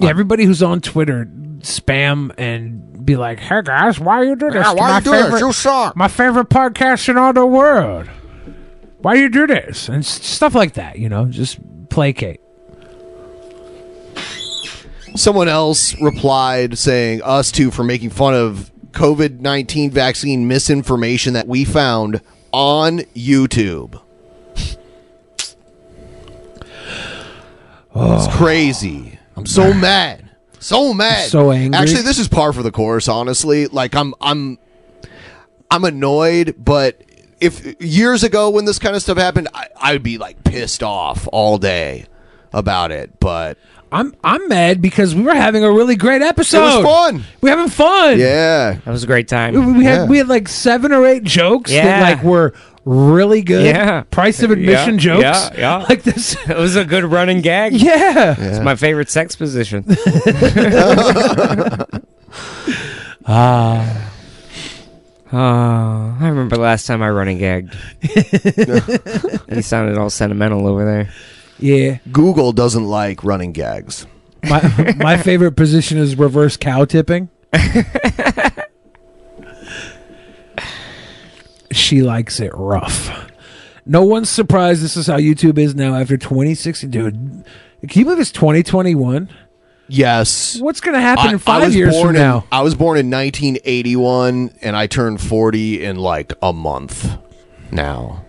S8: Yeah, everybody who's on Twitter spam and be like, "Hey guys, why you do this?
S7: Yeah,
S8: to
S7: why
S8: my
S7: you do this? You
S8: suck. My favorite podcast in all the world. Why you do this?" And s- stuff like that, you know, just placate.
S1: Someone else replied saying, us too, for making fun of COVID 19 vaccine misinformation that we found on YouTube. It's crazy. I'm so mad. So mad.
S8: So angry.
S1: Actually, this is par for the course, honestly. Like I'm I'm I'm annoyed, but if years ago when this kind of stuff happened, I, I'd be like pissed off all day about it. But
S8: I'm I'm mad because we were having a really great episode.
S1: It was fun.
S8: We're having fun.
S1: Yeah,
S9: that was a great time.
S8: We, we had we had like seven or eight jokes
S9: Yeah.
S8: that like were really good.
S9: Yeah.
S8: Price of admission
S9: Yeah,
S8: jokes.
S9: Yeah, yeah.
S8: Like this.
S9: It was a good running gag.
S8: Yeah.
S9: It's my favorite sex position.
S8: Ah.
S9: Oh, I remember last time I running gagged. you sounded all sentimental over there.
S8: Yeah.
S1: Google doesn't like running gags.
S8: My my favorite position is reverse cow tipping. she likes it rough. No one's surprised this is how YouTube is now after 2016. Dude, can you believe it's 2021?
S1: Yes.
S8: What's going to happen
S1: I-
S8: in
S1: I
S8: five
S1: was
S8: years
S1: born
S8: from
S1: in-
S8: now?
S1: I was born in 1981, and I turned 40 in like a month now.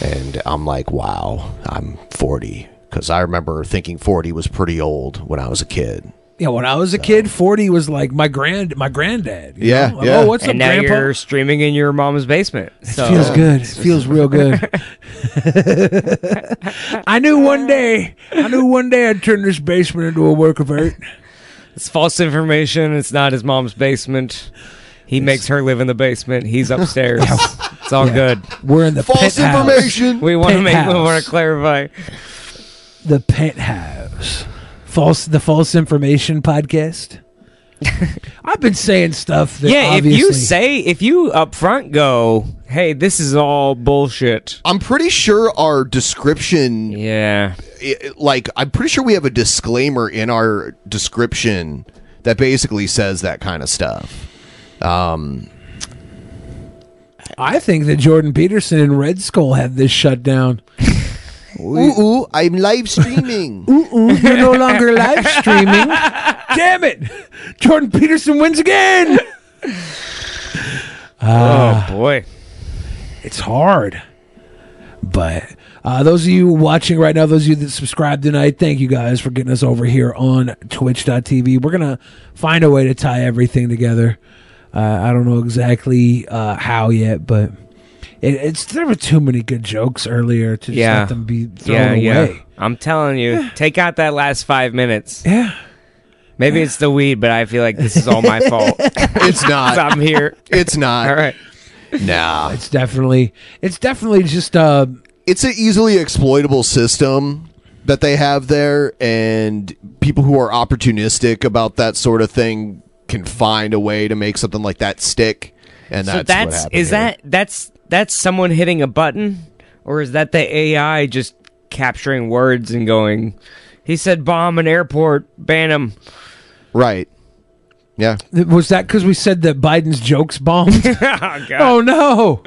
S1: And I'm like, wow, I'm 40. Because I remember thinking 40 was pretty old when I was a kid.
S8: Yeah, when I was a kid, 40 was like my grand my granddad. you
S1: Yeah,
S8: know? Like,
S1: yeah.
S8: Oh, what's
S9: and
S8: up,
S9: now
S8: grandpa?
S9: you're streaming in your mom's basement. So.
S8: Feels good. Feels real good. I knew one day, I knew one day I'd turn this basement into a work of art.
S9: It's false information. It's not his mom's basement. He makes her live in the basement. He's upstairs. it's all
S8: Yeah.
S9: good.
S8: We're in the False penthouse. information.
S9: We want to make. We
S8: Penthouse.
S9: want to clarify.
S8: The penthouse, false the false information podcast. I've been saying stuff that
S9: yeah,
S8: obviously
S9: if you say if you up front go, hey, this is all bullshit.
S1: I'm pretty sure our description.
S9: Yeah.
S1: like, I'm pretty sure we have a disclaimer in our description that basically says that kind of stuff. Um,
S8: I think that Jordan Peterson and Red Skull had this shut down.
S1: ooh, ooh, I'm live streaming.
S8: ooh, you're no longer live streaming. Damn it! Jordan Peterson wins again.
S9: oh boy.
S8: it's hard. But uh, those of you watching right now, those of you that subscribe tonight, thank you guys for getting us over here on twitch.tv. We're going to find a way to tie everything together. Uh, I don't know exactly uh, how yet, but it, it's there were too many good jokes earlier to just
S9: yeah.
S8: let them be thrown
S9: yeah,
S8: away.
S9: yeah. I'm telling you, take out that last five minutes.
S8: Yeah.
S9: Maybe it's the weed, but I feel like this is all my fault.
S1: it's not.
S9: I'm here.
S1: It's not.
S9: All right.
S1: Nah.
S8: It's definitely it's definitely just uh
S1: it's an easily exploitable system that they have there and people who are opportunistic about that sort of thing can find a way to make something like that stick and
S9: so
S1: that's, what
S9: that's
S1: happened
S9: is
S1: here.
S9: that that's that's someone hitting a button, or is that the AI just capturing words and going? He said bomb an airport, ban him.
S1: Right. Yeah.
S8: Was that because we said that Biden's jokes bombed?
S9: oh,
S8: no!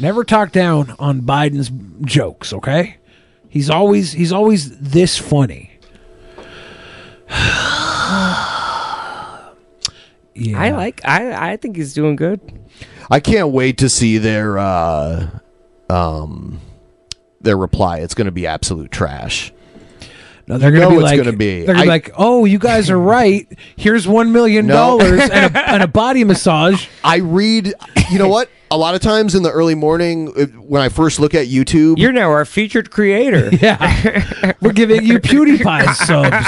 S8: Never talk down on Biden's jokes. Okay, he's always he's always this funny. Yeah.
S9: I like. I I think he's doing good.
S1: I can't wait to see their uh, um, their reply. It's going to be absolute trash.
S8: No, they're
S1: you
S8: gonna
S1: know
S8: be
S1: it's
S8: like,
S1: going to be.
S8: they're gonna be
S1: I-
S8: like, oh, you guys are right. Here's one million
S1: No.
S8: dollars and, a, and a body massage.
S1: I read. You know what? A lot of times in the early morning, uh, when I first look at YouTube,
S9: you're now our featured creator.
S8: yeah, we're giving you PewDiePie subs.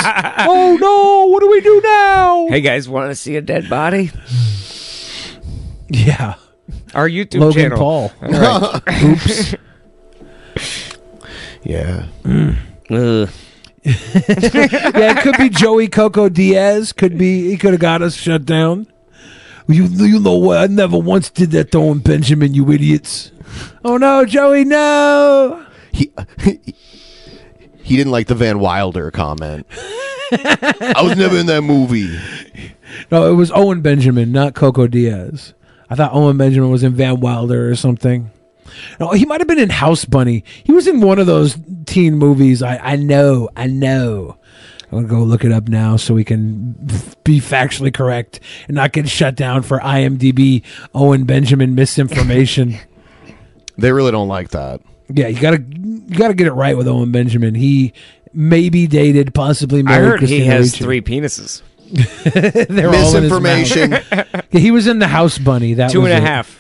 S8: oh no! What do we do now?
S9: Hey guys, want to see a dead body?
S8: Yeah.
S9: Our YouTube
S8: Logan
S9: channel.
S8: Paul.
S9: All right.
S8: Oops.
S1: Yeah.
S9: Ugh.
S8: yeah, it could be Joey Coco Diaz. Could be he could have got us shut down. You you know what? I never once did that to Owen Benjamin. You idiots. Oh no, Joey, no.
S1: He he didn't like the Van Wilder comment. I was never in that movie.
S8: No, it was Owen Benjamin, not Coco Diaz. I thought Owen Benjamin was in Van Wilder or something. No, he might have been in House Bunny. He was in one of those teen movies. I, I know, I know. I'm gonna go look it up now so we can f- be factually correct and not get shut down for IMDb Owen Benjamin misinformation.
S1: They really don't like that.
S8: yeah, you gotta you gotta get it right with Owen Benjamin. He maybe dated, possibly
S9: I
S8: married.
S9: heard he
S8: Christina
S9: has
S8: Ricci.
S9: three penises.
S8: They're all in his mouth. yeah, he was in the House Bunny. That
S9: Two
S8: was
S9: and a
S8: it.
S9: half.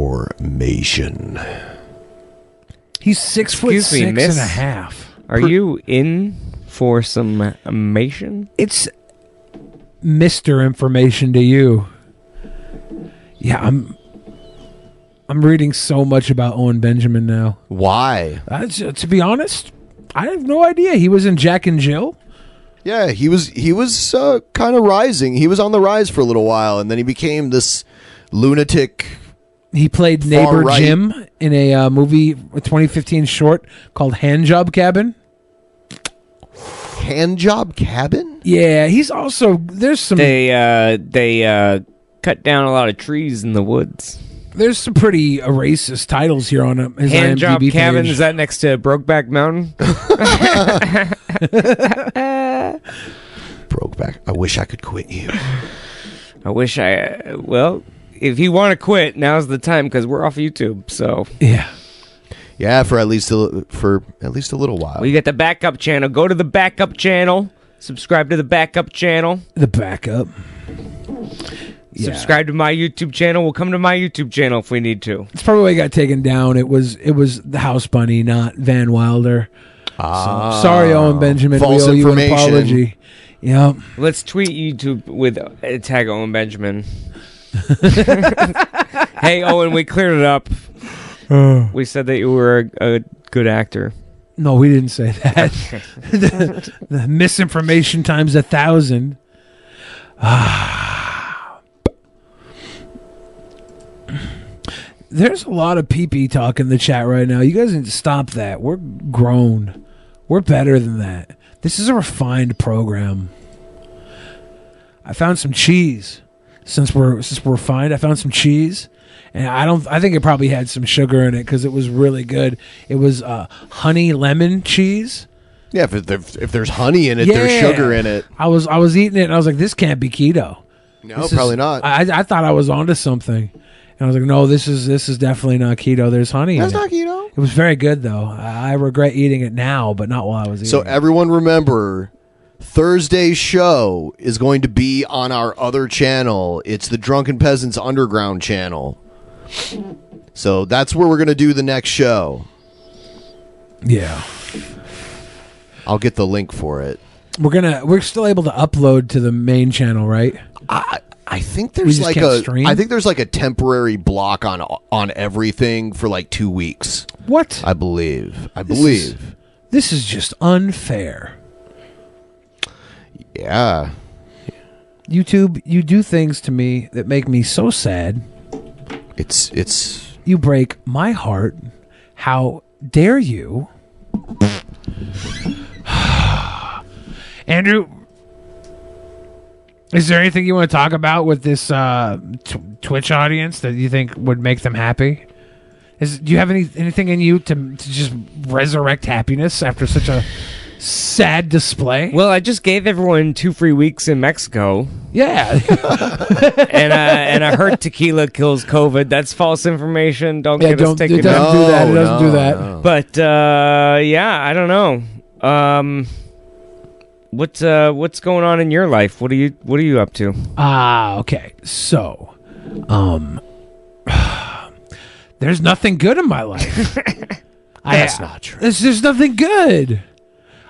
S1: Misinformation.
S8: He's six foot
S9: Excuse me,
S8: six and a half.
S9: miss. Are you in for some mation?
S8: It's Mister Information to you. Yeah, I'm. I'm reading so much about Owen Benjamin now.
S1: Why?
S8: That's, to be honest, I have no idea. He was in Jack and Jill.
S1: Yeah, he was he was uh, kind of rising. He was on the rise for a little while, and then he became this lunatic.
S8: He played Neighbor Jim in a uh, movie, a 2015 short called Handjob Cabin.
S1: Handjob Cabin?
S8: Yeah, he's also there's some
S9: They uh, they uh, cut down a lot of trees in the woods.
S8: there's some pretty uh, racist titles here on him. His
S9: Hand job
S8: IMDb
S9: cabin
S8: page.
S9: is that next to Brokeback Mountain?
S1: Brokeback. I wish I could quit you.
S9: I wish I. Uh, well, if you want to quit, now's the time because we're off YouTube. So
S8: yeah,
S1: Yeah, for at least a, li- for at least a little while.
S9: we got the backup channel. Go to the backup channel. Subscribe to the backup channel.
S8: the backup.
S9: Subscribe to my YouTube channel. We'll come to my YouTube channel if we need to.
S8: It's probably why it got taken down. It was it was the House Bunny, not Van Wilder. Ah, sorry, Owen Benjamin.
S9: false
S8: we owe you an
S9: information.
S8: apology. Yeah,
S9: Let's tweet YouTube with uh, tag Owen Benjamin. hey Owen, we cleared it up.
S8: Uh.
S9: we said that you were a, a good actor.
S8: no, we didn't say that. the, the misinformation times a thousand. Ah. There's a lot of pee pee talk in the chat right now. You guys need to stop that. We're grown. We're better than that. This is a refined program. I found some cheese. Since we're since we're refined, I found some cheese, and I don't. I think it probably had some sugar in it because it was really good. It was uh, honey lemon cheese.
S1: Yeah, if, there, if there's honey in it, there's sugar in it.
S8: I was I was eating it, and I was like, "This can't be keto."
S1: No,
S8: This
S1: probably not.
S8: I, I thought I was onto something, And I was like, no, this is this is definitely not keto. There's honey.
S1: That's
S8: in
S1: not
S8: it.
S1: keto.
S8: It was very good though. I I regret eating it now, but not while I was eating.
S1: So everyone remember Thursday's show is going to be on our other channel. It's the Drunken Peasants Underground channel. So that's where we're going to do the next show.
S8: Yeah.
S1: I'll get the link for it.
S8: We're gonna we're still able to upload to the main channel, right?
S1: I I think
S8: We
S1: There's
S8: just
S1: like
S8: can't
S1: a I
S8: stream?
S1: think there's like a temporary block on on everything for like 2 weeks.
S8: What?
S1: I believe. I
S8: This
S1: believe.
S8: is- this is just unfair.
S1: Yeah.
S8: YouTube, you do things to me that make me so sad.
S1: It's it's
S8: you break my heart. How dare you? Andrew, is there anything you want to talk about with this uh, tw- Twitch audience that you think would make them happy? Is do you have any anything in you to to just resurrect happiness after such a sad display?
S9: Well, I just gave everyone two free weeks in Mexico.
S8: Yeah.
S9: and I and I heard tequila kills COVID. That's false information. Don't
S8: Yeah,
S9: get
S8: don't-
S9: us taken
S8: it doesn't
S9: down.
S8: do that. It No, doesn't do no, that. no.
S9: But uh, yeah, I don't know. Um, what's uh, what's going on in your life? What are you What are you up to?
S8: Ah, okay. So, um, there's nothing good in my life.
S9: That's
S8: not true. There's, there's nothing good.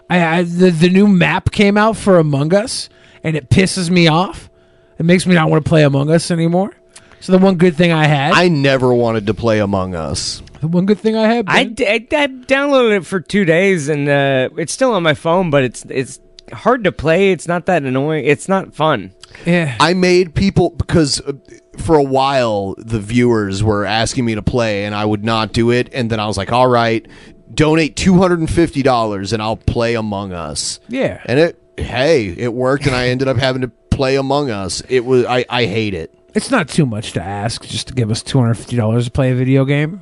S8: I, I the, the new map came out for Among Us, and it pisses me off. It makes me not want to play Among Us anymore. So the one good thing I had,
S1: I never wanted to play Among Us.
S8: the one good thing I had,
S9: I, d- I d- I downloaded it for two days and uh, it's still on my phone, but it's it's hard to play. It's not that annoying. It's not fun.
S8: Yeah.
S1: I made people because uh, for a while the viewers were asking me to play and I would not do it and then I was like, "All right, donate $250 and I'll play Among Us."
S8: Yeah.
S1: And it hey, it worked and I ended up having to play Among Us. It was I I hate it.
S8: it's not too much to ask just to give us two hundred fifty dollars to play a video game.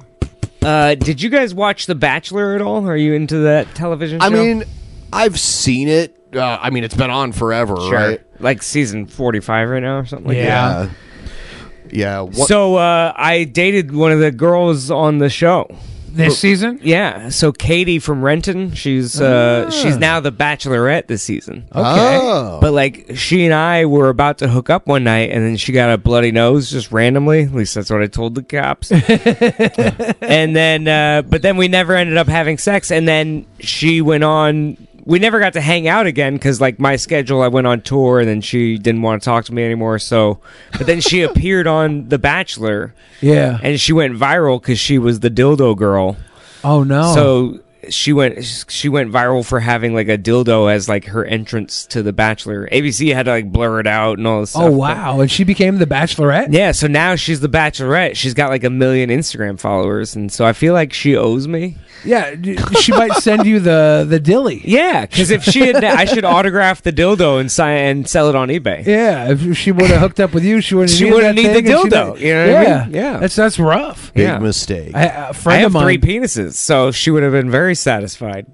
S9: Uh, did you guys watch The Bachelor at all? Are you into that television? Show?
S1: I mean, I've seen it. Uh, I mean, it's been on forever,
S9: Sure.
S1: right?
S9: Like season 45 right now or something like that.
S1: yeah. Yeah. what-
S9: So uh, I dated one of the girls on the show
S8: This season.
S9: Yeah. So Katie from Renton, she's uh, she's
S1: Ah.
S9: now the Bachelorette this season.
S8: Okay. Oh.
S9: But like she and I were about to hook up one night, and then she got a bloody nose just randomly. At least that's what I told the cops. and then, uh, but then we never ended up having sex. And then she went on. We never got to hang out again because, like, my schedule, I went on tour, and then she didn't want to talk to me anymore. So, but then she appeared on The Bachelor,
S8: Yeah.
S9: and she went viral because she was the dildo girl.
S8: Oh no.
S9: So she went she went viral for having like a dildo as like her entrance to the Bachelor. ABC had to like blur it out and all this.
S8: oh
S9: stuff,
S8: wow, and she became the Bachelorette.
S9: but- yeah, so now she's the Bachelorette. She's got like a million Instagram followers, and so I feel like she owes me.
S8: Yeah, d- she might send you the the dilly.
S9: Yeah, Because if she had, I should autograph the dildo and sign and sell it on eBay.
S8: Yeah, if she would have hooked up with you, she wouldn't.
S9: She
S8: needed
S9: wouldn't
S8: that
S9: need the
S8: thing and she
S9: dildo,
S8: didn't-
S9: you know what I
S8: yeah,
S9: mean? Yeah.
S8: That's that's rough.
S1: Big
S9: Yeah.
S1: mistake.
S8: I, a
S9: I
S8: friend
S9: have
S8: of mine.
S9: three penises, so she would have been very satisfied.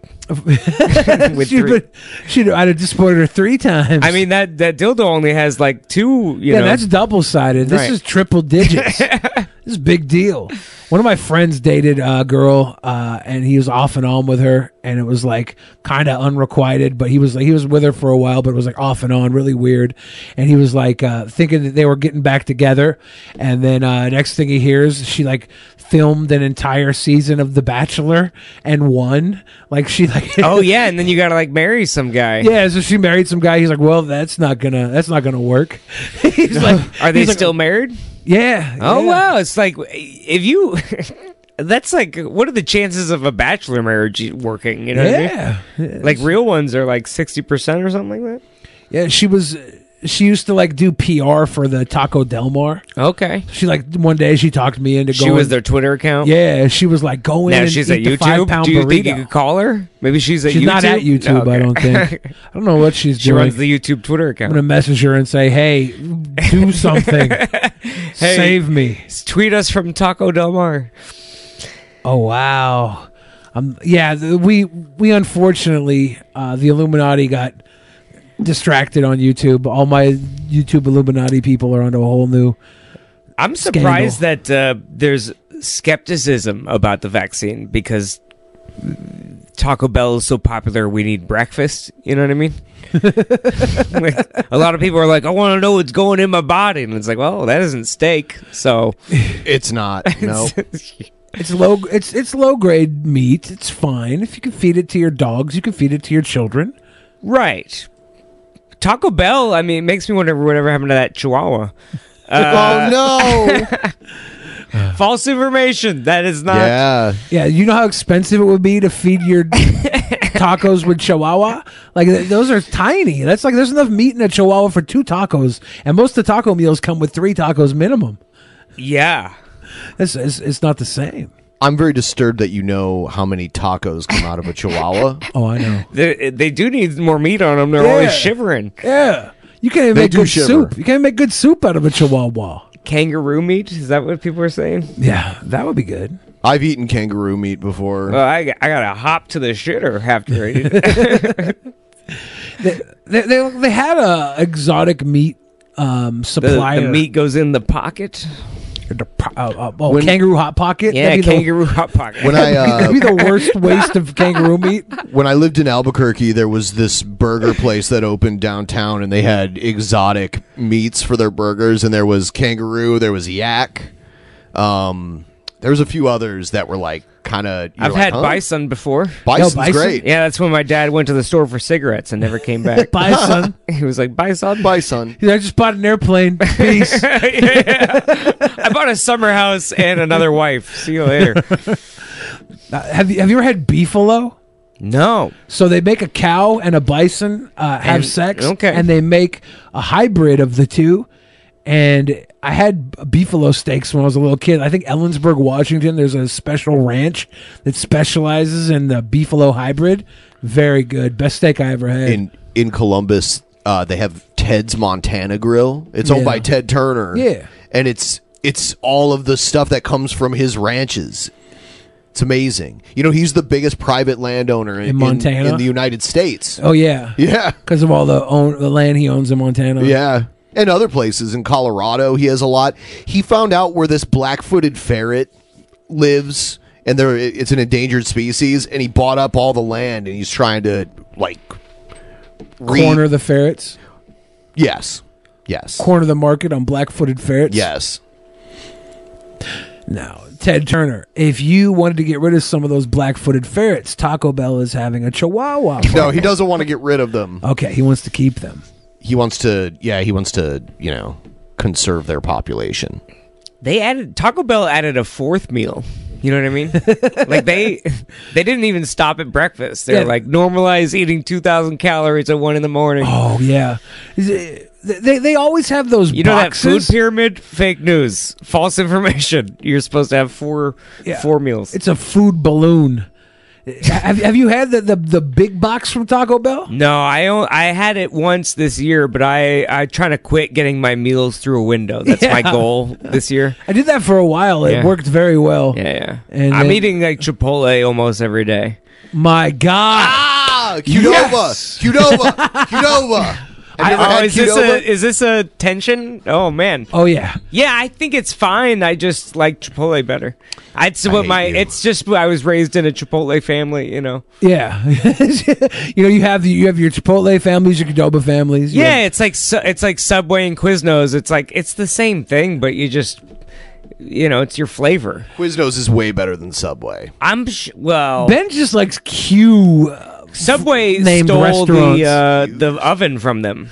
S9: with
S8: she
S9: three.
S8: would, she'd, I'd have disappointed her three times.
S9: I mean that that dildo only has like two. You
S8: yeah,
S9: know,
S8: that's double sided. This
S9: Right.
S8: is triple digits. this is a big deal. One of my friends dated a girl, uh, and he was off and on with her, and it was like kind of unrequited. But he was like he was with her for a while, but it was like off and on, really weird. And he was like uh, thinking that they were getting back together, and then uh, next thing he hears, she like filmed an entire season of The Bachelor and won. Like she like
S9: oh yeah, and then you gotta like marry some guy.
S8: Yeah, so she married some guy. He's like, well, that's not gonna, that's not gonna work. he's like,
S9: Are they
S8: he's like,
S9: still married?
S8: Yeah.
S9: Oh
S8: yeah.
S9: wow, it's like if you. That's like what are the chances of a bachelor marriage working? You know,
S8: Yeah.
S9: what I mean? like real ones are like sixty percent or something like
S8: Yeah, she was. She used to like do PR for the Taco Del Mar.
S9: Okay.
S8: She like one day she talked me into
S9: that.
S8: going.
S9: She was their Twitter account.
S8: Yeah, she was like going.
S9: Now
S8: and
S9: she's
S8: eat
S9: at
S8: the five
S9: YouTube.
S8: pound
S9: Do you
S8: burrito.
S9: think you could call her? Maybe she's at
S8: She's
S9: YouTube.
S8: not at YouTube.
S9: Okay.
S8: I don't think. I don't know what she's
S9: she
S8: doing.
S9: runs the YouTube Twitter
S8: I'm
S9: account.
S8: gonna message her and say, "Hey, do something.
S9: Hey,
S8: Save me."
S9: Tweet us from Taco Del Mar.
S8: Oh wow. Um yeah, the, we we unfortunately uh the Illuminati got distracted on YouTube. All my YouTube Illuminati people are onto a whole new
S9: I'm surprised that uh, there's skepticism about the vaccine because Taco Bell is so popular. We need breakfast. You know what I mean? Like, a lot of people are like, I want to know what's going in my body, and it's like, well, that isn't steak, so
S1: it's not.
S9: No.
S8: It's low. It's it's low grade meat. It's fine if you can feed it to your dogs. You can feed it to your children.
S9: Right. Taco Bell. I mean, it makes me wonder whatever happened to that Chihuahua.
S8: Oh,
S9: no! False information. That is not.
S8: Yeah. You know how expensive it would be to feed your tacos with Chihuahua? Like th- those are tiny. That's like there's enough meat in a Chihuahua for two tacos, and most of the taco meals come with three tacos minimum.
S9: Yeah.
S8: It's it's, it's not the same.
S1: I'm very disturbed that you know how many tacos come out of a chihuahua.
S8: oh, I know.
S9: They, they do need more meat on them. They're
S8: Yeah.
S9: always shivering.
S8: Yeah. You can't even
S9: They
S8: make
S9: do
S8: good
S9: shiver.
S8: soup. You can't make good soup out of a Chihuahua.
S9: Kangaroo meat? Is that what people are saying?
S8: Yeah, that would be good.
S1: I've eaten kangaroo meat before.
S9: Well, I, I gotta hop to the shitter after I eat it.
S8: They they, they had a exotic meat um supplier.
S9: the meat goes in the pocket.
S8: Oh, kangaroo hot pocket.
S9: Yeah,
S8: That'd be the-
S9: kangaroo hot pocket.
S1: When I, uh,
S8: that'd be the worst waste of kangaroo meat.
S1: When I lived in Albuquerque, there was this burger place that opened downtown, and they had exotic meats for their burgers. And there was kangaroo, there was yak, um, there was a few others that were like kind of.
S9: I've had bison before.
S1: Bison's great.
S9: Yeah, that's when my dad went to the store for cigarettes and never came back.
S8: Bison.
S9: he was like, bison?
S1: Bison.
S8: I just bought an airplane. Peace.
S9: I bought a summer house and another wife. See you later.
S8: Uh, have you have you ever had beefalo?
S9: No.
S8: So they make a cow and a bison uh, have
S9: And-
S8: sex,
S9: okay.
S8: and they make a hybrid of the two. And I had beefalo steaks when I was a little kid. I think Ellensburg, Washington, there's a special ranch that specializes in the beefalo hybrid. Very good, best steak I ever had.
S1: in in Columbus. Uh, they have Ted's Montana Grill. It's owned
S8: Yeah.
S1: by Ted Turner.
S8: Yeah.
S1: and it's it's all of the stuff that comes from his ranches. It's amazing. You know, he's the biggest private landowner in, in-
S8: Montana?
S1: in, the United States.
S8: oh yeah,
S1: yeah,
S8: because of all the own the land he owns in Montana.
S1: yeah. And other places in Colorado, he has a lot. He found out where this black-footed ferret lives, and there it's an endangered species. And he bought up all the land, and he's trying to like re-
S8: corner the ferrets,
S1: Yes, yes,
S8: corner the market on black-footed ferrets.
S1: yes.
S8: Now, Ted Turner, if you wanted to get rid of some of those black-footed ferrets, Taco Bell is having a Chihuahua.
S1: No,
S8: farm.
S1: he doesn't want to get rid of them.
S8: Okay, he wants to keep them.
S1: He wants to, yeah, he wants to, you know, conserve their population.
S9: They added Taco Bell added a fourth meal. You know what I mean? like they they didn't even stop at breakfast. They're
S8: Yeah.
S9: like normalize eating two thousand calories at one in the morning.
S8: Oh yeah, Is it- they they always have those.
S9: You know that
S8: boxes.
S9: food pyramid? Fake news, false information. You're supposed to have four
S8: Yeah.
S9: four meals.
S8: It's a food balloon. have Have you had the, the the big box from Taco Bell?
S9: no, I o- I had it once this year, but I I trying to quit getting my meals through a window. That's my
S8: Yeah.
S9: goal this year.
S8: I did that for a while. It
S9: Yeah.
S8: worked very well.
S9: Yeah, yeah.
S8: And
S9: I'm
S8: then-
S9: eating like Chipotle almost every day.
S8: My God. Ah,
S1: Yes! Cudova, Cudova.
S9: oh, is this a is this a tension? Oh man.
S8: Oh yeah.
S9: Yeah, I think it's fine. I just like Chipotle better. It's what
S8: hate
S9: my.
S8: you.
S9: It's just I was raised in a Chipotle family. You know.
S8: Yeah, you know you have the, you have your Chipotle families, your Cadoba families. you
S9: Yeah, it's like su- it's like Subway and Quiznos. It's like it's the same thing, but you just you know it's your flavor.
S1: Quiznos is way better than Subway.
S9: I'm sh-
S8: have-
S9: well.
S8: Ben just likes Q. uh,
S9: Subway
S8: named
S9: stole
S8: restaurants.
S9: the uh, the oven from them.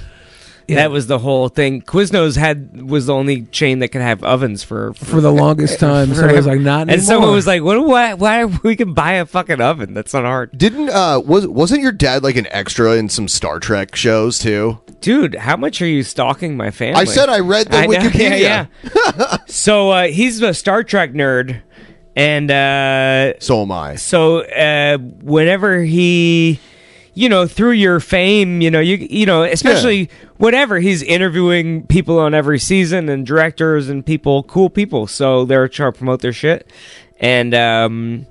S8: Yeah.
S9: That was the whole thing. Quiznos had was the only chain that could have ovens for
S8: for the longest time. So I was like, not anymore.
S9: And someone was like, "What? do- Why? Why we can buy a fucking oven? That's not hard."
S1: Didn't uh was wasn't your dad like an extra in some Star Trek shows too?
S9: Dude, how much are you stalking my family?
S1: I said I read the
S9: know,
S1: Wikipedia.
S9: yeah, yeah. so uh, he's a Star Trek nerd, and uh,
S1: so am I.
S9: So uh, whenever he, you know, through your fame, you know, you you know, especially whatever he's interviewing people on every season and directors and people, cool people. So they're trying to promote their shit, and um,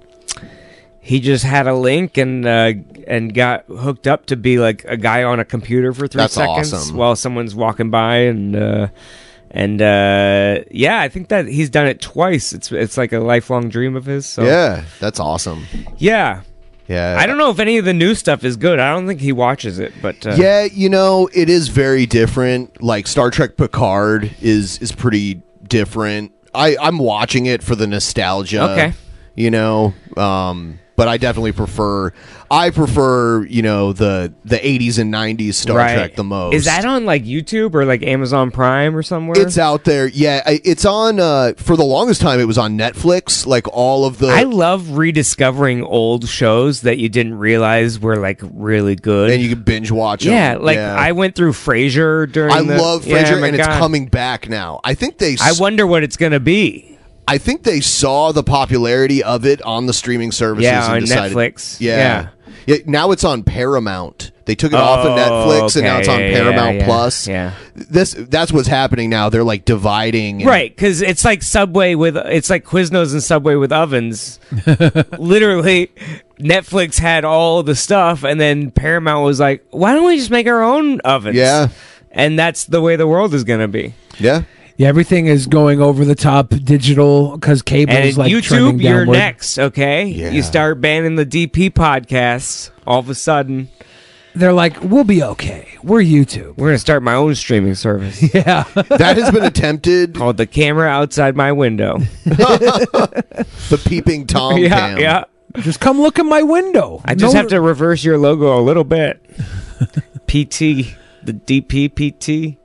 S9: he just had a link and uh, and got hooked up to be like a guy on a computer for three
S1: That's
S9: seconds
S1: awesome.
S9: while someone's walking by and uh, And uh, yeah, I think that he's done it twice. It's it's like a lifelong dream of his. So.
S1: Yeah, that's awesome.
S9: Yeah.
S1: Yeah.
S9: I don't know if any of the new stuff is good. I don't think he watches it, but uh,
S1: yeah, you know, it is very different. Like Star Trek Picard is is pretty different. I I'm watching it for the nostalgia.
S9: Okay.
S1: You know, um but I definitely prefer I prefer, you know, the the 80s and 90s Star
S9: right.
S1: Trek the most.
S9: Is that on like YouTube or like Amazon Prime or somewhere?
S1: It's out there. Yeah, I- it's on uh for the longest time it was on Netflix, like all of the
S9: I love rediscovering old shows that you didn't realize were like really good, and
S1: you can binge watch. 'em.
S9: Yeah, like
S1: Yeah.
S9: I went through Frasier during.
S1: I
S9: the-
S1: love
S9: Yeah,
S1: Frasier
S9: my
S1: and it's
S9: God.
S1: coming back now. I think they
S9: I wonder what it's going to be.
S1: I think they saw the popularity of it on the streaming services
S9: Yeah,
S1: and
S9: on
S1: decided,
S9: Netflix.
S1: Yeah. Yeah, Now it's on Paramount. They took it off of
S9: Oh,
S1: Netflix and now
S9: okay,
S1: it's on
S9: yeah, yeah,
S1: Paramount
S9: yeah,
S1: Plus.
S9: yeah.
S1: This that's what's happening now. They're like dividing and-
S9: Right, because it's like Subway with it's like Quiznos and Subway with ovens. Literally, Netflix had all the stuff, and then Paramount was like, "Why don't we just make our own ovens?"
S8: Yeah.
S9: and that's the way the world is going to be.
S1: Yeah.
S8: Yeah, everything is going over the top digital because cable's
S9: And
S8: like trending
S9: YouTube, you're
S8: downward.
S9: next. Okay, you start banning the DP podcasts. All of a sudden,
S8: They're like, we'll be okay. We're YouTube.
S9: We're gonna start my own streaming service.
S8: Yeah,
S1: that has been attempted.
S9: Called the camera outside my window.
S1: the peeping tom
S9: yeah,
S1: cam.
S9: Yeah,
S8: Just come look in my window.
S9: I just
S8: No-
S9: have to reverse your logo a little bit. PT, the DPPT.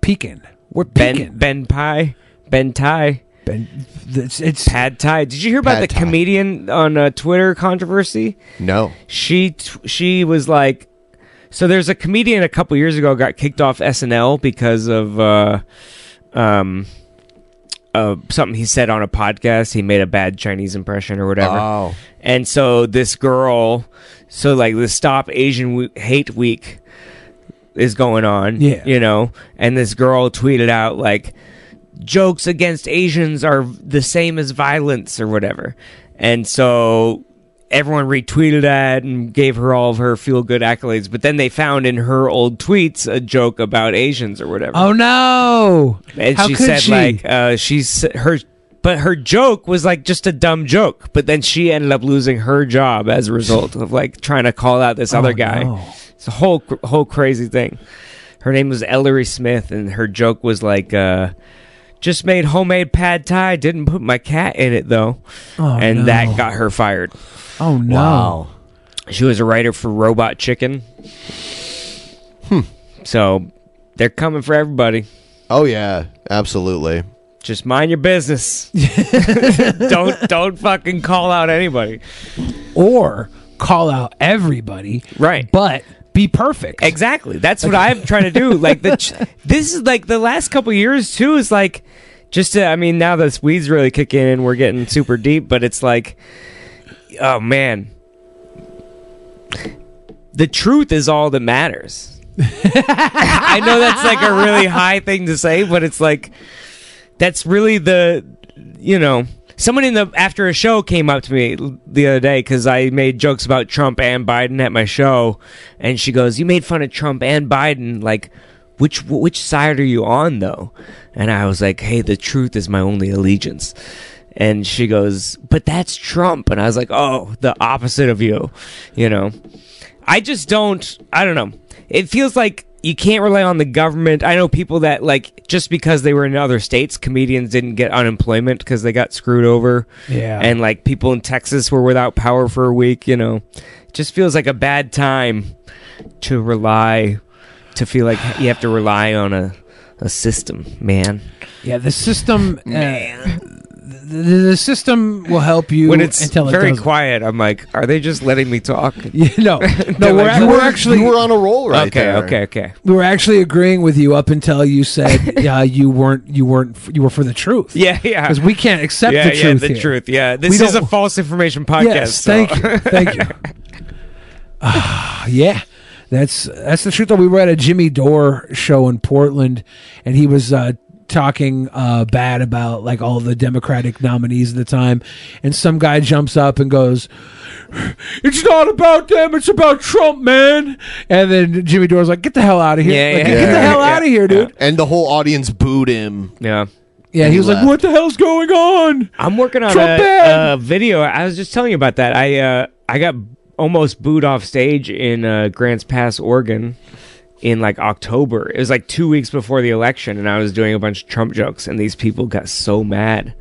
S8: Peeking. We're
S9: peeking. Ben, ben Pie. Ben Thai.
S8: Ben, it's, it's
S9: Pad Thai. Did you hear about
S8: Pad
S9: the
S8: Thai.
S9: comedian on uh, Twitter controversy?
S1: No.
S9: She t- she was like, so there's a comedian a couple years ago got kicked off SNL because of uh, um, uh, something he said on a podcast. He made a bad Chinese impression or whatever.
S1: Oh.
S9: And so this girl, so like the Stop Asian we- Hate Week is going on.
S8: Yeah.
S9: You know, and this girl tweeted out like, jokes against Asians are the same as violence or whatever. And so everyone retweeted that and gave her all of her feel good accolades. But then they found in her old tweets a joke about Asians or whatever.
S8: Oh no!
S9: And
S8: How
S9: she
S8: could
S9: said
S8: she?
S9: like uh, she's her, but her joke was like just a dumb joke. But then she ended up losing her job as a result of like trying to call out
S8: Oh,
S9: this other guy. It's a whole cr- whole crazy thing. Her name was Ellery Smith, and her joke was like, uh, "Just made homemade pad thai. Didn't put my cat in it though,"
S8: Oh,
S9: and
S8: no.
S9: that got her fired.
S8: Oh no!
S9: She was a writer for Robot Chicken.
S1: Hmm.
S9: So they're coming for everybody.
S1: Oh yeah, absolutely.
S9: Just mind your business. don't don't fucking call out anybody.
S8: Or call out everybody.
S9: Right.
S8: But be perfect.
S9: Exactly. That's what I'm trying to do. Like the ch- this is like the last couple years too is like just to, I mean now the weeds really kicking in. We're getting super deep, but it's like oh man, the truth is all that matters. I know that's like a really high thing to say, but it's like that's really the you know someone in the after a show came up to me l- the other day because I made jokes about Trump and Biden at my show, and she goes, "You made fun of Trump and Biden, like." Which which side are you on though? And I was like, "Hey, the truth is my only allegiance." And she goes, "But that's Trump." And I was like, "Oh, the opposite of you, you know." I just don't. I don't know. It feels like you can't rely on the government. I know people that like just because they were in other states, comedians didn't get unemployment because they got screwed over.
S8: Yeah.
S9: and like people in Texas were without power for a week. You know, It just feels like a bad time to rely to feel like you have to rely on a a system, man.
S8: Yeah, the system. Uh, the, the system will help you
S9: When it's
S8: until it
S9: very
S8: doesn't.
S9: quiet, I'm like, are they just letting me talk?
S8: Yeah, no, no, we're,
S9: like,
S8: ac-
S9: you
S8: we're
S9: were-
S8: actually
S9: you were on
S1: a roll
S9: right Okay, there. okay, okay.
S8: We were actually agreeing with you up until you said uh, you weren't you weren't f- you were for the truth.
S9: Yeah, yeah.
S8: Because we can't accept
S9: yeah,
S8: the truth.
S9: Yeah, the
S8: here.
S9: truth. Yeah,
S8: We
S9: this is
S8: don't-
S9: a false information podcast.
S8: Yes, thank you, thank you. Ah, yeah, that's that's the truth. Though we were at a Jimmy Dore show in Portland, and he was uh, talking uh, bad about like all the Democratic nominees at the time, and some guy jumps up and goes, "It's not about them. It's about Trump, man." And then Jimmy Dore's like, "Get the hell out of here! Like, get the hell out of here, dude!"
S1: And the whole audience booed him.
S9: Yeah.
S8: Yeah, he was like, "What the hell's going on?"
S9: I'm working on
S8: Trump
S9: a, a video. I was just telling you about that. I uh, I got almost booed off stage in uh, Grants Pass, Oregon, in like October. It was like two weeks before the election, and I was doing a bunch of Trump jokes, and these people got so mad.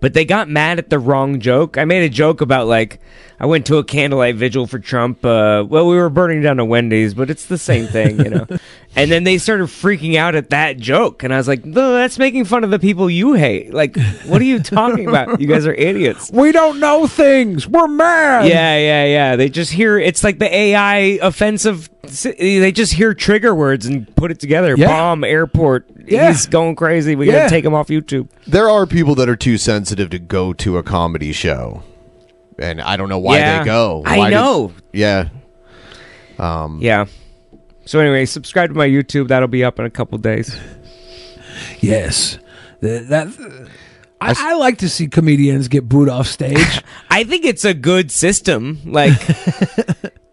S9: But they got mad at the wrong joke. I made a joke about like I went to a candlelight vigil for Trump. Uh, well, we were burning down a Wendy's, but it's the same thing, you know. and then they started freaking out at that joke, and I was like, "No, that's making fun of the people you hate. Like, what are you talking about? You guys are idiots."
S8: We don't know things. We're mad.
S9: Yeah, yeah, yeah. They just hear it's like the AI offensive. They just hear trigger words and put it together.
S1: Yeah.
S9: Bomb airport.
S1: Yeah.
S9: He's going crazy. We
S1: Yeah.
S9: gotta take him off YouTube.
S1: There are people that are too sensitive to go to a comedy show, and I don't know why
S9: Yeah.
S1: they go.
S9: I
S1: Why do-
S9: know.
S1: yeah. Um,
S9: yeah. So anyway, subscribe to my YouTube. That'll be up in a couple days.
S8: Yes, Th- that. I, I like to see comedians get booed off stage.
S9: I think it's a good system. Like,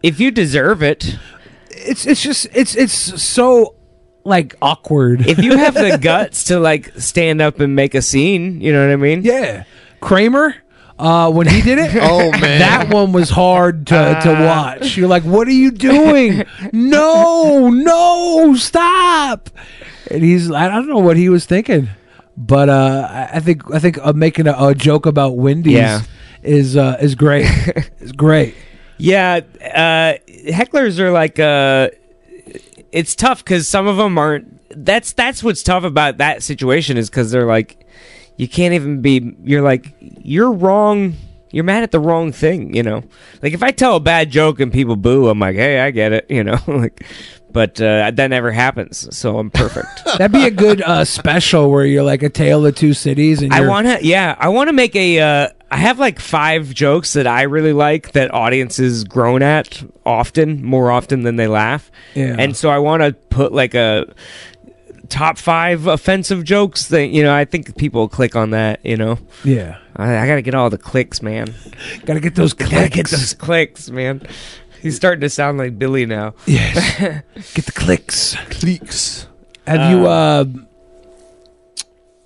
S9: if you deserve it,
S8: it's it's just it's it's so like awkward.
S9: if you have the guts to like stand up and make a scene, you know what I mean?
S8: Yeah. Kramer, uh, when he did it,
S9: Oh, man.
S8: that one was hard to, to
S9: Ah.
S8: watch. You're like, what are you doing? no, no, stop! And he's, I don't know what he was thinking, but uh, I- I think I think uh, making a, a joke about Wendy's
S9: Yeah.
S8: is uh, is great. it's great.
S9: Yeah, uh, hecklers are like uh, it's tough because some of them aren't. That's that's what's tough about that situation is because they're like, you can't even be. You're like, you're wrong. You're mad at the wrong thing. You know, like if I tell a bad joke and people boo, I'm like, hey, I get it. You know, like, but uh, that never happens. So I'm perfect.
S8: That'd be a good uh, special where you're like a tale of two cities, and
S9: I
S8: you're-
S9: want to, yeah, I want to make a. Uh, I have like five jokes that I really like that audiences groan at often, more often than they laugh.
S8: Yeah.
S9: And so I want to put like a top five offensive jokes that you know I think people will click on that. You know.
S8: Yeah.
S9: I, I gotta get all the clicks, man.
S8: Gotta get those
S9: Gotta get those clicks, man. He's starting to sound like Billy now.
S8: Yes. get the clicks.
S1: Clicks.
S8: Have you? Uh,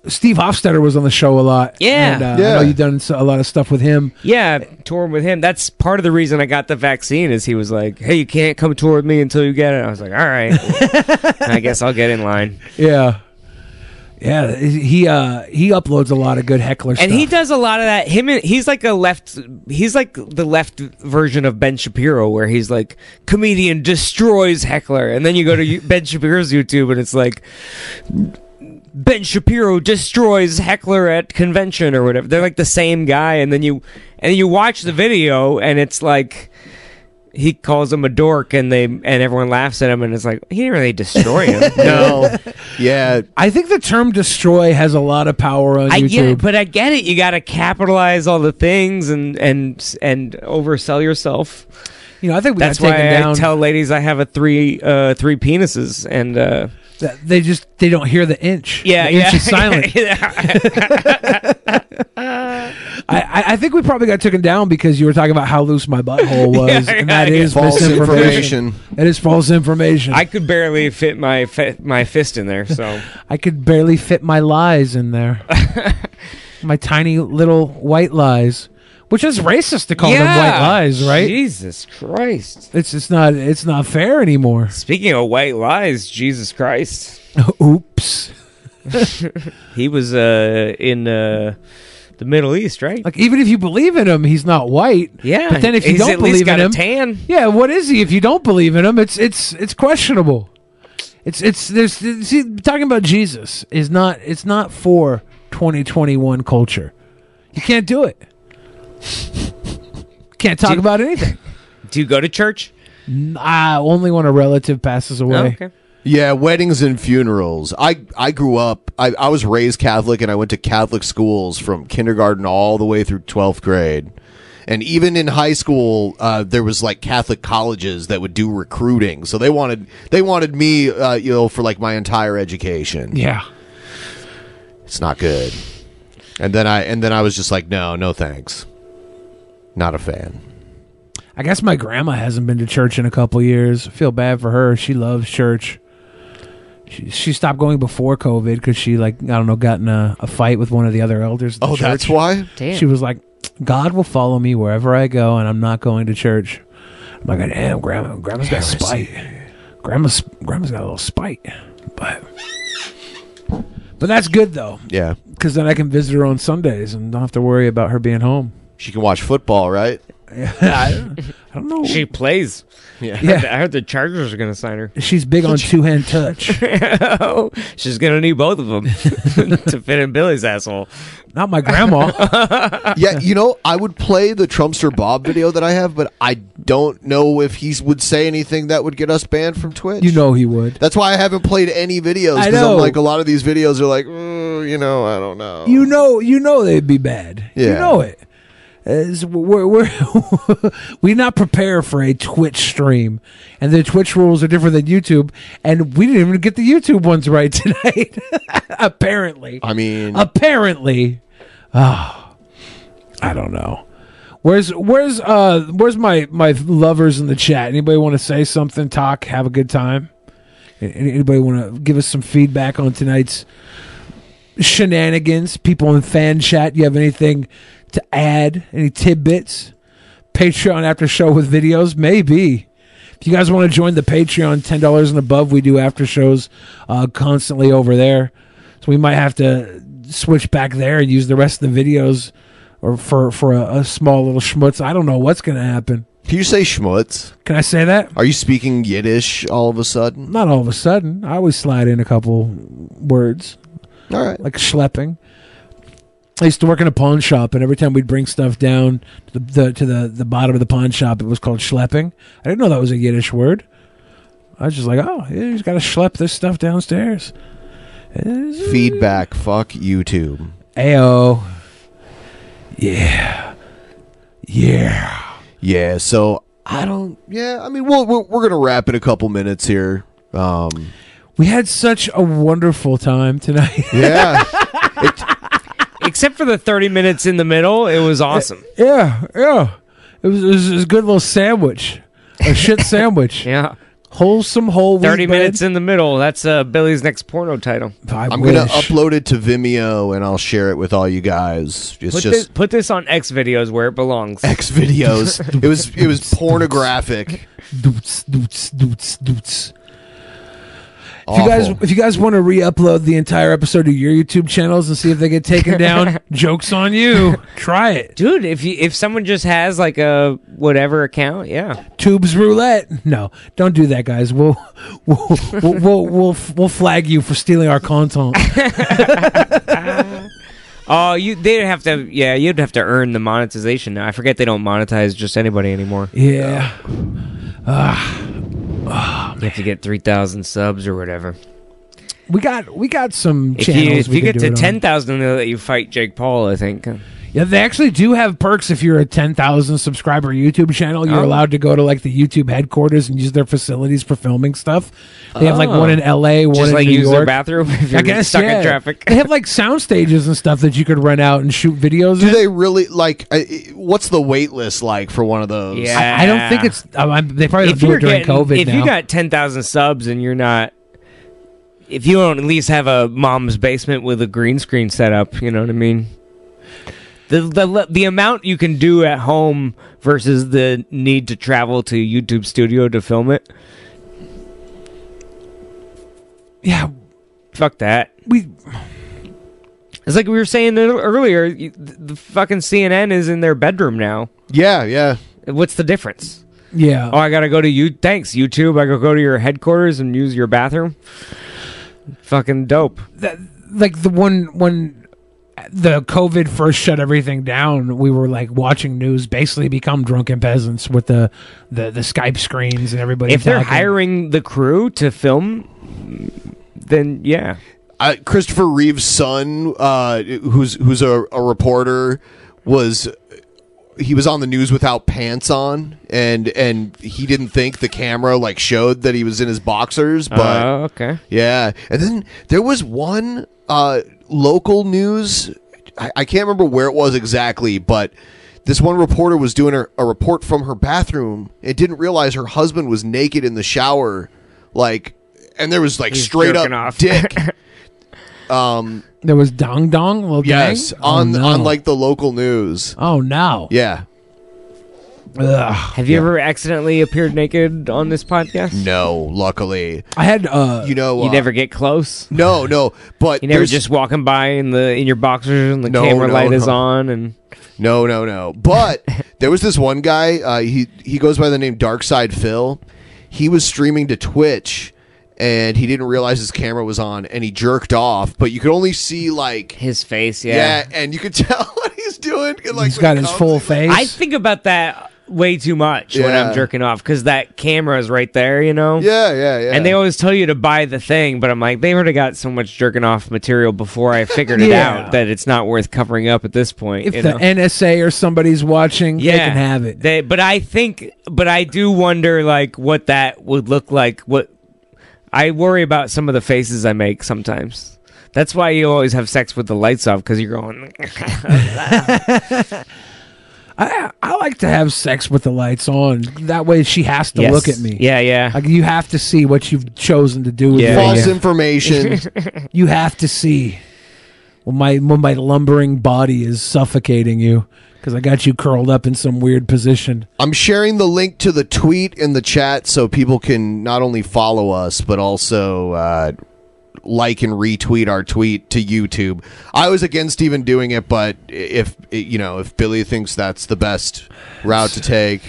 S8: Steve Hofstetter was on the show a lot.
S9: Yeah.
S8: and, uh, I
S9: Yeah.
S8: know you've done so- a lot of stuff with him.
S9: Yeah, touring with him. That's part of the reason I got the vaccine. Is he was like, "Hey, you can't come tour with me until you get it." I was like, "All right, I guess I'll get in line."
S8: Yeah, yeah. He uh, he uploads a lot of good heckler stuff.
S9: And he does a lot of that. Him, and, he's like a left. He's like the left version of Ben Shapiro, where he's like comedian destroys heckler, and then you go to you- Ben Shapiro's YouTube, and it's like. Ben Shapiro destroys heckler at convention or whatever. They're like the same guy, and then you and you watch the video, and it's like he calls him a dork, and they and everyone laughs at him, and it's like he didn't really destroy him. no,
S1: yeah.
S8: I think the term "destroy" has a lot of power on
S9: I
S8: YouTube.
S9: get it, but I get it. You got to capitalize all the things and and and oversell yourself.
S8: You know, I think we got
S9: that's why
S8: taken
S9: I
S8: down-
S9: tell ladies I have a three uh, three penises and uh,
S8: Th- they just they don't hear the inch.
S9: yeah
S8: the
S9: yeah
S8: inch is silent. I, I- I think we probably got taken down because you were talking about how loose my butthole was,
S9: Yeah,
S8: and
S9: yeah,
S8: that
S9: yeah.
S8: is
S9: False
S8: misinformation.
S9: information.
S8: That is false information.
S9: I could barely fit my fi- my fist in there. So
S8: I could barely fit my lies in there. my tiny little white lies, which is racist to call them white
S9: Yeah.
S8: lies, right?
S9: Jesus Christ!
S8: It's it's not it's not fair anymore.
S9: Speaking of white lies, Jesus Christ!
S8: Oops.
S9: he was uh, in uh, the Middle East, right?
S8: Like even if you believe in him, he's not white.
S9: Yeah,
S8: But then if you
S9: he's
S8: don't
S9: at least
S8: believe
S9: got
S8: in
S9: a
S8: him,
S9: tan.
S8: yeah, what is he if you don't believe in him? It's it's it's questionable. It's it's there's see talking about Jesus is not it's not for 2021 culture. You can't do it. Can't talk
S9: Do-
S8: about anything.
S9: Do you go to church?
S8: N- Ah, only when a relative passes
S1: Oh,
S8: away.
S1: Yeah, weddings and funerals. I I grew up. I, I was raised Catholic, and I went to Catholic schools from kindergarten all the way through twelfth grade. And even in high school, uh, there was like Catholic colleges that would do recruiting, so they wanted they wanted me, uh, you know, for like my entire education.
S8: Yeah.
S1: It's not good. And then I and then I was just like, no, no thanks. Not a fan.
S8: I guess my grandma hasn't been to church in a couple years. I feel bad for her. She loves church. She, she stopped going before COVID because she like I don't know got in a, a fight with one of the other elders. at the
S1: Oh, that's
S8: church.
S1: why?
S7: Damn.
S8: She was like, "God will follow me wherever I go, and I'm not going to church." I'm like, "Damn, grandma, grandma's got
S7: Heresy.
S8: spite. Grandma's grandma's got a little spite, but but that's good though,
S1: Yeah.
S8: because then I can visit her on Sundays and don't have to worry about her being home.
S1: She can watch football, right?
S8: I, I don't know.
S9: She plays.
S1: Yeah.
S9: I heard, the, I heard the Chargers are going to sign her.
S8: She's big on two hand touch.
S9: She's going to need both of them to fit in Billy's asshole.
S8: Not my grandma.
S1: yeah, you know, I would play the Trumpster Bob video that I have, but I don't know if he would say anything that would get us banned from Twitch.
S8: You know he would.
S1: That's why I haven't played any videos
S8: I
S1: because I'm
S8: know.
S1: like a lot of these videos are like, "Mm, you know, I don't know.
S8: You know, you know they'd be bad. You
S1: Yeah.
S8: know it. As we're we're we not prepare for a Twitch stream, and the Twitch rules are different than YouTube, and we didn't even get the YouTube ones right tonight. Apparently,
S1: I mean,
S8: apparently, oh, I don't know. Where's where's uh where's my my lovers in the chat? Anybody want to say something? Talk, have a good time. Any- Anybody want to give us some feedback on tonight's shenanigans? People in fan chat, you have anything to add? Any tidbits? Patreon after show with videos, maybe. If you guys want to join the Patreon, ten dollars and above, we do after shows uh, constantly over there. So we might have to switch back there and use the rest of the videos, or for for a, a small little schmutz. I don't know what's going to happen.
S1: Can you say schmutz?
S8: Can I say that?
S1: Are you speaking Yiddish all of a sudden?
S8: Not all of a sudden. I always slide in a couple words.
S1: All right.
S8: Like schlepping. I used to work in a pawn shop, and every time we'd bring stuff down to the, the to the, the bottom of the pawn shop, it was called schlepping. I didn't know that was a Yiddish word. I was just like, oh, you just got to schlep this stuff downstairs.
S1: Feedback. Fuck YouTube.
S8: Ayo. Yeah. Yeah.
S1: Yeah. So I don't. Yeah. I mean, we'll, we're we're gonna wrap in a couple minutes here. Um.
S8: We had such a wonderful time tonight.
S1: Yeah.
S9: Except for the 30 minutes in the middle, it was awesome.
S8: Yeah, yeah. It was, it was, it was a good little sandwich, a shit sandwich.
S9: yeah,
S8: wholesome whole. wheat
S9: 30
S8: bread.
S9: minutes in the middle. That's uh, Billy's next porno title.
S8: I
S1: I'm gonna upload it to Vimeo and I'll share it with all you guys. It's
S9: put, this,
S1: just
S9: put this on X videos where it belongs.
S1: X videos. it was it was pornographic.
S8: Doots, doots, doots, doots. If you guys, if you guys want to re-upload the entire episode to your YouTube channels and see if they get taken down, jokes on you. Try it,
S9: dude. If you if someone just has like a whatever account, yeah,
S8: Tubes Roulette. No, don't do that, guys. We'll we'll we'll we'll, we'll, we'll flag you for stealing our content.
S9: Oh, you they'd have to yeah, you'd have to earn the monetization now. I forget they don't monetize just anybody anymore.
S8: Yeah.
S9: you have to get three thousand subs or whatever.
S8: We got we got some
S9: If
S8: channels.
S9: you if
S8: we
S9: you
S8: could
S9: get
S8: do
S9: to
S8: it on.
S9: ten thousand they'll let you fight Jake Paul, I think.
S8: Yeah, they actually do have perks if you're a 10,000 subscriber YouTube channel. You're
S9: Oh.
S8: allowed to go to like the YouTube headquarters and use their facilities for filming stuff. They have like
S9: Oh.
S8: one in LA, one
S9: Just,
S8: in
S9: like,
S8: New
S9: use their
S8: York.
S9: bathroom if you're
S8: I guess,
S9: stuck in
S8: yeah.
S9: traffic.
S8: they have like sound stages and stuff that you could rent out and shoot videos.
S1: Do they really like? I- I- What's the wait list like for one of those?
S9: Yeah.
S8: I, I don't think it's. Um, I'm, they probably don't do it during
S9: getting-
S8: COVID
S9: if
S8: now.
S9: you got ten thousand subs and you're not if you don't at least have a mom's basement with a green screen set up, you know what I mean? The, the le- the amount you can do at home versus the need to travel to YouTube studio to film it.
S8: Yeah.
S9: Fuck that.
S8: We
S9: It's like we were saying ear- earlier, you- th- the fucking CNN is in their bedroom now.
S1: Yeah, yeah.
S9: What's the difference?
S8: Yeah.
S9: Oh, I gotta go to you. Thanks, YouTube. I go go to your headquarters and use your bathroom. Fucking dope.
S8: that, like the one when the COVID first shut everything down, we were like watching news basically become drunken peasants with the the, the Skype screens and everybody.
S9: if they're
S8: talking.
S9: hiring the crew to film, then yeah.
S1: I, Christopher Reeve's son, uh, who's who's a, a reporter, was he was on the news without pants on, and and he didn't think the camera like showed
S8: Uh-huh.
S1: that he was in his boxers, but
S9: Oh, Uh, okay.
S1: yeah. And then there was one uh, local news. I, I can't remember where it was exactly, but this one reporter was doing her, a report from her bathroom and didn't realize her husband was naked in the shower, like, and there was like
S8: He's
S1: straight up
S8: jerking off.
S1: dick. um,
S8: There was Dong Dong. Little
S1: yes,
S8: gang?
S1: on
S8: oh, no.
S1: on like the local news.
S8: Oh no.
S1: Yeah,
S9: Have you ever accidentally appeared naked on this podcast?
S1: No, luckily.
S8: I had. Uh,
S1: you know,
S9: you
S1: uh,
S9: never get close.
S1: No, no. But
S9: you never
S1: there's-
S9: just walking by in the in your boxers and the
S1: No,
S9: camera
S1: no,
S9: light is
S1: no.
S9: on and
S1: No, no, no. But there was this one guy. Uh, he he goes by the name Darkside Phil. He was streaming to Twitch, and he didn't realize his camera was on, and he jerked off. But you could only see like
S9: his face.
S1: yeah, and you could tell what he's doing. and, Like
S8: He's got his full face.
S9: I think about that way too much when
S1: Yeah.
S9: I'm jerking off because that camera is right there, you know?
S1: Yeah, yeah, yeah.
S9: And they always tell you to buy the thing, but I'm like, they already got so much jerking off material before I figured it
S8: Yeah.
S9: out that it's not worth covering up at this point.
S8: if
S9: you
S8: the
S9: know?
S8: NSA or somebody's watching,
S9: yeah,
S8: they can have it.
S9: They, but I think, but I do wonder, like, what that would look like. What I worry about some of the faces I make sometimes. That's why you always have sex with the lights off because you're going.
S8: I like to have sex with the lights on. That way, she has to
S9: Yes.
S8: look at me.
S9: Yeah, yeah.
S8: Like you have to see what you've chosen to do. With
S9: Yeah,
S8: me.
S9: False yeah.
S1: information.
S8: you have to see when my when my lumbering body is suffocating you because I got you curled up in some weird position.
S1: I'm sharing the link to the tweet in the chat so people can not only follow us but also uh, like and retweet our tweet to YouTube. I was against even doing it, but i- if i- you know if Billy thinks that's the best route to take,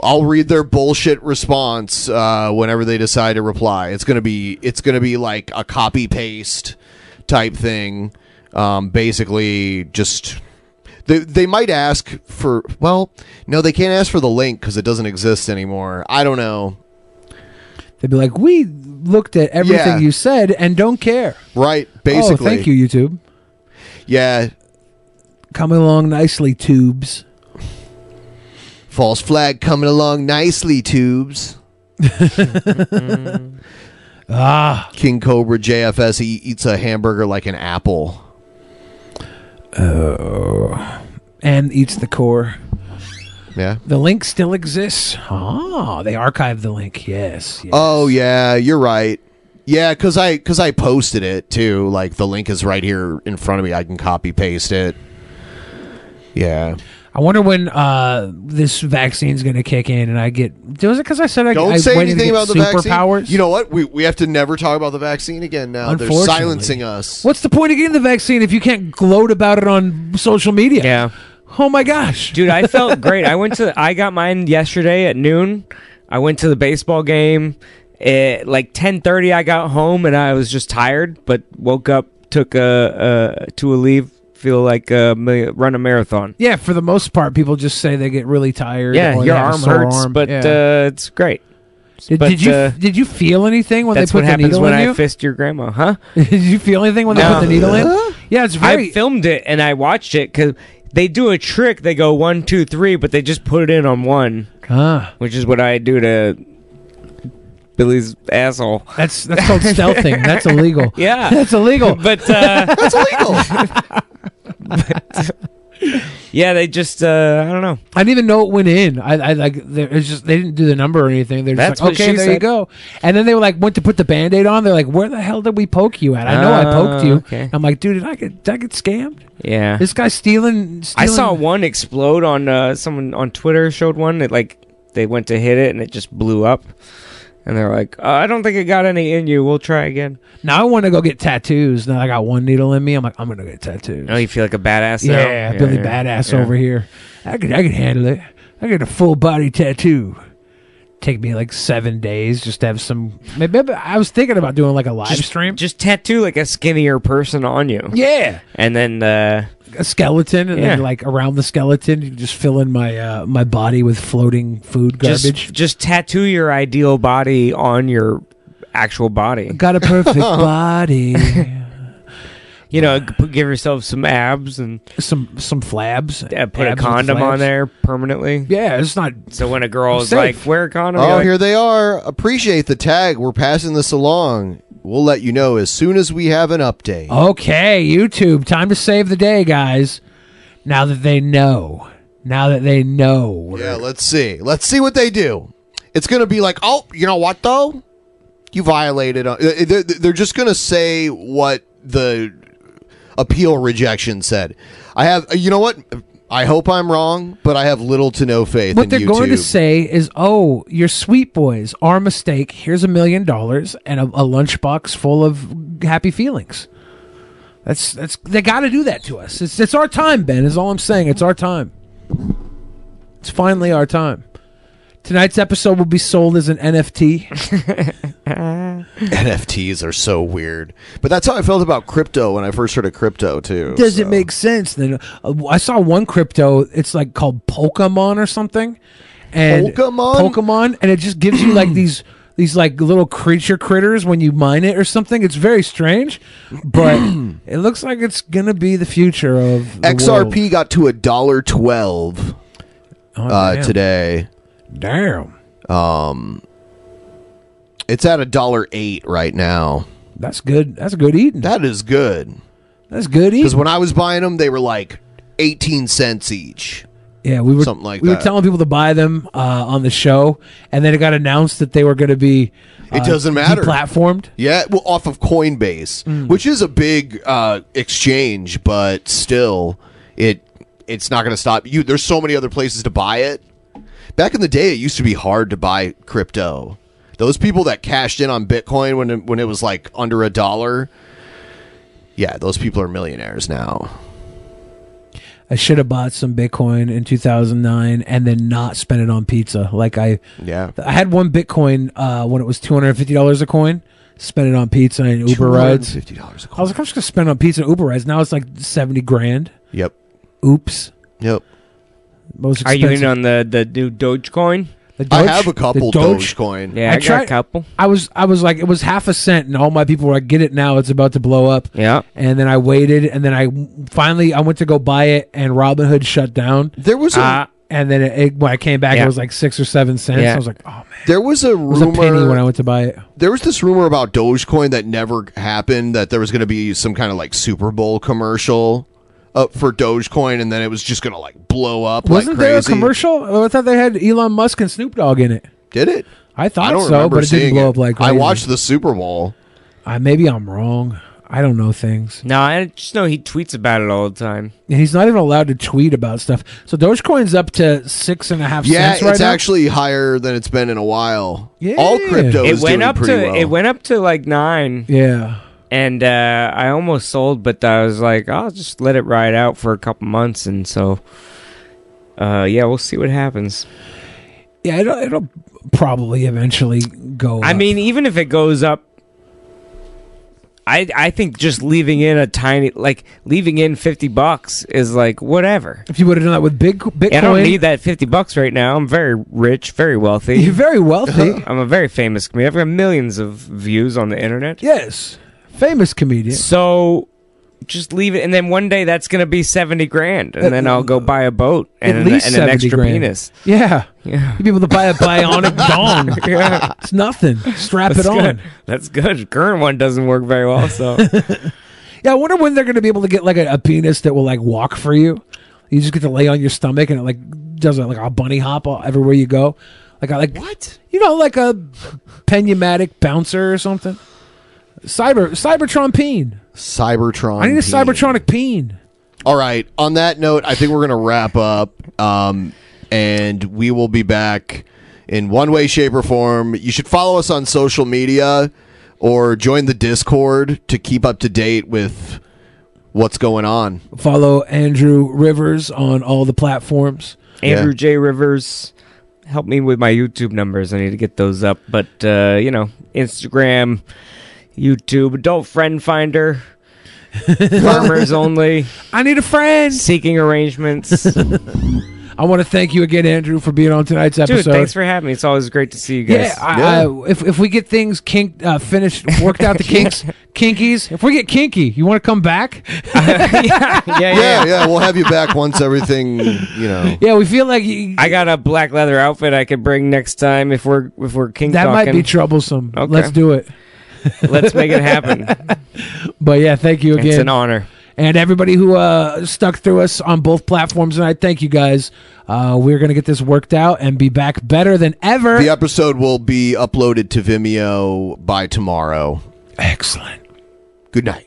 S1: I'll read their bullshit response uh, whenever they decide to reply. It's gonna be it's gonna be like a copy paste type thing. Um, basically, just they, they might ask for well no they can't ask for the link because it doesn't exist anymore i don't know
S8: They'd be like, "We looked at everything
S1: Yeah.
S8: you said and don't care."
S1: right
S8: Oh,
S1: basically
S8: thank you, YouTube.
S1: yeah
S8: Coming along nicely, tubes.
S1: false flag coming along nicely tubes
S8: ah
S1: king cobra jfs he eats a hamburger like an apple
S8: oh and eats the core
S1: yeah
S8: The link still exists. Ah, they archived the link. Yes.
S1: oh yeah you're right yeah because i because i posted it too like the link is right here in front of me i can copy paste it yeah
S8: I wonder when uh, this vaccine's going to kick in, and I get. Was it because I said I
S1: Don't
S8: I
S1: say
S8: waited to
S1: anything
S8: get
S1: about the
S8: superpowers?
S1: vaccine. You know what? We, we have to never talk about the vaccine again now. They're
S8: Unfortunately.
S1: silencing us.
S8: What's the point of getting the vaccine if you can't gloat about it on social media?
S9: Yeah.
S8: Oh my gosh,
S9: dude! I felt great. I went to I got mine yesterday at noon. I went to the baseball game at like ten thirty. I got home and I was just tired, but woke up, took a, a to a leave, feel like uh ma- run a marathon.
S8: Yeah, for the most part, people just say they get really tired.
S9: Yeah,
S8: or they
S9: your
S8: have a
S9: arm
S8: sore
S9: hurts,
S8: arm.
S9: but
S8: Yeah.
S9: uh, it's great.
S8: did,
S9: but,
S8: did you
S9: uh,
S8: did you feel anything when
S9: that's
S8: they put
S9: what
S8: the
S9: happens
S8: needle
S9: when
S8: in
S9: I
S8: you?
S9: fist your grandma, huh?
S8: did you feel anything when they put the needle in? Yeah, it's very-
S9: I filmed it and I watched it because they do a trick. They go one, two, three, but they just put it in on one,
S8: Ah.
S9: which is what I do to Billy's asshole.
S8: That's that's called stealthing. That's illegal.
S9: Yeah,
S8: that's illegal.
S9: But uh, that's illegal. yeah, they just uh, I don't know.
S8: I didn't even know it went in. I, I like there- it's just they didn't do the number or anything. They're just
S9: That's
S8: like,
S9: what
S8: okay,
S9: she
S8: there you
S9: said.
S8: go. And then they were like went to put the band aid on. They're like, where the hell did we poke you at? I know I poked
S9: Oh,
S8: you.
S9: okay.
S8: I'm like, dude, did I get did I get scammed?
S9: Yeah,
S8: This guy's stealing,
S9: I
S8: stealing.
S9: saw one explode on uh, someone on Twitter showed one that like they went to hit it and it just blew up, and they're like, uh, I don't think it got any in you. We'll try again.
S8: Now I want to go get tattoos. Now I got one needle in me. I'm like, I'm gonna get tattoos.
S9: Oh, you feel like a badass.
S8: yeah,
S9: now?
S8: Billy Badass
S9: yeah.
S8: over here. I could I could handle it. I get a full body tattoo. Take me like seven days just to have some. Maybe I was thinking about doing like a live
S9: Just-
S8: stream.
S9: Just tattoo like a skinnier person on you.
S8: Yeah.
S9: and then uh,
S8: a skeleton, and then
S9: Yeah.
S8: like around the skeleton, you just fill in my uh, my body with floating food garbage.
S9: Just, just tattoo your ideal body on your actual body.
S8: Got a perfect body,
S9: You know, g- put- give yourself some abs and
S8: some some flabs.
S9: Yeah, put a
S8: Abs with
S9: condom
S8: flabs.
S9: on there permanently.
S8: Yeah, it's not.
S9: So when a girl
S8: I'm
S9: is like,
S8: safe.
S9: "Wear a condom,"
S1: Oh,
S9: you're like,
S1: here they are. Appreciate the tag. We're passing this along. We'll let you know as soon as we have an update.
S8: Oh. Okay, YouTube, time to save the day, guys. Now that they know. Now that they know.
S1: Yeah, let's see. Let's see what they do. It's going to be like, oh, you know what, though? You violated. uh, they- they- They're just going to say what the appeal rejection said. I have, uh, you know what? I hope I'm wrong, but I have little to no faith
S8: What
S1: in
S8: they're
S1: YouTube.
S8: going to say is, "Oh, your sweet boys are a mistake. Here's a million dollars and a, a lunchbox full of happy feelings." That's that's they got to do that to us. It's it's our time, Ben. Is all I'm saying. It's our time. It's finally our time. Tonight's episode will be sold as an NFT.
S1: NFTs are so weird. But that's how I felt about crypto when I first heard of crypto too.
S8: Does it make sense? Then uh, I saw one crypto. It's like called Pokemon or something. And
S1: Pokemon?
S8: Pokemon, and it just gives you like these these like little creature critters when you mine it or something. It's very strange, but it looks like it's gonna be the future of the
S1: XRP
S8: world.
S1: got to a dollar twelve uh,
S8: damn.
S1: today.
S8: Damn.
S1: Um, it's at a dollar eight right now.
S8: That's good. That's good eating.
S1: That is good.
S8: That's good eating.
S1: Because when I was buying them, they were like eighteen cents each.
S8: Yeah, we were
S1: something like
S8: we
S1: that.
S8: were telling people to buy them uh, on the show, and then it got announced that they were going to be.
S1: It
S8: uh,
S1: doesn't matter.
S8: Platformed.
S1: Yeah, well, off of Coinbase,
S8: Hmm.
S1: which is a big uh, exchange, but still, it it's not going to stop you. There's so many other places to buy it. Back in the day, it used to be hard to buy crypto. Those people that cashed in on Bitcoin when it, when it was like under a dollar, yeah, those people are millionaires now.
S8: I should have bought some Bitcoin in 2009 and then not spent it on pizza. Like I,
S1: Yeah,
S8: I had one Bitcoin uh, when it was 250 dollars a coin. Spent it on pizza and Uber rides.
S1: $250
S8: I was like, I'm just gonna spend it on pizza and Uber rides. Now it's like 70 grand.
S1: Yep.
S8: Oops.
S1: Yep.
S8: Most
S9: Are you in
S8: expensive-
S9: on the the new Dogecoin?
S8: The Doge- the Doge-
S9: Yeah, I, got
S8: tried-
S9: a couple.
S8: I was I was like it was half a cent, and all my people were like, "Get it now! It's about to blow up."
S9: Yeah.
S8: And then I waited, and then I finally I went to go buy it, and Robinhood shut down.
S1: There was a- Ah.
S8: Uh, and then it, it- when I came back,
S1: Yeah.
S8: it was like six or seven cents. I was like, "Oh man!"
S1: There was a
S8: was a
S1: rumor
S8: penny when I went to buy it.
S1: There was this rumor about Dogecoin that never happened that there was going to be some kind of like Super Bowl commercial up for Dogecoin and then it was just going to like blow up
S8: Wasn't
S1: like crazy.
S8: there a commercial? Oh, I thought they had Elon Musk and Snoop Dogg in it.
S1: Did it?
S8: I thought
S1: I don't
S8: so,
S1: remember
S8: but it didn't
S1: seeing
S8: blow
S1: it.
S8: up like
S1: I
S8: crazy.
S1: watched the Super Bowl.
S8: I, maybe I'm wrong. I don't know things.
S9: No, I just know he tweets about it all the time.
S8: And he's not even allowed to tweet about stuff. So Dogecoin's up to six and a half
S1: Yeah,
S8: cents right
S1: it's
S8: now.
S1: actually higher than it's been in a while. All crypto
S9: It
S1: is
S9: went
S1: doing
S9: up
S1: pretty
S9: to
S1: well.
S9: it went up to like nine.
S8: Yeah.
S9: And uh, I almost sold, but I was like, I'll just let it ride out for a couple months, and so, uh, yeah, we'll see what happens.
S8: Yeah, it'll, it'll probably eventually go.
S9: I mean, even if it goes up, I I think just leaving in a tiny like leaving in fifty bucks is like whatever.
S8: if you would have done that with big Bitcoin,
S9: I don't need that fifty bucks right now. I'm very rich, very wealthy. You're
S8: very wealthy.
S9: I'm a very famous comedian. I've got millions of views on the internet.
S8: Yes, famous comedian.
S9: So just leave it, and then one day that's gonna be seventy grand, and
S8: At-
S9: then I'll go buy a boat and,
S8: at
S9: an,
S8: least
S9: and an
S8: 70
S9: extra
S8: grand.
S9: penis.
S8: Yeah,
S9: Yeah.
S8: You'd be able to buy a bionic dong.
S9: Yeah.
S8: It's nothing. Strap
S9: That's
S8: it on.
S9: good. That's good. Current one doesn't work very well, so
S8: Yeah, I wonder when they're going to be able to get like a, a penis that will like walk for you. You just get to lay on your stomach and it like does a, like a bunny hop all, everywhere you go. Like I like what you know, like a penumatic bouncer or something. Cyber Cybertron peen.
S1: Cybertron.
S8: I need a
S1: peen.
S8: Cybertronic peen.
S1: All right. On that note, I think we're going to wrap up, um, and we will be back in one way, shape, or form. You should follow us on social media or join the Discord to keep up to date with what's going on.
S8: Follow Andrew Rivers on all the platforms.
S9: Andrew J. Rivers, help me with my YouTube numbers. I need to get those up. But uh, you know, Instagram, YouTube, Adult Friend Finder, Farmers Only.
S8: I need a friend.
S9: Seeking arrangements. Dude,
S8: I want to thank you again, Andrew, for being on tonight's episode.
S9: thanks for having me. It's always great to see you guys.
S8: Yeah, I, I, if if we get things kink uh, finished, worked out the kinks, kinkies. If we get kinky, you want to come back?
S9: yeah, yeah,
S1: yeah, We'll have you back once everything, you know.
S8: Yeah, we feel like you,
S9: I got a black leather outfit I could bring next time if we're if we're king
S8: that might
S9: talking.
S8: be troublesome.
S9: Okay.
S8: Let's do it.
S9: Let's make it happen.
S8: But yeah, thank you
S9: It's
S8: again.
S9: an honor.
S8: And everybody who uh, stuck through us on both platforms tonight, thank you guys. Uh, we're going to get this worked out and be back better than ever.
S1: The episode will be uploaded to Vimeo by tomorrow.
S8: Excellent.
S1: Good night.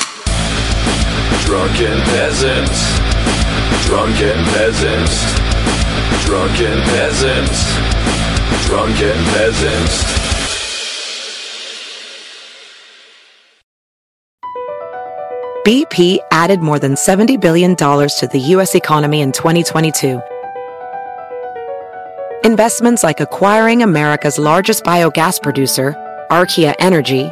S2: Drunken peasants. Drunken peasants. Drunken peasants. Drunken peasants.
S22: BP added more than $70 billion to the U.S. economy in 2022. Investments like acquiring America's largest biogas producer, Archaea Energy,